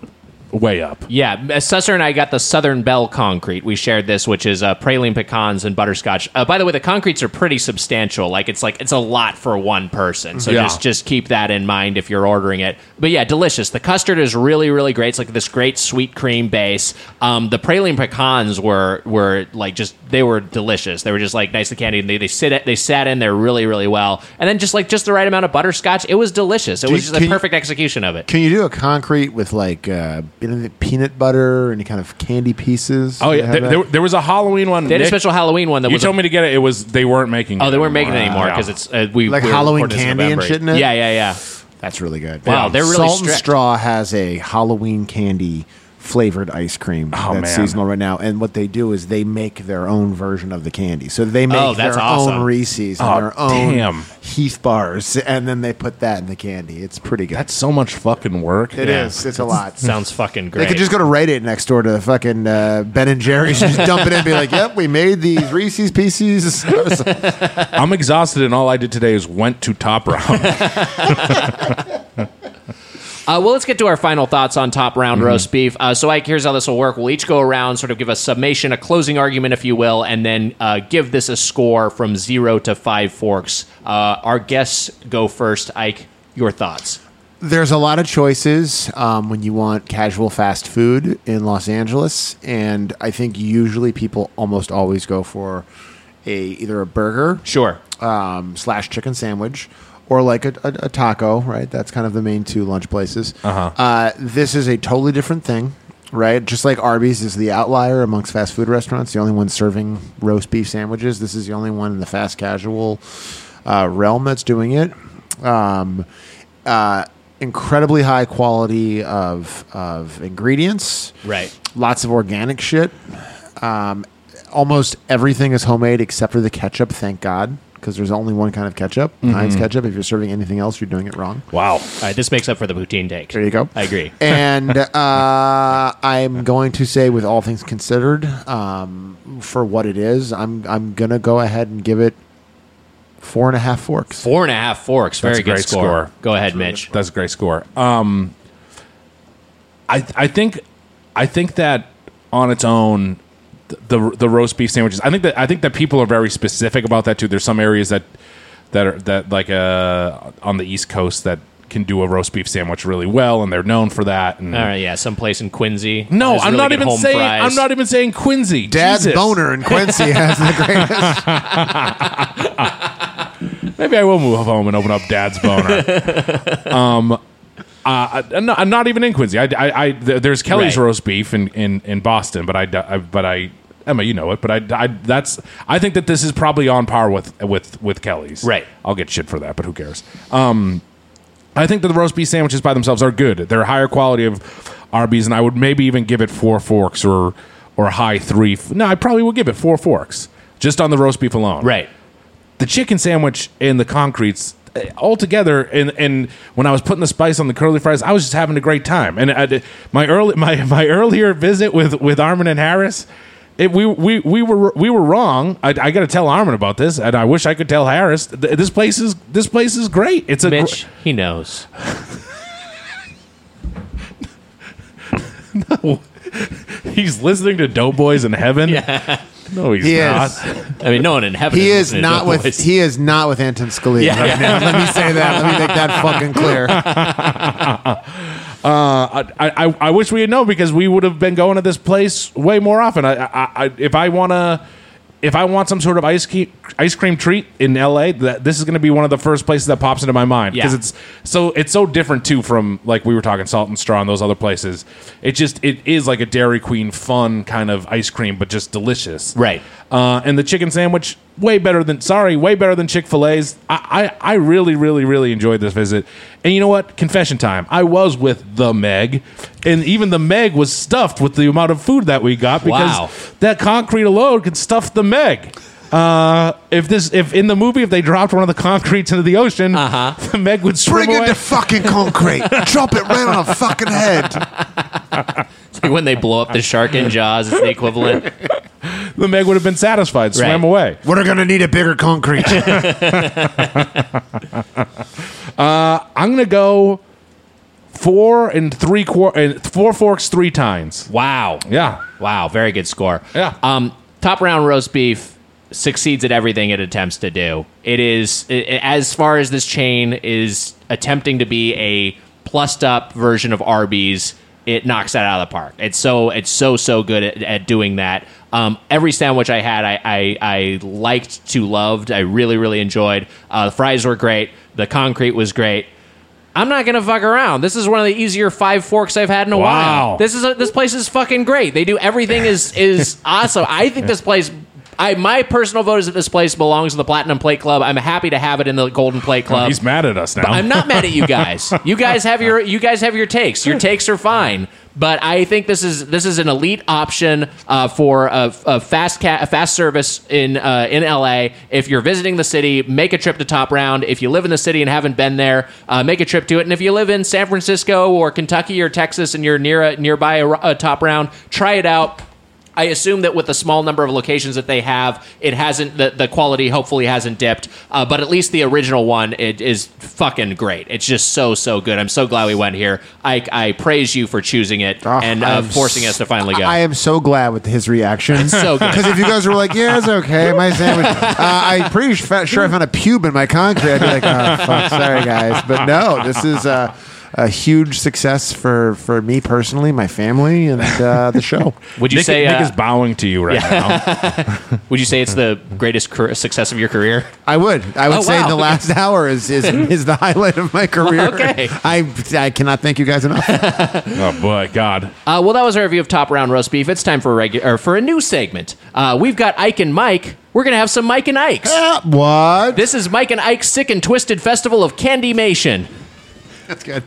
Speaker 4: way up.
Speaker 2: Yeah, Susser and I got the Southern Belle concrete. We shared this, which is uh, praline pecans and butterscotch. Uh, by the way, the concretes are pretty substantial. Like it's like it's a lot for one person. So
Speaker 4: Yeah.
Speaker 2: just just keep that in mind if you're ordering it. But yeah, delicious. The custard is really really great. It's like this great sweet cream base. Um, the praline pecans were were like just they were delicious. They were just like nicely candied. And they they sit they sat in there really really well. And then just like just the right amount of butterscotch. It was delicious. It
Speaker 7: Do
Speaker 2: was
Speaker 7: you-
Speaker 2: just a
Speaker 7: can you-
Speaker 2: perfect execution of it.
Speaker 7: Can you do a concrete with like uh, peanut butter, any kind of candy pieces?
Speaker 4: Oh
Speaker 7: Do
Speaker 4: yeah,
Speaker 7: they have
Speaker 4: there,
Speaker 7: that?
Speaker 4: there, there was a Halloween one.
Speaker 2: They had a
Speaker 4: Nick.
Speaker 2: special Halloween one that
Speaker 4: you
Speaker 2: was a-
Speaker 4: told me to get it. It was they weren't making.
Speaker 2: Oh, they weren't making it anymore because it's uh, we
Speaker 7: Like
Speaker 2: we were
Speaker 7: Halloween
Speaker 2: recording this in
Speaker 7: candy and
Speaker 2: November.
Speaker 7: shit in it?
Speaker 2: Yeah, yeah, yeah.
Speaker 7: That's really good.
Speaker 2: Wow, they're really
Speaker 7: Salt and
Speaker 2: strict.
Speaker 7: Straw has a Halloween candy flavored ice cream
Speaker 2: Oh,
Speaker 7: that's
Speaker 4: man.
Speaker 7: seasonal right now, and what they do is they make their own version of the candy. So they make
Speaker 2: Oh, that's
Speaker 7: their
Speaker 2: awesome.
Speaker 7: own Reese's and
Speaker 4: Oh,
Speaker 7: their own
Speaker 4: damn.
Speaker 7: Heath bars, and then they put that in the candy. It's pretty good.
Speaker 4: That's so much fucking work.
Speaker 7: It
Speaker 4: Yeah.
Speaker 7: is. It's a lot.
Speaker 2: Sounds fucking great.
Speaker 7: They could just go to Reddit next door to the fucking uh, Ben and Jerry's, and just dump it in and be like, "Yep, we made these Reese's Pieces." [LAUGHS]
Speaker 4: I'm exhausted, and all I did today is went to top
Speaker 7: [LAUGHS]
Speaker 4: round.
Speaker 2: Uh, well, let's get to our final thoughts on top round
Speaker 4: Mm-hmm.
Speaker 2: roast beef. Uh, so, Ike, here's how this will work. We'll each go around, sort of give a summation, a closing argument, if you will, and then uh, give this a score from zero to five forks. Uh, our guests go first. Ike, your thoughts.
Speaker 7: There's a lot of choices um, when you want casual fast food in Los Angeles, and I think usually people almost always go for a either a burger,
Speaker 2: sure,
Speaker 7: um, slash chicken sandwich, or like a, a, a taco. Right, that's kind of the main two lunch places. Uh-huh. Uh, this is a totally different thing, right? Just like Arby's is the outlier amongst fast food restaurants, the only one serving roast beef sandwiches. This is the only one in the fast casual uh, realm that's doing it. Um, uh, incredibly high quality of of ingredients.
Speaker 2: Right.
Speaker 7: Lots of organic shit. Um, almost everything is homemade except for the ketchup. Thank God, because there's only one kind of ketchup, Heinz
Speaker 2: Mhm.
Speaker 7: ketchup. If you're serving anything else, you're doing it wrong.
Speaker 4: Wow. All
Speaker 2: right, this makes up for the poutine take.
Speaker 7: There you go.
Speaker 2: I agree.
Speaker 7: [LAUGHS] and uh, I'm going to say, with all things considered, um, for what it is, I'm I'm gonna go ahead and give it four and a half forks.
Speaker 2: Four and a half forks. Very
Speaker 4: That's a
Speaker 2: good
Speaker 4: great
Speaker 2: score.
Speaker 4: score.
Speaker 2: Go ahead, Mitch.
Speaker 4: That's a great score. Um, I I think I think that on its own, th- the the roast beef sandwiches. I think that I think that people are very specific about that too. There's some areas that that are that like uh on the East Coast that can do a roast beef sandwich really well, and they're known for that. And
Speaker 2: All right, yeah, someplace in Quincy.
Speaker 4: No,
Speaker 2: There's
Speaker 4: I'm
Speaker 2: really
Speaker 4: not
Speaker 2: good
Speaker 4: even
Speaker 2: home
Speaker 4: saying.
Speaker 2: fries.
Speaker 4: I'm not even saying Quincy.
Speaker 2: Dad's
Speaker 4: Jesus.
Speaker 2: boner in Quincy has the [LAUGHS]
Speaker 4: greatest. Maybe I will move home and open up Dad's [LAUGHS] boner. um, uh, I, I'm not- I'm not even in Quincy. I, I, I th- there's Kelly's
Speaker 2: Right.
Speaker 4: roast beef in, in, in Boston, but I, d- I- but I, Emma, you know it. But I, I, that's. I think that this is probably on par with with with Kelly's. Right. I'll get shit for that, but who cares? Um, I think that the roast beef sandwiches by themselves are good. They're higher quality of Arby's, and I would maybe even give it four forks or or a high three. f- No, I probably would give it four forks just on the roast beef alone. Right. The chicken sandwich and the concretes eh, all together, and and when I was putting the spice on the curly fries, I was just having a great time. And I, did- my early [LAUGHS] my my earlier visit with with Armin and Harris. It, we, we we were we were wrong. I, I got to tell Armin about this, and I wish I could tell Harris. Th- This place is this place is great. It's a gr-
Speaker 2: Mitch, he knows.
Speaker 4: [LAUGHS] He's listening to Doughboys in Heaven. No, he's
Speaker 7: He
Speaker 4: not.
Speaker 7: is.
Speaker 2: I mean, no one in heaven.
Speaker 7: He
Speaker 2: is
Speaker 7: is
Speaker 2: listening to
Speaker 7: not with
Speaker 2: Doughboys.
Speaker 7: he is not with Anton Scalia.
Speaker 2: Yeah.
Speaker 7: right now. Let me say that. Let me make that
Speaker 2: [LAUGHS]
Speaker 7: fucking clear.
Speaker 4: Uh, I, I, I wish we had known because we would have been going to this place way more often. I, I, I if I wanna, if I want some sort of ice cream, ice cream treat in L.A., that this is going to be one of the first places that pops into my mind because
Speaker 2: Yeah.
Speaker 4: it's so it's so different too from like we were talking Salt and Straw and those other places. It just it is like a Dairy Queen fun kind of ice cream, but just delicious. Right. Uh, and the chicken sandwich way better than sorry, way better than Chick Fil A's. I, I I really really really enjoyed this visit. And you know what? Confession time. I was with the Meg, and even the Meg was stuffed with the amount of food that we got because
Speaker 2: Wow.
Speaker 4: that concrete alone could stuff the Meg. Uh, if this, if in the movie, if they dropped one of the concretes into the ocean, uh-huh. [LAUGHS] the Meg would swim
Speaker 7: Bring it
Speaker 4: away.
Speaker 7: to fucking concrete. Drop it right on a fucking head.
Speaker 2: It's like [LAUGHS] when they blow up the shark in Jaws, it's the equivalent.
Speaker 4: the Meg would have been satisfied, swam
Speaker 2: Right.
Speaker 4: away.
Speaker 7: We're gonna need a bigger concrete.
Speaker 4: Uh, I'm gonna go four and three quarter and four forks three times.
Speaker 2: Wow.
Speaker 4: Yeah.
Speaker 2: Wow. Very good score.
Speaker 4: Yeah.
Speaker 2: Um, top round roast beef succeeds at everything it attempts to do. It is i- i- as far as this chain is attempting to be a plussed up version of Arby's. It knocks that out of the park. It's so it's so so good at, at doing that. Um, every sandwich I had, I, I I liked to loved. I really really enjoyed. Uh, the fries were great. The concrete was great. I'm not gonna fuck around. This is one of the easier five forks I've had in a
Speaker 4: Wow.
Speaker 2: while. This is a, this place is fucking great. They do everything is is awesome. I think this place. I my personal vote is that this place belongs to the Platinum Plate Club. I'm happy to have it in the Golden Plate Club.
Speaker 4: He's mad at us now.
Speaker 2: But I'm not mad at you guys. You guys have your you guys have your takes. Your takes are fine. But I think this is this is an elite option uh, for a, a fast ca- a fast service in uh, in LA. If you're visiting the city, make a trip to Top Round. If you live in the city and haven't been there, uh, make a trip to it. And if you live in San Francisco or Kentucky or Texas and you're near a, nearby a, a Top Round, try it out. I assume that with the small number of locations that they have, it hasn't the, the quality hopefully hasn't dipped. Uh, but at least the original one it is fucking great. It's just so so good. I'm so glad we went here. I, I praise you for choosing it [LAUGHS] and uh,
Speaker 7: Ah, I'm
Speaker 2: forcing us to finally go.
Speaker 7: I am so glad with his reaction.
Speaker 2: It's [LAUGHS] so good.
Speaker 7: Because if you guys were like, "Yeah, it's okay," my sandwich, uh, I'm pretty fa- sure I found a pube in my concrete. I'd be like, "Oh, fuck, sorry guys," but no, this is a, a huge success for for me personally, my family, and uh, the show.
Speaker 2: Would you
Speaker 4: Nick-
Speaker 2: say
Speaker 4: Nick
Speaker 2: uh,
Speaker 4: is bowing to you right
Speaker 2: [LAUGHS] now? Would you say it's the greatest car- success of your career?
Speaker 7: [LAUGHS] I would. I would
Speaker 2: Oh,
Speaker 7: say
Speaker 2: wow. [LAUGHS]
Speaker 7: the last hour is, is is the highlight of my career.
Speaker 2: Okay.
Speaker 7: [LAUGHS] I I cannot thank you guys enough.
Speaker 2: [LAUGHS]
Speaker 4: oh boy, God.
Speaker 2: Uh, well, that was our review of Top Round Roast Beef. It's time for a regular for a new segment. Uh, we've got Ike and Mike. We're gonna have some Mike and Ikes.
Speaker 7: what?
Speaker 2: This is Mike and Ike's Sick and Twisted Festival of Candymation.
Speaker 7: That's good.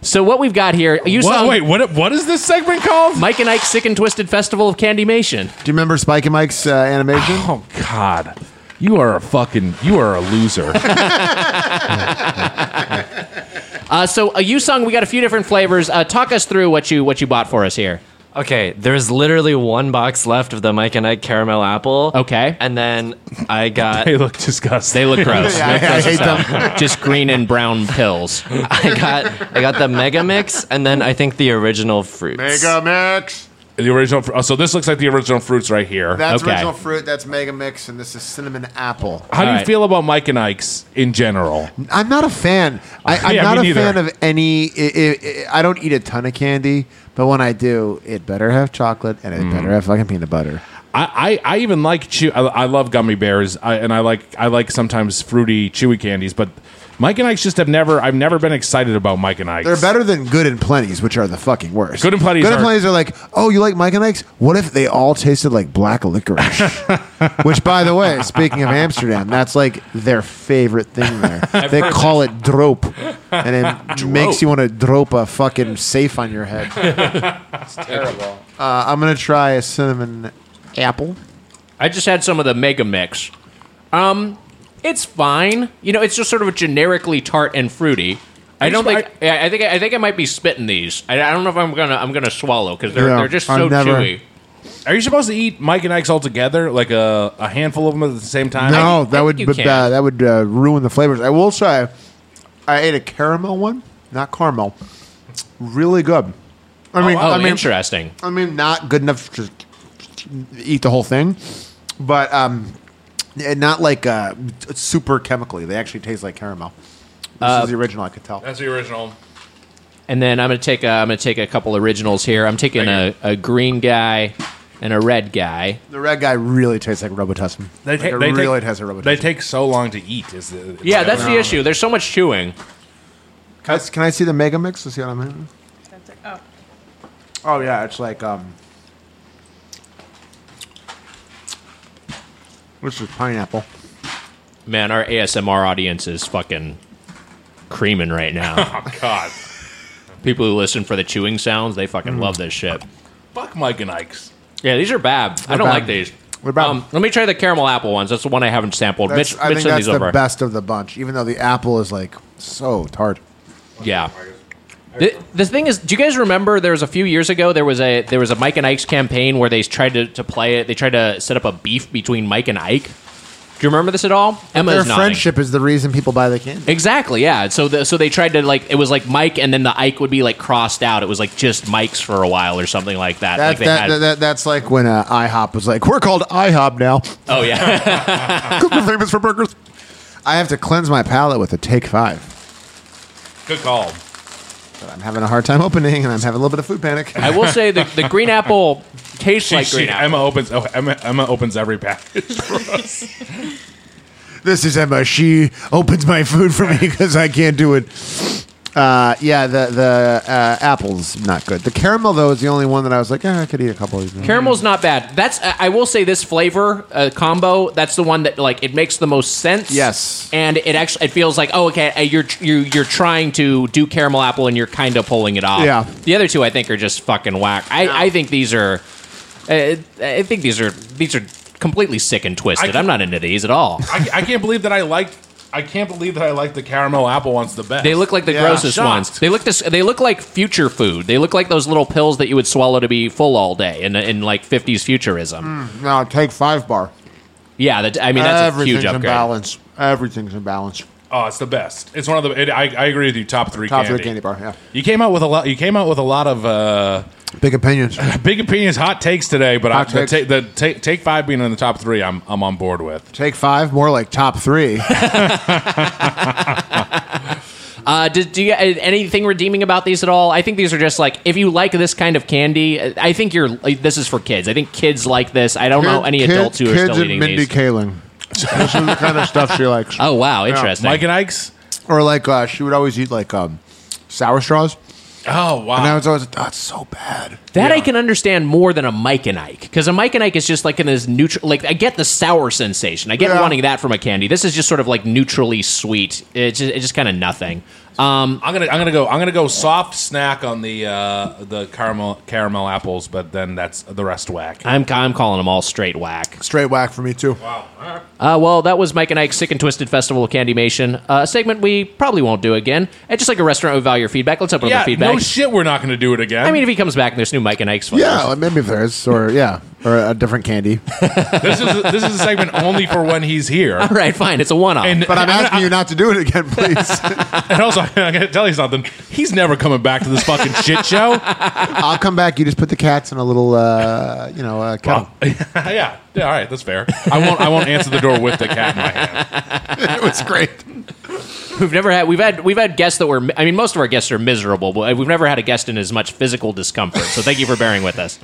Speaker 2: So what we've got here, you
Speaker 4: What-
Speaker 2: saw.
Speaker 4: wait, what? What is this segment
Speaker 2: [LAUGHS]
Speaker 4: called?
Speaker 2: Mike and Ike's Sick and Twisted Festival of Candymation.
Speaker 7: Do you remember Spike and Mike's uh, animation?
Speaker 4: Oh God, you are a fucking you are
Speaker 2: [LAUGHS]
Speaker 4: a loser.
Speaker 2: Uh, so a you song, we got a few different flavors. Uh, talk us through what you what you bought for us here.
Speaker 6: Okay, there's literally one box left of the Mike and Ike caramel apple. Okay. And then I
Speaker 2: [LAUGHS]
Speaker 6: got.
Speaker 4: they look disgusting.
Speaker 6: They
Speaker 2: look gross.
Speaker 6: [LAUGHS] yeah,
Speaker 2: Look
Speaker 6: I,
Speaker 2: gross
Speaker 6: hate
Speaker 2: as hell. [LAUGHS]
Speaker 6: them.
Speaker 2: Just green and brown
Speaker 6: [LAUGHS]
Speaker 2: pills.
Speaker 6: I got I got the Mega Mix and then I think the original fruits.
Speaker 7: Mega Mix.
Speaker 4: The original. fr- Oh, so this looks like the original fruits right here.
Speaker 7: That's original fruit. That's Mega Mix, and this is cinnamon apple.
Speaker 4: How do you feel about Mike and Ike's in general?
Speaker 7: I'm not a fan. I, I'm
Speaker 4: Oh, Yeah,
Speaker 7: not a
Speaker 4: me neither.
Speaker 7: fan of any. I, I, I don't eat a ton of candy, but when I do, it better have chocolate and it
Speaker 4: Mm.
Speaker 7: better have fucking peanut butter.
Speaker 4: I, I, I even like chew. I, I love gummy bears, I, and I like I like sometimes fruity, chewy candies. But Mike and Ike's just have never. I've never been excited about Mike and Ike's.
Speaker 7: They're better than Good and Plenty's, which are the fucking worst.
Speaker 4: Good and Plenty's
Speaker 7: Good and
Speaker 4: are-
Speaker 7: Plenty's are like, oh, you like Mike and Ike's? What if they all tasted like
Speaker 4: [LAUGHS]
Speaker 7: black licorice? which, by the way, speaking of Amsterdam, that's like their favorite
Speaker 4: [LAUGHS]
Speaker 7: thing there.
Speaker 11: I've
Speaker 7: they
Speaker 11: heard
Speaker 7: call it drope, and it makes
Speaker 11: Droop.
Speaker 7: you want to drope a fucking safe on your head.
Speaker 2: it's
Speaker 7: terrible. Uh, I'm gonna try a cinnamon apple.
Speaker 2: I just had some of the Mega Mix. Um, it's fine. You know, it's just sort of generically tart and fruity. I don't think. I, I think. I think I might be spitting these. I, I don't know if I'm gonna. I'm gonna swallow because they're
Speaker 4: Yeah,
Speaker 2: they're just
Speaker 4: I've
Speaker 2: so
Speaker 4: never-
Speaker 2: chewy.
Speaker 4: Are you supposed to eat Mike and Ike's all together, like a, a handful of them at the same time?
Speaker 7: No, that would, be- uh, that would uh, ruin the flavors. I will say, I ate a caramel one, not caramel. Really good. I mean,
Speaker 2: oh, oh,
Speaker 7: I mean,
Speaker 2: interesting.
Speaker 7: I mean, not good enough to eat the whole thing, but um, and not like uh, super chemically. They actually taste like caramel. This
Speaker 2: Uh,
Speaker 7: is the original. I could tell.
Speaker 4: That's the original.
Speaker 2: And then I'm gonna take. A, I'm gonna take a couple originals here. I'm taking a, a green guy and a red guy.
Speaker 7: The red guy really tastes like Robitussin.
Speaker 4: They,
Speaker 7: Like,
Speaker 4: ta-
Speaker 7: it
Speaker 4: they
Speaker 7: really
Speaker 4: take,
Speaker 7: tastes like Robitussin.
Speaker 4: They take so long to eat. Is the, it's
Speaker 2: Yeah,
Speaker 4: like-
Speaker 2: that's the issue. There's so much chewing.
Speaker 7: Can I, can I see the mega mix to see what I'm having? Oh yeah, it's like um, which is pineapple.
Speaker 2: Man, our ASMR audience is fucking creaming right now.
Speaker 4: [LAUGHS] Oh God!
Speaker 2: People who listen for the chewing sounds, they fucking
Speaker 4: Mm.
Speaker 2: love this shit.
Speaker 4: Fuck Mike and Ike's.
Speaker 2: Yeah, these are bad. I
Speaker 4: They're
Speaker 2: don't
Speaker 4: bad.
Speaker 2: like these.
Speaker 7: What about?
Speaker 2: Um, let me try the caramel apple ones. That's the one I haven't sampled.
Speaker 7: That's-
Speaker 2: Mitch,
Speaker 7: I
Speaker 2: Mitch
Speaker 7: think
Speaker 2: sent
Speaker 7: that's
Speaker 2: these
Speaker 7: the
Speaker 2: over.
Speaker 7: best of the bunch, even though the apple is like so tart.
Speaker 2: Yeah. The, the thing is, do you guys remember there was a few years ago there was a there was a Mike and Ike's campaign where they tried to, to play it. They tried to set up a beef between Mike and Ike. Do you remember this at all? Emma
Speaker 7: Their
Speaker 2: is nodding.
Speaker 7: friendship is the reason people buy the candy.
Speaker 2: Exactly. Yeah. So the, so they tried to like it was like Mike and then the Ike would be like crossed out. It was like just Mike's for a while or something like that.
Speaker 7: That,
Speaker 2: like they
Speaker 7: that,
Speaker 2: had,
Speaker 7: that, that- that's like when uh, IHOP was like, "We're called IHOP now." [LAUGHS]
Speaker 2: oh yeah. [LAUGHS]
Speaker 7: We're famous for burgers. I have to cleanse my palate with a take five.
Speaker 4: Good call.
Speaker 7: But I'm having a hard time opening, and I'm having a little bit of food panic. [LAUGHS]
Speaker 2: I will say the the green apple tastes
Speaker 4: She-
Speaker 2: like
Speaker 4: she-
Speaker 2: green apple.
Speaker 4: Emma opens. Oh, Emma, Emma opens every [LAUGHS] package. for us.
Speaker 7: this is Emma. She opens my food for me [LAUGHS] because I can't do it. Uh, yeah, the the uh, apples not good. The caramel though is the only one that I was like, eh, I could eat a couple of these.
Speaker 2: Caramel's not bad. That's I I will say this flavor uh, combo. That's the one that like it makes the most sense.
Speaker 7: Yes.
Speaker 2: and it actually it feels like oh okay uh, you're you you're trying to do caramel apple and you're kind of pulling it off.
Speaker 7: Yeah.
Speaker 2: The other two I think are just fucking whack. I I think these are. Uh, I think these are these are completely sick and twisted.
Speaker 4: can-
Speaker 2: I'm not into these at
Speaker 7: [LAUGHS]
Speaker 2: all.
Speaker 4: I, I can't believe that I liked. I can't believe that I liked the caramel apple ones the best.
Speaker 2: They look like the
Speaker 4: Yeah.
Speaker 2: grossest
Speaker 4: Shocked.
Speaker 2: ones. They look this. They look like future food. They look like those little pills that you would swallow to be full all day in in like 50s futurism.
Speaker 7: Mm, no, take five bar.
Speaker 2: Yeah, that, I mean that's a huge
Speaker 7: Everything's in
Speaker 2: upgrade.
Speaker 7: balance. Everything's in balance.
Speaker 4: Oh, it's the best. It's one of the. It, I, I agree with you. Top three.
Speaker 7: Top
Speaker 4: candy.
Speaker 7: three candy bar. Yeah.
Speaker 4: You came out with a lot. You came out with a lot of uh,
Speaker 7: Big opinions.
Speaker 4: big opinions, hot takes today. But I,
Speaker 7: Hot
Speaker 4: the,
Speaker 7: takes.
Speaker 4: take, the take, take five being in the top three, I'm I'm on board with.
Speaker 7: [CLEARS THROAT] Take five, more like
Speaker 2: [LAUGHS]
Speaker 7: top three.
Speaker 2: Uh, do, do you uh, anything redeeming about these at all? I think these are just like if you like this kind of candy, uh, I think you're. Like, this is for kids. I think kids like this. I don't know
Speaker 7: Kid-
Speaker 2: any
Speaker 7: kid-
Speaker 2: adults who are
Speaker 7: kids
Speaker 2: still
Speaker 7: and
Speaker 2: eating
Speaker 7: Mindy
Speaker 2: these.
Speaker 7: Kaling. this is the kind of stuff she likes.
Speaker 2: [LAUGHS] Oh wow, interesting.
Speaker 4: Mike and Ike's,
Speaker 7: or like uh, she would always eat like um, sour straws.
Speaker 4: Oh wow!
Speaker 7: And
Speaker 2: Ah.
Speaker 7: I was always like, that's so bad.
Speaker 2: That I can understand more than a Mike and Ike because a Mike and Ike is just like in this neutral. Like I get the sour sensation. I get
Speaker 4: Yeah.
Speaker 2: wanting that from a candy. This is just sort of like neutrally sweet. It's just, it's just kind of nothing. Um,
Speaker 4: I'm gonna I'm gonna go I'm gonna go soft snack on the uh, the caramel caramel apples, but then that's the rest whack.
Speaker 2: I'm I'm calling them all straight whack.
Speaker 7: Straight whack for me too.
Speaker 4: Wow.
Speaker 2: Uh, well, that was Mike and Ike's Sick and Twisted Festival of Candymation, uh, a segment we probably won't do again. And just like a restaurant, we value your feedback. Let's open up
Speaker 4: Yeah,
Speaker 2: the feedback.
Speaker 4: no shit, we're not gonna do it
Speaker 2: [LAUGHS]
Speaker 4: again.
Speaker 2: I mean, if he comes back and there's new Mike and Ike's, flavors.
Speaker 7: Yeah, maybe there's or yeah, or a different candy.
Speaker 4: this is this is a segment only for when he's here.
Speaker 7: [LAUGHS] All right, fine. It's a one-off.
Speaker 2: [LAUGHS]
Speaker 7: But I'm asking you not to do it again, please.
Speaker 4: and also, [LAUGHS] I'm gonna tell you something. He's never coming back to this fucking shit
Speaker 7: [LAUGHS]
Speaker 4: show.
Speaker 7: I'll come back. You just put the cats in a little, uh, you know, uh, kettle.
Speaker 4: yeah, yeah. All right, that's fair. I won't. I won't answer the door with the cat in my hand.
Speaker 7: [LAUGHS] it was great.
Speaker 2: We've never had we've had we've had guests that were I mean most of our guests are miserable, but we've never had a guest in as much physical discomfort. So thank you for bearing with us.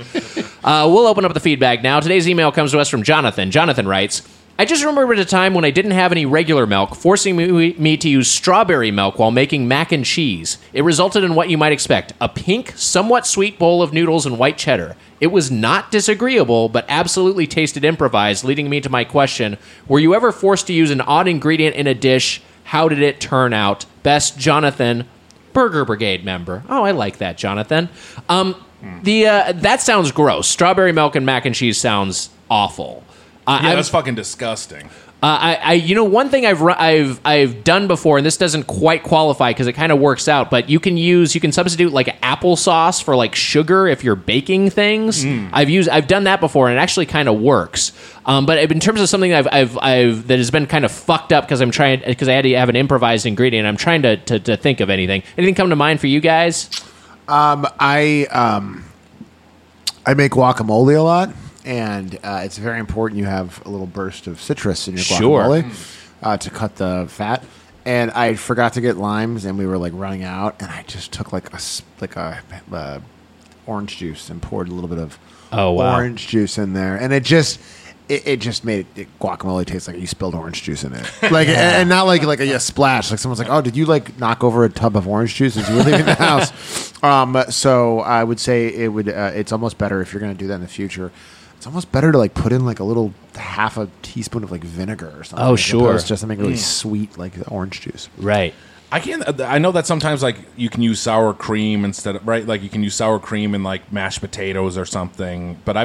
Speaker 2: Uh, we'll open up the feedback now. Today's email comes to us from Jonathan. Jonathan writes. I just remembered a time when I didn't have any regular milk, forcing me, me to use strawberry milk while making mac and cheese. It resulted in what you might expect a pink, somewhat sweet bowl of noodles and white cheddar. It was not disagreeable, but absolutely tasted improvised, leading me to my question Were you ever forced to use an odd ingredient in a dish how did it turn out? Best Jonathan, Burger Brigade member. Oh, I like that, Jonathan. Um, the uh, that sounds gross. Strawberry milk and mac and cheese sounds awful. Uh,
Speaker 4: yeah,
Speaker 2: I-
Speaker 4: that's fucking disgusting.
Speaker 2: uh, I, I, you know, one thing I've ru- I've I've done before, and this doesn't quite qualify because it kind of works out. But you can use you can substitute like applesauce for like sugar if you're baking things.
Speaker 12: Mm.
Speaker 2: I've used I've done that before, and it actually kind of works. Um, but in terms of something I've I've, I've that has been kind of fucked up because I'm trying because I had to have an improvised ingredient. I'm trying to, to to think of anything. Anything come to mind for you guys?
Speaker 7: Um, I um, I make guacamole a lot, and uh, it's very important you have a little burst of citrus in your
Speaker 2: Sure.
Speaker 7: guacamole uh, to cut the fat. And I forgot to get limes, and we were like running out, and I just took like a s- like a uh, orange juice and poured a little bit of
Speaker 2: Oh, wow.
Speaker 7: orange juice in there, and it just. It, it just made it, it- guacamole taste like you spilled orange
Speaker 2: [LAUGHS]
Speaker 7: juice in it, like and, and not like like a, a splash. Like someone's like, "Oh, did you like knock over a tub of orange juice as you were leaving
Speaker 2: [LAUGHS]
Speaker 7: the house?" Um, so I would say it would. Uh, it's almost better if you're going to do that in the future. It's almost better to like put in like a little half a teaspoon of like vinegar or something.
Speaker 2: Oh,
Speaker 7: like,
Speaker 2: sure.
Speaker 7: opposed to just something really
Speaker 4: Mm.
Speaker 7: sweet like the orange juice.
Speaker 2: Right.
Speaker 4: I can't. uh, I know that sometimes like you can use sour cream instead of right. Like you can use sour cream and like mashed potatoes or something. But I,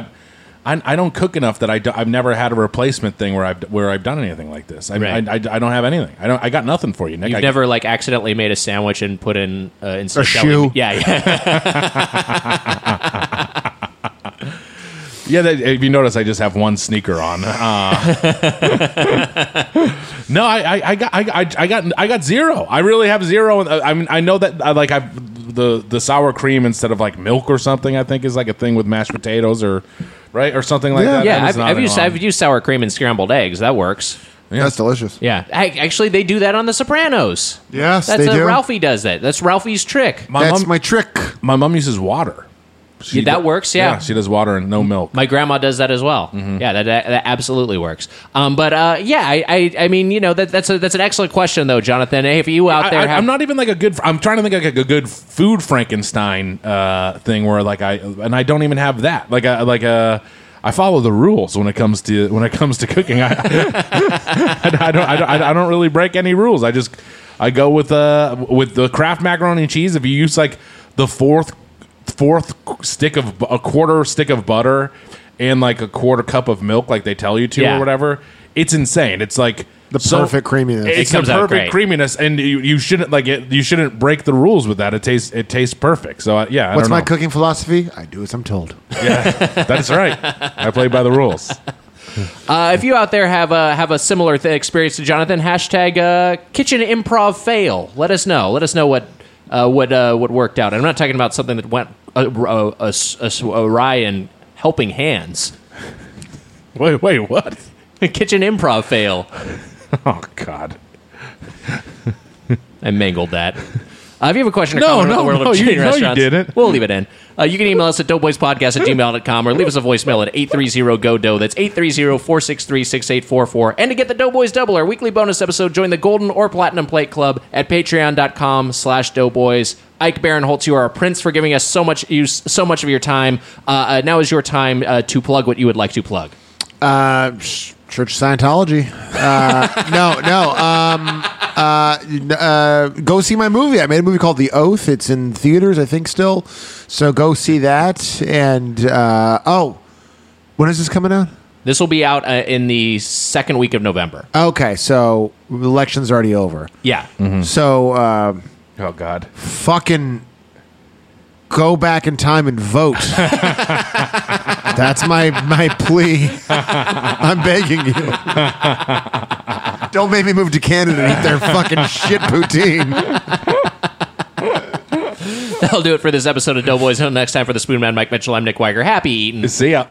Speaker 4: I, I don't cook enough that I do, I've never had a replacement thing where I've where I've done anything like this. I
Speaker 2: Right.
Speaker 4: I, I, I don't have anything. I don't. I got nothing for you, Nick.
Speaker 2: You've
Speaker 4: I,
Speaker 2: never like accidentally made a sandwich and put in uh, instead of
Speaker 4: A
Speaker 2: deli-
Speaker 4: shoe.
Speaker 2: Yeah, yeah.
Speaker 4: Yeah, that, if you notice, I just have one sneaker on. Uh, [LAUGHS] no, I, I, I got, I, I- I got, I got zero. I really have zero. Uh, I mean, I know that, uh, like, I've the the sour cream instead of like milk or something. I think is like a thing with mashed potatoes or, right, or something like [LAUGHS] that.
Speaker 2: Yeah,
Speaker 4: That
Speaker 2: I've,
Speaker 4: is not
Speaker 2: I've
Speaker 4: an
Speaker 2: used
Speaker 4: on-
Speaker 2: I've used sour cream and scrambled eggs. That works.
Speaker 7: That's delicious.
Speaker 2: Yeah, I, actually, they do that on The Sopranos.
Speaker 7: Yes,
Speaker 2: that's
Speaker 7: they
Speaker 2: a-
Speaker 7: do.
Speaker 2: Ralphie does that. That's Ralphie's trick.
Speaker 4: mom- My mom uses water.
Speaker 2: Yeah, that
Speaker 4: do-
Speaker 2: works, yeah.
Speaker 4: she does water and no milk.
Speaker 2: My grandma does that as well.
Speaker 4: Mm-hmm.
Speaker 2: Yeah, that, that, that absolutely works. Um, but uh, yeah, I, I I mean, you know, that that's a, that's an excellent question though, Jonathan. Hey, if you out there
Speaker 4: I,
Speaker 2: have
Speaker 4: am not even like a good. I'm trying to think like a good food Frankenstein uh, thing where like I and I don't even have that. Like I like a. I follow the rules when it comes to when it comes to cooking. [LAUGHS] I, I, don't, I don't I don't really break any rules. I just I go with uh with the Kraft macaroni and cheese. If you use like the fourth fourth stick of bu- a quarter stick of butter and like a quarter cup of milk, like they tell you to
Speaker 7: Yeah.
Speaker 4: or whatever, it's insane. It's like
Speaker 7: The perfect creaminess. It
Speaker 4: It's
Speaker 7: comes
Speaker 4: the
Speaker 7: out
Speaker 4: perfect
Speaker 7: great.
Speaker 4: creaminess, and you, you shouldn't like it. You shouldn't break the rules with that. It tastes it tastes perfect. So uh, yeah, I
Speaker 7: What's
Speaker 4: don't
Speaker 7: my
Speaker 4: know.
Speaker 7: cooking philosophy? I do as I'm told.
Speaker 4: yeah, that's right. I play by the rules.
Speaker 2: Uh, if you out there have a have a similar th- experience to Jonathan, hashtag uh, kitchen improv fail. Let us know. Let us know what uh, what uh, what worked out. I'm not talking about something that went uh, uh, uh, uh, awry in helping hands. [LAUGHS]
Speaker 4: Wait, wait, what?
Speaker 2: kitchen improv fail.
Speaker 4: [LAUGHS] Oh God,
Speaker 2: I mangled that. Uh, if you have a question or
Speaker 4: No,
Speaker 2: comment about
Speaker 4: no,
Speaker 2: the world
Speaker 4: no,
Speaker 2: of
Speaker 4: you-
Speaker 2: chain
Speaker 4: no, you
Speaker 2: restaurants,
Speaker 4: didn't.
Speaker 2: we'll leave it in. Uh, you can email us at doughboyspodcast at gmail.com or leave us a voicemail at 830-GO-DOUGH. That's 830-463-6844. And to get the Doughboys Double, our weekly bonus episode, join the Golden or Platinum Plate Club at patreon.com slash doughboys. Ike Barinholtz, you are a prince for giving us so much use, so much of your time. Uh, uh, now is your time uh, to plug what you would like to plug.
Speaker 7: [LAUGHS] Uh, sh- Church of Scientology. Uh, no, no. Um, uh, n- uh, go see my movie. I made a movie called The Oath. It's in theaters, I think, still. So go see that. And uh, oh, when is this coming out?
Speaker 2: This will be out uh, in the second week of November.
Speaker 7: Okay, so election's already over.
Speaker 2: Yeah.
Speaker 7: So. um
Speaker 4: oh God.
Speaker 7: Fucking go back in time and vote. That's my my plea. I'm begging you. Don't make me move to Canada and eat their fucking shit poutine.
Speaker 2: That'll do it for this episode of Doughboys. Until next time, for the Spoon Man, Mike Mitchell, I'm Nick Weiger. Happy eating.
Speaker 4: See ya.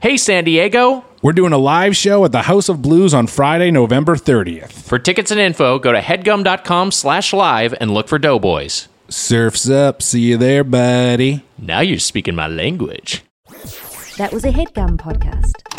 Speaker 2: Hey, San Diego.
Speaker 4: We're doing a live show at the House of Blues on Friday, November 30th.
Speaker 2: For tickets and info, go to headgum.com slash live and look for Doughboys.
Speaker 4: Surf's up. See you there, buddy.
Speaker 2: Now you're speaking my language.
Speaker 13: That was a headgum podcast.